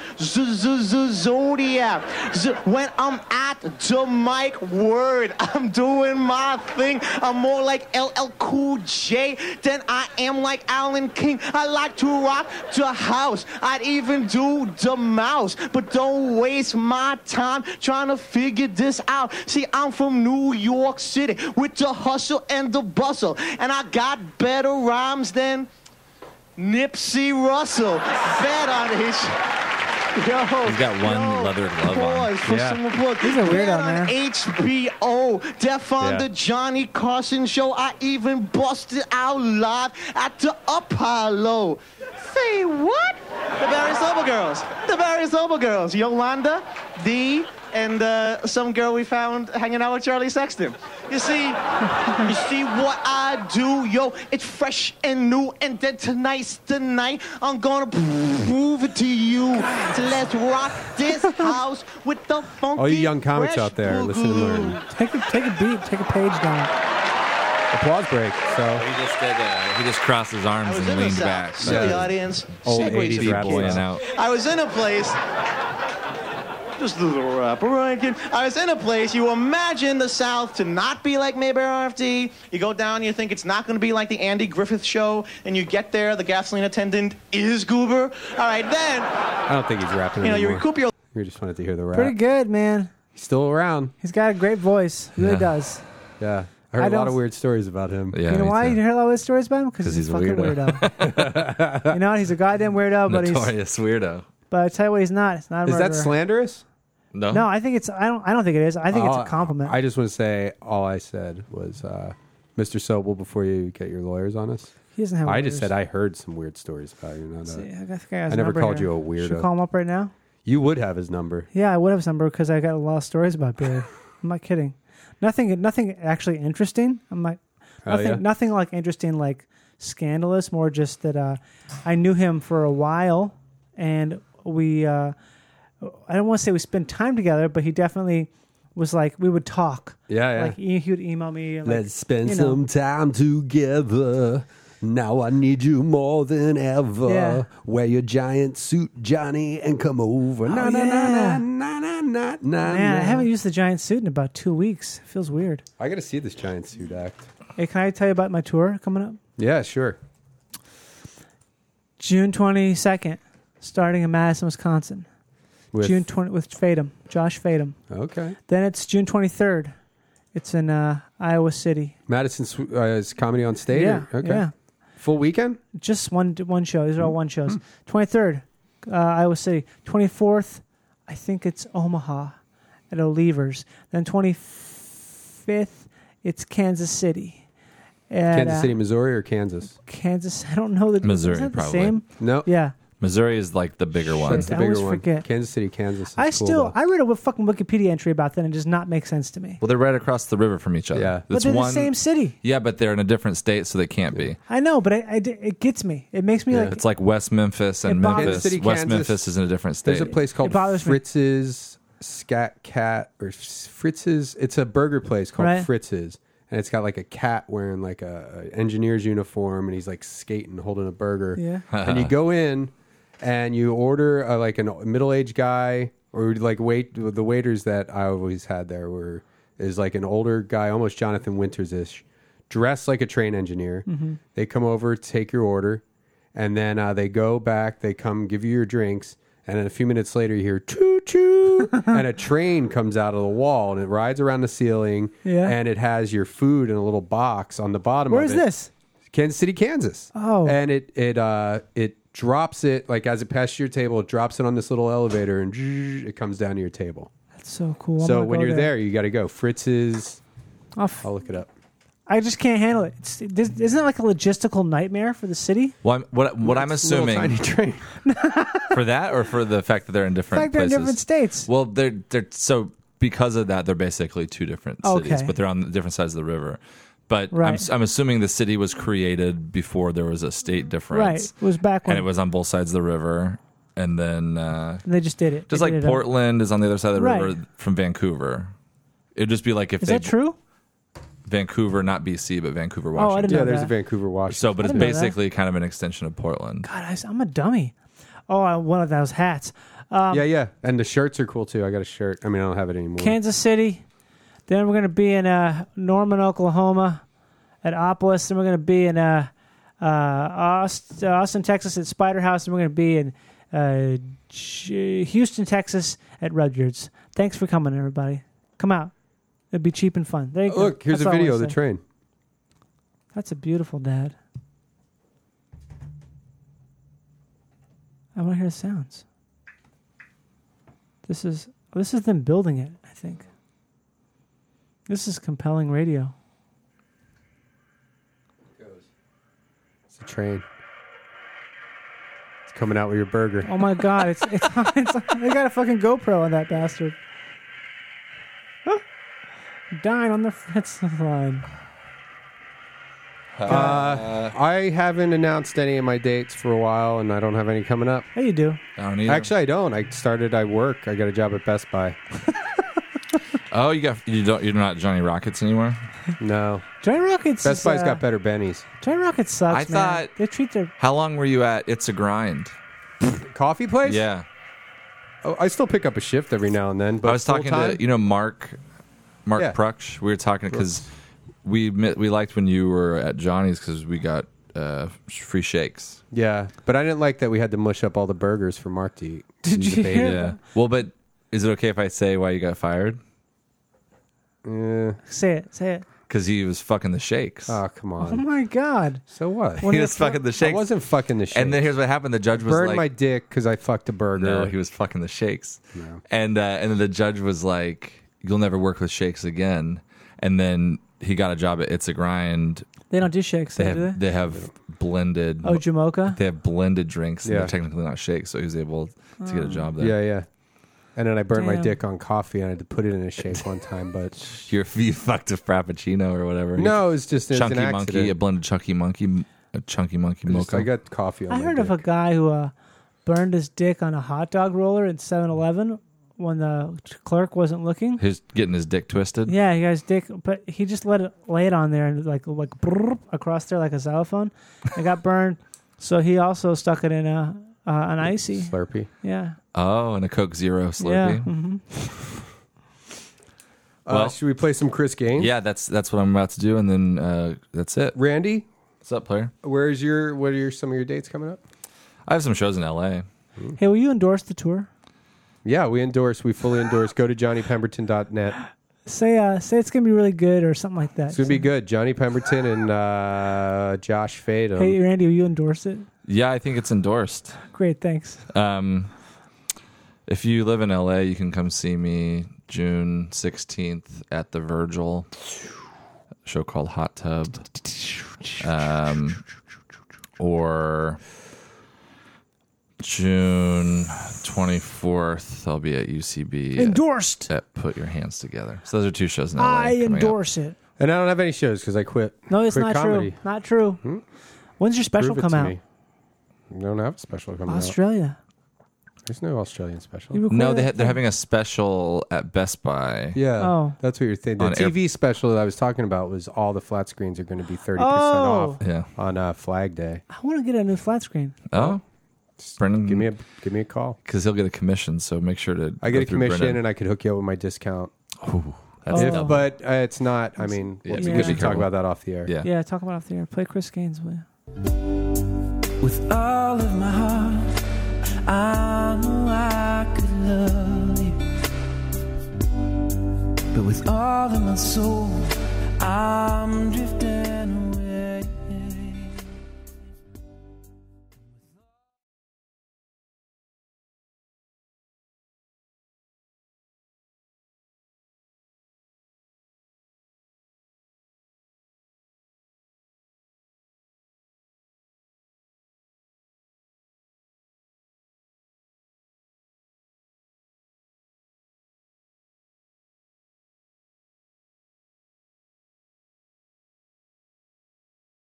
Speaker 8: Z-z-z-zodiac. Z- When I'm at the mic, word, I'm doing my thing. I'm more like LL Cool J than I am like Alan King. I like to rock the house. I'd even do the mouse. But don't waste my time trying to figure this out. See, I'm from New York City with the hustle and the bustle. And I got better rhymes than Nipsey Russell. Bet on his. Yo,
Speaker 3: He's got one leather glove on.
Speaker 8: Pause for
Speaker 3: Yeah.
Speaker 8: some applause.
Speaker 5: He's a
Speaker 8: Bet
Speaker 5: weirdo,
Speaker 8: on
Speaker 5: man.
Speaker 8: HBO, Deaf on
Speaker 3: Yeah.
Speaker 8: the Johnny Carson show. I even busted out live at the Apollo. Say what? The Barry Sobel girls. The Barry Sobel girls. Yolanda, Dee, and uh, some girl we found hanging out with Charlie Sexton. You see, you see what I do, yo. It's fresh and new, and then tonight's the night. I'm gonna prove it to you. So let's rock this house with the funky.
Speaker 2: All you young comics
Speaker 8: fresh
Speaker 2: out there, listen and
Speaker 8: boogaloo.
Speaker 2: learn.
Speaker 5: Take a, take a beat, take a page down.
Speaker 2: Applause break. So
Speaker 3: He just did. Uh, he just crossed his
Speaker 8: I
Speaker 3: arms
Speaker 8: was
Speaker 3: and
Speaker 8: in a
Speaker 3: leaned
Speaker 8: South
Speaker 3: back.
Speaker 8: Silly
Speaker 2: Yeah. Oh.
Speaker 8: audience.
Speaker 2: Old
Speaker 8: Segways are
Speaker 2: 80s
Speaker 8: for
Speaker 2: rap
Speaker 8: kids.
Speaker 3: Pulling out.
Speaker 8: I was in a place. Just a little rapper, right? kid? I was in a place. You imagine the South to not be like Mayberry RFD. You go down, you think it's not going to be like the Andy Griffith show, and you get there. The gasoline attendant is Goober. All right, then
Speaker 2: I don't think he's rapping
Speaker 8: you know you
Speaker 2: anymore.
Speaker 8: recoup your
Speaker 2: We just wanted to hear the rap.
Speaker 5: Pretty good, man.
Speaker 2: He's still around.
Speaker 5: He's got a great voice. Really does.
Speaker 2: Yeah, I
Speaker 5: I
Speaker 2: heard a lot
Speaker 5: don't-
Speaker 2: of weird stories about him.
Speaker 3: Yeah,
Speaker 5: You know
Speaker 3: me
Speaker 5: why
Speaker 3: too.
Speaker 5: you hear a lot of stories about him? Because
Speaker 3: 'Cause
Speaker 5: he's,
Speaker 3: he's a
Speaker 5: a fucking
Speaker 3: weirdo.
Speaker 5: weirdo. you know, he's a goddamn weirdo, but he's.
Speaker 3: Notorious weirdo.
Speaker 5: But I tell you what, he's not. It's not. A
Speaker 2: Is that
Speaker 5: murderer.
Speaker 2: slanderous?
Speaker 3: No.
Speaker 5: No, I think it's. I don't. I don't think it is. I think
Speaker 2: All-
Speaker 5: it's a compliment.
Speaker 2: Uh, I just want to say all I said was, uh, Mr. Sobel, before you get your lawyers on us,
Speaker 5: he doesn't have.
Speaker 2: I just said
Speaker 5: I.
Speaker 2: I heard some weird stories about you. Not
Speaker 5: See,
Speaker 2: a,
Speaker 5: I, got the guy's
Speaker 2: I never
Speaker 5: number
Speaker 2: called
Speaker 5: here.
Speaker 2: you a weirdo.
Speaker 5: Should I call him up right now.
Speaker 2: you would have his number.
Speaker 5: Yeah, I would have his number because I got a lot of stories about Barry. I'm not kidding. Nothing. Nothing actually interesting. I'm like.
Speaker 2: Oh,
Speaker 5: Nothing.
Speaker 2: yeah?
Speaker 5: Nothing like interesting. Like scandalous. More just that uh, I knew him for a while, and we uh, I don't want to say we spent time together, but he definitely was like we would talk.
Speaker 2: Yeah, yeah.
Speaker 5: Like he, he would email me. and, Like,
Speaker 2: Let's spend
Speaker 5: you know.
Speaker 2: some time together. Now I need you more than ever.
Speaker 5: Yeah.
Speaker 2: Wear your giant suit, Johnny, and come over.
Speaker 5: Oh,
Speaker 2: na, na, na,
Speaker 5: yeah.
Speaker 2: na, na, na, na,
Speaker 5: Man, I
Speaker 2: na.
Speaker 5: haven't used the giant suit in about two weeks. It feels weird.
Speaker 2: I got to see this giant suit act.
Speaker 5: Hey, can I tell you about my tour coming up?
Speaker 2: Yeah, sure.
Speaker 5: June twenty second, starting in Madison, Wisconsin.
Speaker 2: With-
Speaker 5: June twenty with Fadum, Josh Fadum.
Speaker 2: Okay.
Speaker 5: Then it's June twenty third. It's in uh, Iowa City.
Speaker 2: Madison Sw- uh, is comedy on stage.
Speaker 5: Yeah,
Speaker 2: Okay.
Speaker 5: yeah.
Speaker 2: Full weekend.
Speaker 5: Just one one show. These are all one shows.
Speaker 2: Hmm.
Speaker 5: Twenty third, uh, Iowa City. Twenty fourth, I think it's Omaha, at O'Leavers. Then twenty fifth, it's Kansas City. At,
Speaker 2: Kansas
Speaker 5: uh,
Speaker 2: City, Missouri, or Kansas?
Speaker 5: Kansas. I don't know the
Speaker 3: Missouri,
Speaker 5: Is that the
Speaker 3: probably.
Speaker 5: same?
Speaker 2: No.
Speaker 5: Yeah.
Speaker 3: Missouri is like the bigger one.
Speaker 5: That's the I bigger always one. forget.
Speaker 2: Kansas City, Kansas.
Speaker 5: I still I read a fucking Wikipedia entry about that and it does not make sense to me.
Speaker 3: Well, they're right across the river from each other. Yeah,
Speaker 5: But they're the same city.
Speaker 3: Yeah, but they're in a different state, so they can't be.
Speaker 5: I know, but I, I- it gets me. It makes me like
Speaker 3: it's like West Memphis
Speaker 5: It
Speaker 3: and
Speaker 5: bothers-
Speaker 3: Memphis.
Speaker 5: Kansas City,
Speaker 3: West
Speaker 5: Kansas.
Speaker 3: Memphis is in a different state.
Speaker 2: There's a place called
Speaker 5: bothers me.
Speaker 2: Fritz's Scat Cat or Fritz's. It's a burger place called
Speaker 5: Right.
Speaker 2: Fritz's, and it's got like a cat wearing like a, a engineer's uniform, and he's like skating, holding a burger.
Speaker 5: Yeah.
Speaker 2: and you go in and you order uh, like a middle aged guy or like wait the waiters that I always had there were is like an older guy, almost Jonathan Winters ish, dressed like a train engineer.
Speaker 5: Mm-hmm.
Speaker 14: Mhm.
Speaker 2: They come over, take your order, and then uh, they go back. They come give you your drinks, and then a few minutes later, you hear choo choo, and a train comes out of the wall and it rides around the ceiling.
Speaker 5: Yeah.
Speaker 2: and it has your food in a little box on the bottom.
Speaker 5: Where
Speaker 2: of
Speaker 5: is
Speaker 2: it.
Speaker 5: this?
Speaker 2: Kansas City, Kansas.
Speaker 5: Oh.
Speaker 2: and it it uh it drops it like as it passes your table, it drops it on this little elevator, and zzzz, it comes down to your table.
Speaker 5: that's so cool. I'm
Speaker 2: so
Speaker 5: gonna
Speaker 2: when
Speaker 5: go
Speaker 2: you're there, you got to go. Fritz's.
Speaker 5: I'll, f-
Speaker 2: I'll look it up.
Speaker 5: I just can't handle it. It's, it is- isn't it like a logistical nightmare for the city?
Speaker 3: Well, I'm, what what I'm
Speaker 2: It's a little
Speaker 3: assuming
Speaker 2: tiny train.
Speaker 3: for that, or for the fact that they're in different
Speaker 5: fact they're in
Speaker 3: places.
Speaker 5: different states.
Speaker 3: Well, they're they're so because of that, they're basically two different cities,
Speaker 5: Okay.
Speaker 3: but they're on the different sides of the river. But I'm,
Speaker 5: Right.
Speaker 3: s- I'm assuming the city was created before there was a state difference.
Speaker 5: Right. It was back when
Speaker 3: and it was on both sides of the river, and then uh,
Speaker 5: and they just did it.
Speaker 3: just
Speaker 5: They
Speaker 3: like
Speaker 5: did it uh, up.
Speaker 3: Portland is on the other side of the
Speaker 5: Right.
Speaker 3: river from Vancouver. It'd just be like if
Speaker 5: Is
Speaker 3: they
Speaker 5: that true?
Speaker 3: Vancouver, not BC, but Vancouver,
Speaker 5: Oh, I
Speaker 3: Washington.
Speaker 5: didn't know Yeah, there's
Speaker 2: that. a Vancouver, Washington.
Speaker 3: So, but
Speaker 5: I
Speaker 3: it's
Speaker 5: didn't know that.
Speaker 3: basically kind of an extension of Portland.
Speaker 5: God, I, am a dummy. Oh, I, one of those hats. Um,
Speaker 2: yeah, yeah, and the shirts are cool too. I got a shirt. I mean, I don't have it anymore.
Speaker 5: Kansas City. Then we're going to be in uh, Norman, Oklahoma at Opolis. Then we're going to be in uh, uh, Aust- Austin, Texas at Spider House. And we're going to be in uh, J- Houston, Texas at Rudyard's. Thanks for coming, everybody. Come out. It'd be cheap and fun. There you go.
Speaker 2: Oh, Look, here's
Speaker 5: That's
Speaker 2: a
Speaker 5: all I
Speaker 2: video of
Speaker 5: wanna
Speaker 2: the
Speaker 5: say.
Speaker 2: train.
Speaker 5: That's a beautiful dad. I want to hear the sounds. This is this is them building it, I think. This is compelling radio.
Speaker 2: It's a train. It's coming out with your burger.
Speaker 5: Oh my god, it's it's, it's they got a fucking GoPro on that bastard. Dine on the Fritz line.
Speaker 2: Uh, I haven't announced any of my dates for a while, and I don't have any coming up.
Speaker 5: Hey, you do.
Speaker 3: I don't either.
Speaker 2: Actually, I don't. I started. I work. I got a job at Best Buy.
Speaker 3: Oh, you got you don't you're not Johnny Rockets anymore.
Speaker 2: No,
Speaker 5: Johnny Rockets.
Speaker 2: Best
Speaker 5: is,
Speaker 2: Buy's
Speaker 5: uh,
Speaker 2: got better bennies.
Speaker 5: Johnny Rockets sucks.
Speaker 3: I
Speaker 5: man.
Speaker 3: thought-
Speaker 5: they treat their
Speaker 3: How long were you at? It's a grind.
Speaker 2: Coffee place?
Speaker 3: Yeah,
Speaker 2: Oh, I still pick up a shift every now and then. But
Speaker 3: I was talking
Speaker 2: full-time?
Speaker 3: to you know Mark, Mark
Speaker 2: Yeah.
Speaker 3: Prucksch. We were talking because we met, we liked when you were at Johnny's because we got uh, free shakes.
Speaker 2: Yeah, but I didn't like that we had to mush up all the burgers for Mark to eat.
Speaker 5: Did
Speaker 2: He's
Speaker 5: you
Speaker 2: a baby.
Speaker 5: hear
Speaker 3: Yeah. Well, but is it okay if I say why you got fired?
Speaker 2: Yeah.
Speaker 5: say it, say it.
Speaker 3: Because he was fucking the shakes.
Speaker 2: Oh come
Speaker 5: Oh my god.
Speaker 2: So what?
Speaker 3: he was fucking the shakes.
Speaker 2: I wasn't fucking the shakes.
Speaker 3: And then here's what happened: the judge was
Speaker 2: Burned
Speaker 3: like,
Speaker 2: my dick because I fucked a burger.
Speaker 3: No, he was fucking the shakes. And uh, and then the judge was like, "You'll never work with shakes again." And then he got a job at It's a Grind.
Speaker 5: They don't do shakes,
Speaker 3: They
Speaker 5: though, do they?
Speaker 3: have they have blended.
Speaker 5: Oh, Jamocha?
Speaker 3: They have blended drinks. And
Speaker 2: Yeah.
Speaker 3: they're technically not shakes, so he was able to get a
Speaker 5: Oh.
Speaker 3: job there.
Speaker 2: Yeah, yeah. And then I burnt my
Speaker 5: Damn.
Speaker 2: dick on coffee and I had to put it in a shake one time, but
Speaker 3: You're, you fucked a frappuccino or whatever.
Speaker 2: No, it's just- it's
Speaker 3: chunky
Speaker 2: an
Speaker 3: monkey.
Speaker 2: accident.
Speaker 3: A blended chunky monkey. A chunky monkey
Speaker 2: I just-
Speaker 3: mocha.
Speaker 2: I got coffee on
Speaker 5: I
Speaker 2: my
Speaker 5: heard
Speaker 2: dick.
Speaker 5: of a guy who uh, burned his dick on a hot dog roller at 7 Eleven when the clerk wasn't looking.
Speaker 3: Who's getting his dick twisted?
Speaker 5: Yeah, he got his dick, but he just let it lay it on there and like like brrr, across there like a xylophone. It got burned, so he also stuck it in a uh, an icy.
Speaker 2: Slurpee.
Speaker 5: Yeah.
Speaker 3: Oh, and a Coke Zero
Speaker 5: Yeah.
Speaker 3: Slurpee.
Speaker 5: hmm
Speaker 2: Uh, should we play some Chris Gaines?
Speaker 3: Yeah, that's that's what I'm about to do, and then uh, that's it.
Speaker 2: Randy,
Speaker 3: what's up, player?
Speaker 2: Where's your? What are your, some of your dates coming up?
Speaker 3: I have some shows in L.A.
Speaker 5: Hey, will you endorse the tour?
Speaker 2: Yeah, we endorse. We fully endorse. Go to johnnypemberton.net.
Speaker 5: Say uh, say it's gonna be really good or something like that.
Speaker 2: It's gonna be good. Johnny Pemberton and uh, Josh Fadum.
Speaker 5: hey, Randy, will you endorse it?
Speaker 3: Yeah, I think it's endorsed.
Speaker 5: Great, thanks.
Speaker 3: Um, if you live in LA, you can come see me June 16th at the Virgil a show called Hot Tub. Um, or June 24th, I'll be at UCB. at-
Speaker 5: Endorsed.
Speaker 3: At, Put Your Hands Together. So those are two shows in LA.
Speaker 5: I
Speaker 3: coming up.
Speaker 5: endorse it.
Speaker 2: And I don't have any shows because I quit.
Speaker 5: No, it's
Speaker 2: quit
Speaker 5: not
Speaker 2: comedy. Hmm?
Speaker 5: true. Not true. When's your special
Speaker 2: Prove it
Speaker 5: come
Speaker 2: to
Speaker 5: out?
Speaker 2: me. I don't have a special coming
Speaker 5: Australia.
Speaker 2: out. There's no Australian special.
Speaker 5: You recorded
Speaker 3: No, they
Speaker 5: it?
Speaker 3: ha- they're having a special at Best Buy.
Speaker 2: Yeah,
Speaker 5: Oh.
Speaker 2: that's what you're thinking.
Speaker 3: On
Speaker 2: The
Speaker 3: air-
Speaker 2: TV special that I was talking about was all the flat screens are going to be thirty
Speaker 5: Oh.
Speaker 2: percent off on uh, Flag Day.
Speaker 5: I want to get a new flat screen.
Speaker 3: Oh, Brendan, give
Speaker 2: me a give me a call
Speaker 3: because he'll get a commission. So make sure to.
Speaker 2: I get
Speaker 3: go
Speaker 2: a
Speaker 3: through
Speaker 2: commission
Speaker 3: Brendan.
Speaker 2: and I could hook you up with my discount.
Speaker 5: Oh.
Speaker 3: that's
Speaker 2: If-
Speaker 3: double.
Speaker 2: but uh, it's not. I mean,
Speaker 3: Yeah,
Speaker 2: we'll-
Speaker 3: be
Speaker 2: we
Speaker 3: good.
Speaker 2: should
Speaker 3: Be
Speaker 2: talk
Speaker 3: careful.
Speaker 2: about that off the air.
Speaker 3: Yeah.
Speaker 5: Yeah, talk about off the air. Play Chris Gaines, will you?
Speaker 15: With all of my heart, I know I could love you. But with all of my soul, I'm drifting